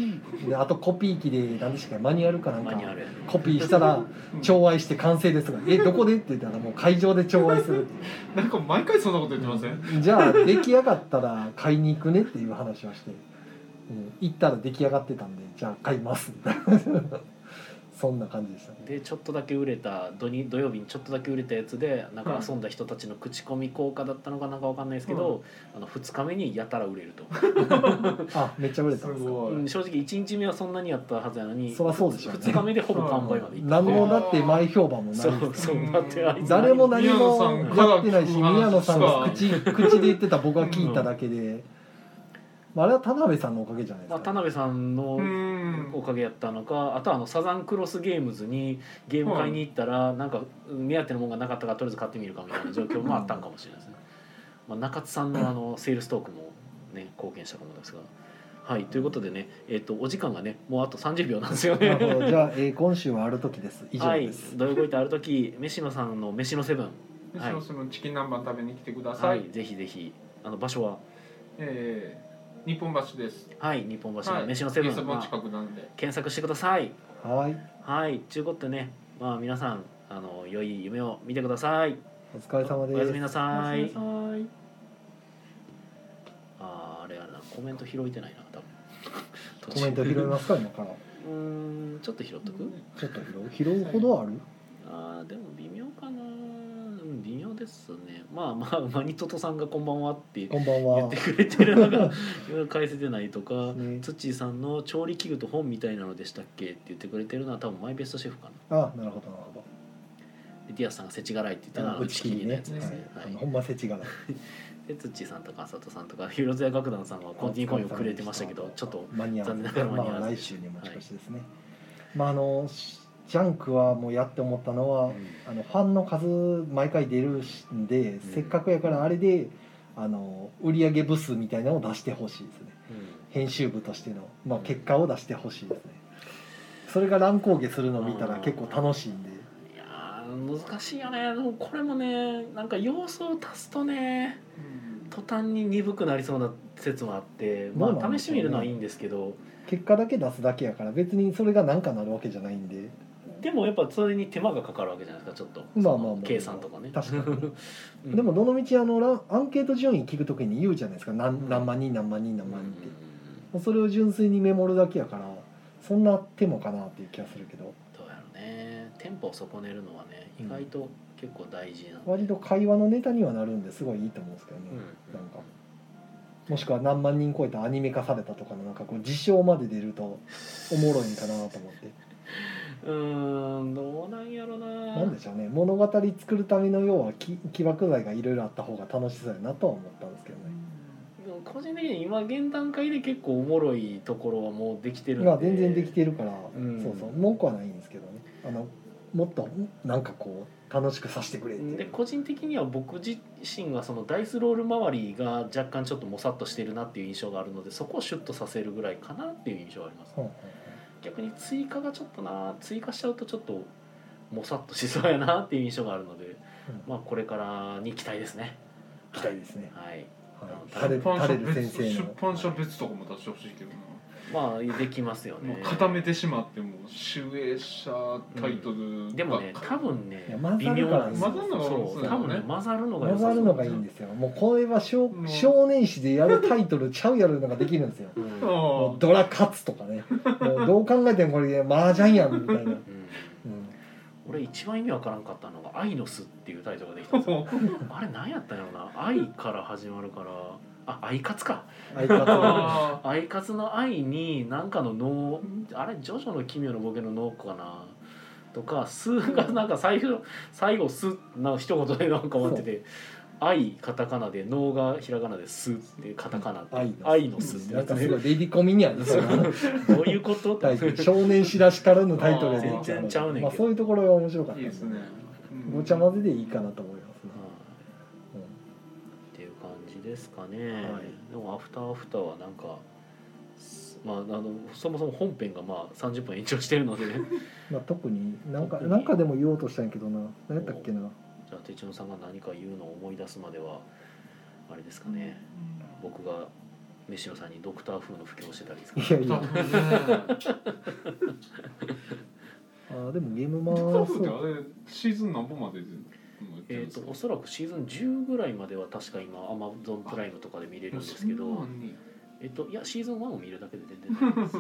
[SPEAKER 4] であとコピー機で何でしたっけマニュアルかなん
[SPEAKER 1] マ
[SPEAKER 4] か
[SPEAKER 1] ニュアルやね
[SPEAKER 4] コピーしたら調愛して完
[SPEAKER 1] (laughs)
[SPEAKER 4] 成ですが「えどこで?」って言ったらもう会場で調愛するっていう
[SPEAKER 3] なんか毎回そんなこと言ってません
[SPEAKER 4] じゃあ出来上がったら買いに行くねっていう話をして、うん、行ったら出来上がってたんでじゃあ買います (laughs) みたいなそんな感じでしたね
[SPEAKER 1] でちょっとだけ売れた土に土曜日にちょっとだけ売れたやつでなんか遊んだ人たちの口コミ効果だったのかなんかわかんないですけど、あの2日目にやたら売れると、
[SPEAKER 4] あめっちゃ売れたんですか
[SPEAKER 3] ご
[SPEAKER 1] うん正直1日目はそんなにやったはずやのに
[SPEAKER 4] そりゃそうでしょうね
[SPEAKER 1] 2日目でほぼ完売までいった
[SPEAKER 4] 何
[SPEAKER 1] んで
[SPEAKER 4] もだって前評判もない
[SPEAKER 1] そうそうだってあいつ
[SPEAKER 4] 誰も何
[SPEAKER 3] 宮野
[SPEAKER 4] も
[SPEAKER 3] さん
[SPEAKER 4] やってないし
[SPEAKER 3] から
[SPEAKER 4] 宮野さんが口口で言ってた僕は聞いただけで、まあ、あれは田辺さんのおかげじゃないです
[SPEAKER 1] まあ、
[SPEAKER 4] か、
[SPEAKER 1] 田辺さんの
[SPEAKER 3] うん
[SPEAKER 1] おかげやったのかあとはあのサザンクロスゲームズにゲーム買いに行ったらなんか目当てのものがなかったからとりあえず買ってみるかみたいな状況もあったんかもしれないですね。まあ、中津さんのあのセールストークも、ね、貢献したと思うんですが。はいということでね、えっとお時間がねもうあと30秒なんですよね。
[SPEAKER 4] な
[SPEAKER 1] (laughs)
[SPEAKER 4] るほどじゃあ、えー今週はある時です以上
[SPEAKER 1] はい
[SPEAKER 4] です、、
[SPEAKER 1] どういうごいてある時飯野さんの飯のセブン、
[SPEAKER 3] む
[SPEAKER 1] はい
[SPEAKER 3] しろそのチキン南蛮食べに来てくださ、
[SPEAKER 1] はいい、ぜひぜひあの場所は
[SPEAKER 3] えー日本橋です
[SPEAKER 1] はい日本橋
[SPEAKER 3] は
[SPEAKER 1] の
[SPEAKER 3] い
[SPEAKER 1] 飯のセブン、
[SPEAKER 3] ゲスト
[SPEAKER 1] ま
[SPEAKER 3] の
[SPEAKER 1] あ
[SPEAKER 3] 近くなんで
[SPEAKER 1] 検索してください。
[SPEAKER 4] はい
[SPEAKER 1] はい、ちゅうことでね、まあ皆さんあの良い夢を見てください。
[SPEAKER 4] お疲れ様です
[SPEAKER 1] おやすみなさ
[SPEAKER 3] おや
[SPEAKER 1] い
[SPEAKER 3] す。みなさい
[SPEAKER 1] あーあれやな、コメント拾えてないな、多分。
[SPEAKER 4] コメント拾いますか今から
[SPEAKER 1] うーん、ちょっと拾っとく。
[SPEAKER 4] ちょっと拾う拾うほどある
[SPEAKER 1] ああ、でも微妙かな。うん微妙ですね。まあまあ、マニトトさんがこんばんはって
[SPEAKER 4] こんばん
[SPEAKER 1] 言
[SPEAKER 4] は
[SPEAKER 1] ってくれてるのが返せてないとか、
[SPEAKER 4] ね
[SPEAKER 1] ツッチーさんの調理器具と本みたいなのでしたっけって言ってくれてるのは多分マイベストシェフかな。
[SPEAKER 4] あなるほどなるほ
[SPEAKER 1] でディアスさんが世知辛いって言って
[SPEAKER 4] ど
[SPEAKER 1] るの
[SPEAKER 4] あ
[SPEAKER 1] は
[SPEAKER 4] の
[SPEAKER 1] 打
[SPEAKER 4] 打
[SPEAKER 1] ち
[SPEAKER 4] ち
[SPEAKER 1] 切
[SPEAKER 4] 切
[SPEAKER 1] り
[SPEAKER 4] り
[SPEAKER 1] のや
[SPEAKER 4] ね
[SPEAKER 1] つですね。
[SPEAKER 4] はい
[SPEAKER 1] は
[SPEAKER 4] あ
[SPEAKER 1] い
[SPEAKER 4] のほんませちがない
[SPEAKER 1] でつっちーさんとかあさとさんとかひろずや楽団さんはコンティニーコインをくれてましたけどちょっと
[SPEAKER 4] 間に合わ
[SPEAKER 1] 残念
[SPEAKER 4] ず
[SPEAKER 1] ながら間に合
[SPEAKER 4] ま
[SPEAKER 1] わ
[SPEAKER 4] あ
[SPEAKER 1] ず
[SPEAKER 4] 来週に持ち越しですね、まああのしジャンクはもうやって思ったのは、あのファンの数毎回出るしんで、せっかくやからあれであの売り上げ部数みたいなのを出してほしいですね
[SPEAKER 1] う
[SPEAKER 4] 編集部としての、まあ、結果を出してほしいですねそれが乱高下するのを見たら結構楽しいんで
[SPEAKER 1] んいやー難しいよねでもこれもねなんか要素を足すとね途端に鈍くなりそうな説もあってま
[SPEAKER 4] どうなん
[SPEAKER 1] あ
[SPEAKER 4] で
[SPEAKER 1] 試し
[SPEAKER 4] してょうね
[SPEAKER 1] みるのはいいんですけど
[SPEAKER 4] 結果だけ出すだけやから別にそれが何かなるわけじゃないんで
[SPEAKER 1] でもやっぱそれに手間がかかるわけじゃないですかちょっと
[SPEAKER 4] まあまあまあ
[SPEAKER 1] その計算とかね
[SPEAKER 4] 確かに
[SPEAKER 1] (laughs) うん
[SPEAKER 4] でもどのみちあのランアンケート順位聞く時に言うじゃないですか
[SPEAKER 1] うん
[SPEAKER 4] 何何万人何万人
[SPEAKER 1] う
[SPEAKER 4] 何
[SPEAKER 1] ん
[SPEAKER 4] 万人ってもうそれを純粋にメモるだけやからそんな手もかなっていう気がするけど
[SPEAKER 1] どうやろうねテンポを損ねるのはね意外と結構大事な
[SPEAKER 4] 割と会話のネタにはなるんですごいいいと思うんですけどね、
[SPEAKER 1] うん
[SPEAKER 4] なんかもしくは何万人超えたアニメ化されたとかのなんかこう事象まで出るとおもろいんかなと思って
[SPEAKER 1] うーんどうなんやろな
[SPEAKER 4] なんでしょうね物語作るための要はき起爆剤がいろいろあった方が楽しそうやなとは思ったんですけどね
[SPEAKER 1] でも個人的に今現段階で結構おもろいところはもうできてるんで
[SPEAKER 4] 今全然できてるから、
[SPEAKER 1] うん
[SPEAKER 4] そうそう文句はないんですけどねあのもっとなんかこう楽しくさせてくれっていう
[SPEAKER 1] で個人的には僕自身がそのダイスロール周りが若干ちょっともさっとしてるなっていう印象があるのでそこをシュッとさせるぐらいかなっていう印象があります
[SPEAKER 4] うんうん
[SPEAKER 1] 逆に追加がちょっとな追加しちゃうとちょっともさっとしそうやなっていう印象があるので
[SPEAKER 4] うん
[SPEAKER 1] まあこれからに期待ですね
[SPEAKER 4] 期待ですね、
[SPEAKER 1] はい
[SPEAKER 4] はい、
[SPEAKER 1] あ
[SPEAKER 4] タレ
[SPEAKER 3] 出版
[SPEAKER 4] タ
[SPEAKER 3] 社
[SPEAKER 4] レル先
[SPEAKER 3] 別
[SPEAKER 4] 生
[SPEAKER 3] 出
[SPEAKER 4] の
[SPEAKER 3] 版社別とかも出してほしいけどな、
[SPEAKER 1] まあできますよ
[SPEAKER 3] も
[SPEAKER 1] ね
[SPEAKER 3] う固めてしまってもう集英社タイトル
[SPEAKER 1] でもね
[SPEAKER 3] ばっか
[SPEAKER 1] 多分ね
[SPEAKER 4] いや混
[SPEAKER 1] 微
[SPEAKER 4] ざる
[SPEAKER 1] 妙
[SPEAKER 4] から
[SPEAKER 1] なんですよ
[SPEAKER 3] 混ざるのが
[SPEAKER 1] そう多分
[SPEAKER 3] そう
[SPEAKER 1] ね
[SPEAKER 3] ね
[SPEAKER 1] 混ざるのが良
[SPEAKER 4] 混
[SPEAKER 1] さそう
[SPEAKER 4] ざるのがいいんですよもうこれは少
[SPEAKER 3] うん
[SPEAKER 4] 少年誌でやるタイトルちゃうやるのができるんですよ
[SPEAKER 1] うん
[SPEAKER 3] あ
[SPEAKER 1] うん
[SPEAKER 4] も
[SPEAKER 3] あ
[SPEAKER 4] うドラカツとかねもうどう考えてもこれ麻雀やんみたいな、うん、
[SPEAKER 1] 俺一番意味わからんかったのが「愛の巣」っていうタイトルができたんですよあれ何やったんやろな「愛」から始まるからあ愛活か
[SPEAKER 4] 相方の
[SPEAKER 3] あ
[SPEAKER 1] 愛活の愛に何かの脳あれジョジョの奇妙なボケの脳かなとか「巣」がなんか最後最後「巣」な一言でなんか終わってて「愛」カタカナで「脳」がひらがなで「巣」ってカタカナで
[SPEAKER 4] 愛
[SPEAKER 1] 「
[SPEAKER 4] の
[SPEAKER 1] 愛の巣」って
[SPEAKER 4] な
[SPEAKER 1] や
[SPEAKER 4] ん
[SPEAKER 1] つ
[SPEAKER 4] か
[SPEAKER 1] ね
[SPEAKER 4] すごいレディコミにあるんですよ
[SPEAKER 1] どういうことって
[SPEAKER 4] タイトル少年誌らしからぬタイトルやで
[SPEAKER 3] 全
[SPEAKER 1] 然ちゃうねんけど
[SPEAKER 4] まあ、そういうところが面白か
[SPEAKER 3] あ
[SPEAKER 4] った
[SPEAKER 3] いいですね、うん
[SPEAKER 4] ごちゃ混ぜでいいかなと思いますね、
[SPEAKER 1] っていう感じですかね、
[SPEAKER 4] はい
[SPEAKER 1] でも「アフターアフター」はなんか、すまあ、あのそもそも本編がまあ30分延長してるので
[SPEAKER 4] (laughs) まあ、特になんか
[SPEAKER 1] 特に
[SPEAKER 4] なんかでも言おうとしたんやけどな何やったっけな
[SPEAKER 1] じゃあ手順さんが何か言うのを思い出すまではあれですかね僕が飯野さんにドクター風の布教をしてたりですか
[SPEAKER 4] いやい
[SPEAKER 3] 多
[SPEAKER 4] や
[SPEAKER 3] 分ね
[SPEAKER 4] あーでもゲームマ
[SPEAKER 3] ド
[SPEAKER 4] ー
[SPEAKER 3] クター
[SPEAKER 4] そ
[SPEAKER 3] フ
[SPEAKER 4] う
[SPEAKER 3] ーってあれシーズン何本までで
[SPEAKER 1] えー、とおそらくシーズン10ぐらいまでは確か今アマゾンプライムとかで見れるんですけど、えっと、いやシーズン1を見るだけで
[SPEAKER 4] (laughs)
[SPEAKER 1] 全然大丈夫 (laughs) です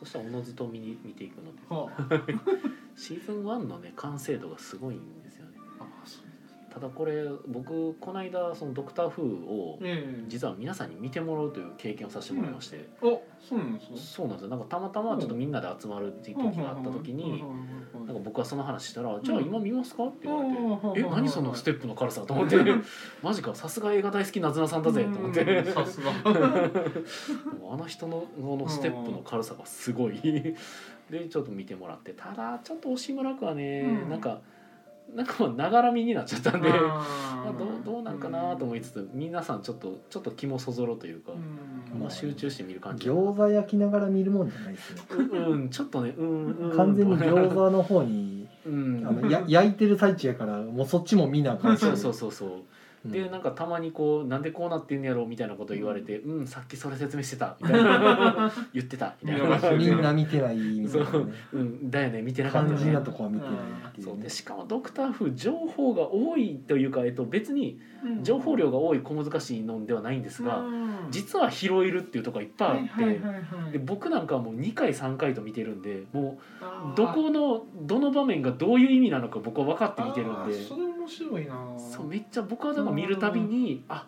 [SPEAKER 1] そしたらおのずと見に見ていくので
[SPEAKER 3] は
[SPEAKER 1] シーズン1のね完成度がすごいんですよね
[SPEAKER 3] ああそう
[SPEAKER 1] ただこれ僕この間その「ドクター・フー」を
[SPEAKER 3] ええ
[SPEAKER 1] 実は皆さんに見てもらうという経験をさせてもらいまして、
[SPEAKER 3] あそうなんですか
[SPEAKER 1] そうなんですよなんかたまたまちょっとみんなで集まるっていう時があった時に
[SPEAKER 3] うんうんうんうん
[SPEAKER 1] なんか僕はその話したら「じゃあ今見ますか?」って言われて
[SPEAKER 3] うん
[SPEAKER 1] 「え何そのステップの軽さ」と思ってマジかさすが映画大好きなずなさんだぜと思って
[SPEAKER 3] うんさすが
[SPEAKER 1] あの人のこのステップの軽さがすごい (laughs) でちょっと見てもらってただちょっと押村区はね、
[SPEAKER 3] うん
[SPEAKER 1] なんかなんかまあながらみになっちゃ (laughs) ったんで、ま
[SPEAKER 3] あ
[SPEAKER 1] あ、どうどうなんかなと思
[SPEAKER 3] い
[SPEAKER 1] いつつ皆さんちょっとちょっと気もそぞろというか、まあ、集中して見る感じ
[SPEAKER 4] 餃子焼きながら見るもんじゃないですよ
[SPEAKER 1] うんうんちょっとねうんうん
[SPEAKER 4] 完全に餃
[SPEAKER 1] 子
[SPEAKER 4] 子の方に
[SPEAKER 1] (laughs) うん
[SPEAKER 4] あのや焼いてる最中やからもうそっちも見なあかんし
[SPEAKER 1] そうそうそうそう
[SPEAKER 4] うん
[SPEAKER 1] でなんかたまにこうなんでこうなってんねやろみたいなこと言われてうん、さっきそれ説明してたみたい (laughs) な言ってたみたい
[SPEAKER 3] 見逃
[SPEAKER 1] な
[SPEAKER 3] してる
[SPEAKER 4] みんな見てないみたいなね
[SPEAKER 1] うんだよね見てなかった
[SPEAKER 4] 肝
[SPEAKER 1] よ
[SPEAKER 4] 心
[SPEAKER 1] ね
[SPEAKER 4] なとこは見てないってい
[SPEAKER 1] そうう
[SPEAKER 4] ね
[SPEAKER 1] でしかもドクター・フー情報が多いというか、えっと、別に情報量が多い小難しいのではないんですが、実は拾えるっていうとこがいっぱいあって、で僕なんかはもう2回3回と見てるんでもうどこのどの場面がどういう意味なのか僕は分かって見てるんで
[SPEAKER 3] それ面白いな
[SPEAKER 1] そうめっちゃ僕はだから見るたびにあ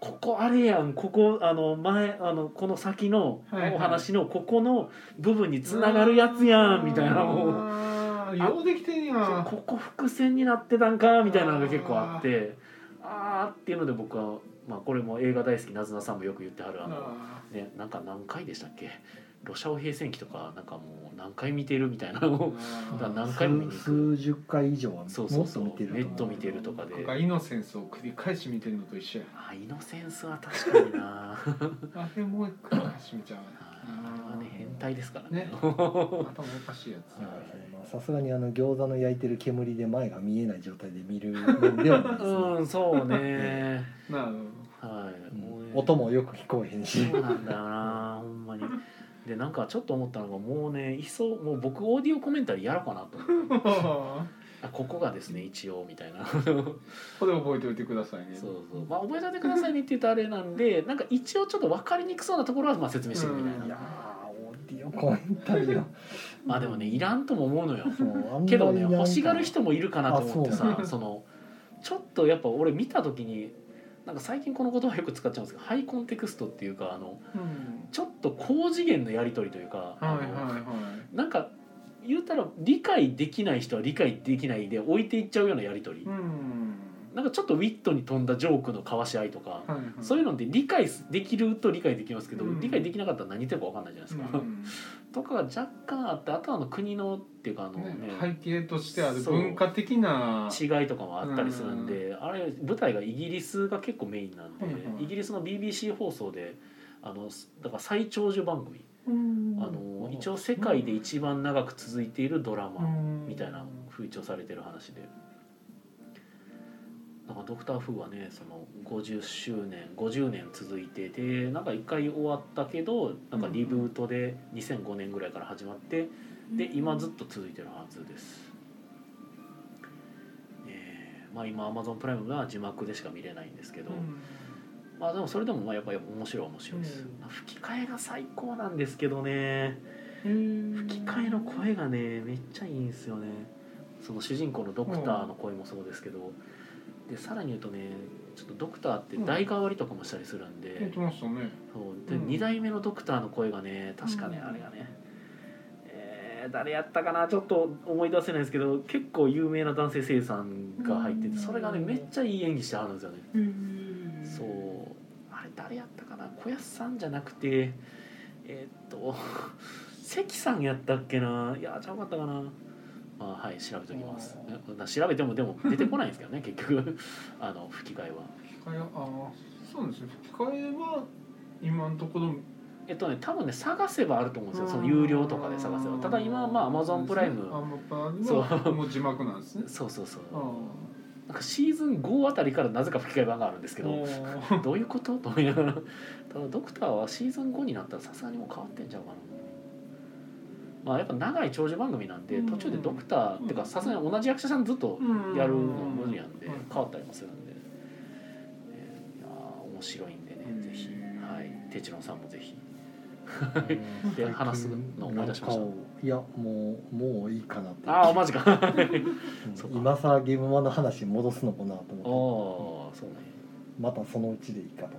[SPEAKER 1] ここあれやんここあの前あのこの先の
[SPEAKER 3] はいはい
[SPEAKER 1] お話のここの部分につながるやつやんみたいなもう。
[SPEAKER 3] あーようできてんや
[SPEAKER 1] そうここ伏線になってたんかみたいなのが結構あってあーっていうので僕は、まあ、これも映画大好きなずなさんもよく言ってはるあの、
[SPEAKER 3] あ
[SPEAKER 1] ね、なんか何回でしたっけ「ロシアオ平戦記」とかなんかもう何回見てるみたいなの
[SPEAKER 3] ー
[SPEAKER 1] をだから何回も見に行
[SPEAKER 4] 数
[SPEAKER 1] く
[SPEAKER 4] 数十回以上はもっ
[SPEAKER 1] そうそうそ
[SPEAKER 4] と
[SPEAKER 1] う
[SPEAKER 4] 見て
[SPEAKER 1] ネ
[SPEAKER 4] る
[SPEAKER 1] ッ
[SPEAKER 4] と
[SPEAKER 1] ト
[SPEAKER 4] 思
[SPEAKER 1] 見てるとかで
[SPEAKER 3] なんかイノセンスを繰り返し見てるのと一緒や
[SPEAKER 1] あイノセンスは確かにな
[SPEAKER 3] あれもう一回始めちゃう
[SPEAKER 1] あれはね変
[SPEAKER 3] な
[SPEAKER 1] 態ですからね
[SPEAKER 3] ね頭おかしいやつ
[SPEAKER 4] うはいさすがにあの餃子の焼いてる煙で前が見えない状態で見るもんではないですね、
[SPEAKER 1] うんそうね
[SPEAKER 3] なあ
[SPEAKER 1] はい、もうね
[SPEAKER 4] 音もよく聞こえへんし
[SPEAKER 1] そうなんだよなほんまにでなんかちょっと思ったのがもうねいっそもう僕オーディオコメンタリーやろうかなと思ってあここがですね一応みたいなそう
[SPEAKER 3] これ覚えておいてくださいね
[SPEAKER 1] そうまあ覚えておいてくださいねって言うとあれなんでなんか一応ちょっと分かりにくそうなところはまあ説明してるみたいな、
[SPEAKER 4] いやーオーディオコメンタリーは
[SPEAKER 1] まあでもねいらんとも思うのよ
[SPEAKER 4] そうあんまり
[SPEAKER 1] けどね
[SPEAKER 4] なんか
[SPEAKER 1] 欲しがる人もいるかなと思って
[SPEAKER 4] あ
[SPEAKER 1] さ
[SPEAKER 3] そう
[SPEAKER 1] そのちょっとやっぱ俺見た時になんか最近この言葉よく使っちゃうんですけどハイコンテクストっていうかあの
[SPEAKER 3] うん
[SPEAKER 1] ちょっと高次元のやり取りというか、
[SPEAKER 3] はいは
[SPEAKER 1] あ
[SPEAKER 3] い
[SPEAKER 1] の
[SPEAKER 3] は
[SPEAKER 1] なんか言うたら理解できない人は理解できないで置いていっちゃうようなやり取り、
[SPEAKER 3] いうん
[SPEAKER 1] なんかちょっとウィットに富んだジョークの交わし合いとか、
[SPEAKER 3] はいはい
[SPEAKER 1] そういうのって理解すできると理解できますけど、
[SPEAKER 3] うん
[SPEAKER 1] 理解できなかったら何言ってるか分かんないじゃないですか。
[SPEAKER 3] うん
[SPEAKER 1] (laughs) とかが若干あってあとはあの国のっていうかあの、
[SPEAKER 3] ね
[SPEAKER 1] ね
[SPEAKER 3] 背景としてある文化的な
[SPEAKER 1] 違いとかもあったりするんで、あれ舞台がイギリスが結構メインなんで、
[SPEAKER 3] はいはい
[SPEAKER 1] イギリスの BBC 放送であのだから最長寿番組、
[SPEAKER 3] うん
[SPEAKER 1] あの一応世界で一番長く続いているドラマ。
[SPEAKER 3] うん
[SPEAKER 1] みたいな風潮されてる話でなんかドクター・フーはねその50周年50年続いてでなんか1回終わったけどなんかリブートで2005年ぐらいから始まってで今ずっと続いてるはずです。えーまあ、今 Amazon プライムが字幕でしか見れないんですけど、
[SPEAKER 3] うん
[SPEAKER 1] まあでもそれでもまあやっぱり面白いは面白いです、
[SPEAKER 3] うん
[SPEAKER 1] 吹き替えが最高なんですけどね吹き
[SPEAKER 3] 吹
[SPEAKER 1] 替えの声がねめっちゃいいんですよねその主人公のドクターの声もそうですけど、でさらに言うとねちょっとドクターって代替わりとかもしたりするんで,、
[SPEAKER 3] 言ってましたね
[SPEAKER 1] そうで
[SPEAKER 3] うん
[SPEAKER 1] 2代目のドクターの声がね確かね、
[SPEAKER 3] うん
[SPEAKER 1] あれがね、えー誰やったかなちょっと思い出せないんですけど結構有名な男性声優さんが入っててそれがねめっちゃいい演技してあるんですよね。そうあれ誰やったかな小安さんじゃなくてえーっと (laughs) 関さんやったっけないやじゃなかったかなまあはい調べておきますえ調べてもでも出てこないんですけどね結局 (laughs) あの吹き替えは
[SPEAKER 3] 吹き替えああそうですね吹き替えは今のところ
[SPEAKER 1] えっとね多分ね探せばあると思うんですよその有料とかで探せばただ今はまあアマゾンプライム
[SPEAKER 3] アマプラ
[SPEAKER 1] そ
[SPEAKER 3] はもう字幕なんですね
[SPEAKER 1] そうそう (laughs) そう
[SPEAKER 3] あ
[SPEAKER 1] なんかシーズン5あたりからなぜか吹き替え版があるんですけ
[SPEAKER 3] あ
[SPEAKER 1] ど
[SPEAKER 3] おー
[SPEAKER 1] どういうことと思いながらただドクターはシーズン5になったらさすがにもう変わってんちゃうかなまあやっぱ長い長寿番組なんで
[SPEAKER 3] うん
[SPEAKER 1] 途中でドクター、ってかさすがに同じ役者さんずっとやるのは無理なんで、
[SPEAKER 3] うん
[SPEAKER 1] 変わったりもするんで、えーいやー面白いんでね、
[SPEAKER 3] うん
[SPEAKER 1] ぜひはいテチロンさんもぜひ
[SPEAKER 4] うん
[SPEAKER 1] で話すの思い出しました
[SPEAKER 4] なんかいやもうもういいかなって
[SPEAKER 1] ああマジか (laughs) ああ
[SPEAKER 4] うん
[SPEAKER 1] そうか
[SPEAKER 4] 今さらゲームマの話に戻すのかなと思って
[SPEAKER 1] そうね
[SPEAKER 4] またそのうちでいいかと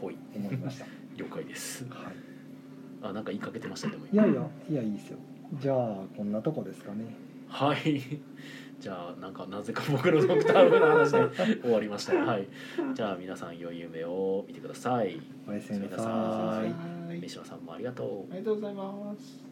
[SPEAKER 1] ほい
[SPEAKER 4] 思いました、
[SPEAKER 1] 了解です
[SPEAKER 4] はい、
[SPEAKER 1] あなんか言いかけてましたでも
[SPEAKER 4] いやいやいやいいですよじゃあこんなとこですかね
[SPEAKER 1] はい。 (laughs) じゃあなんかなぜか僕のドクターブの話で終わりました。はい。じゃあ皆さん良い夢を見てください。
[SPEAKER 4] おやすみな
[SPEAKER 1] おやすみな
[SPEAKER 4] さ
[SPEAKER 1] さ
[SPEAKER 4] い
[SPEAKER 1] い。飯島さんもありがとう。
[SPEAKER 3] ありがとうございます。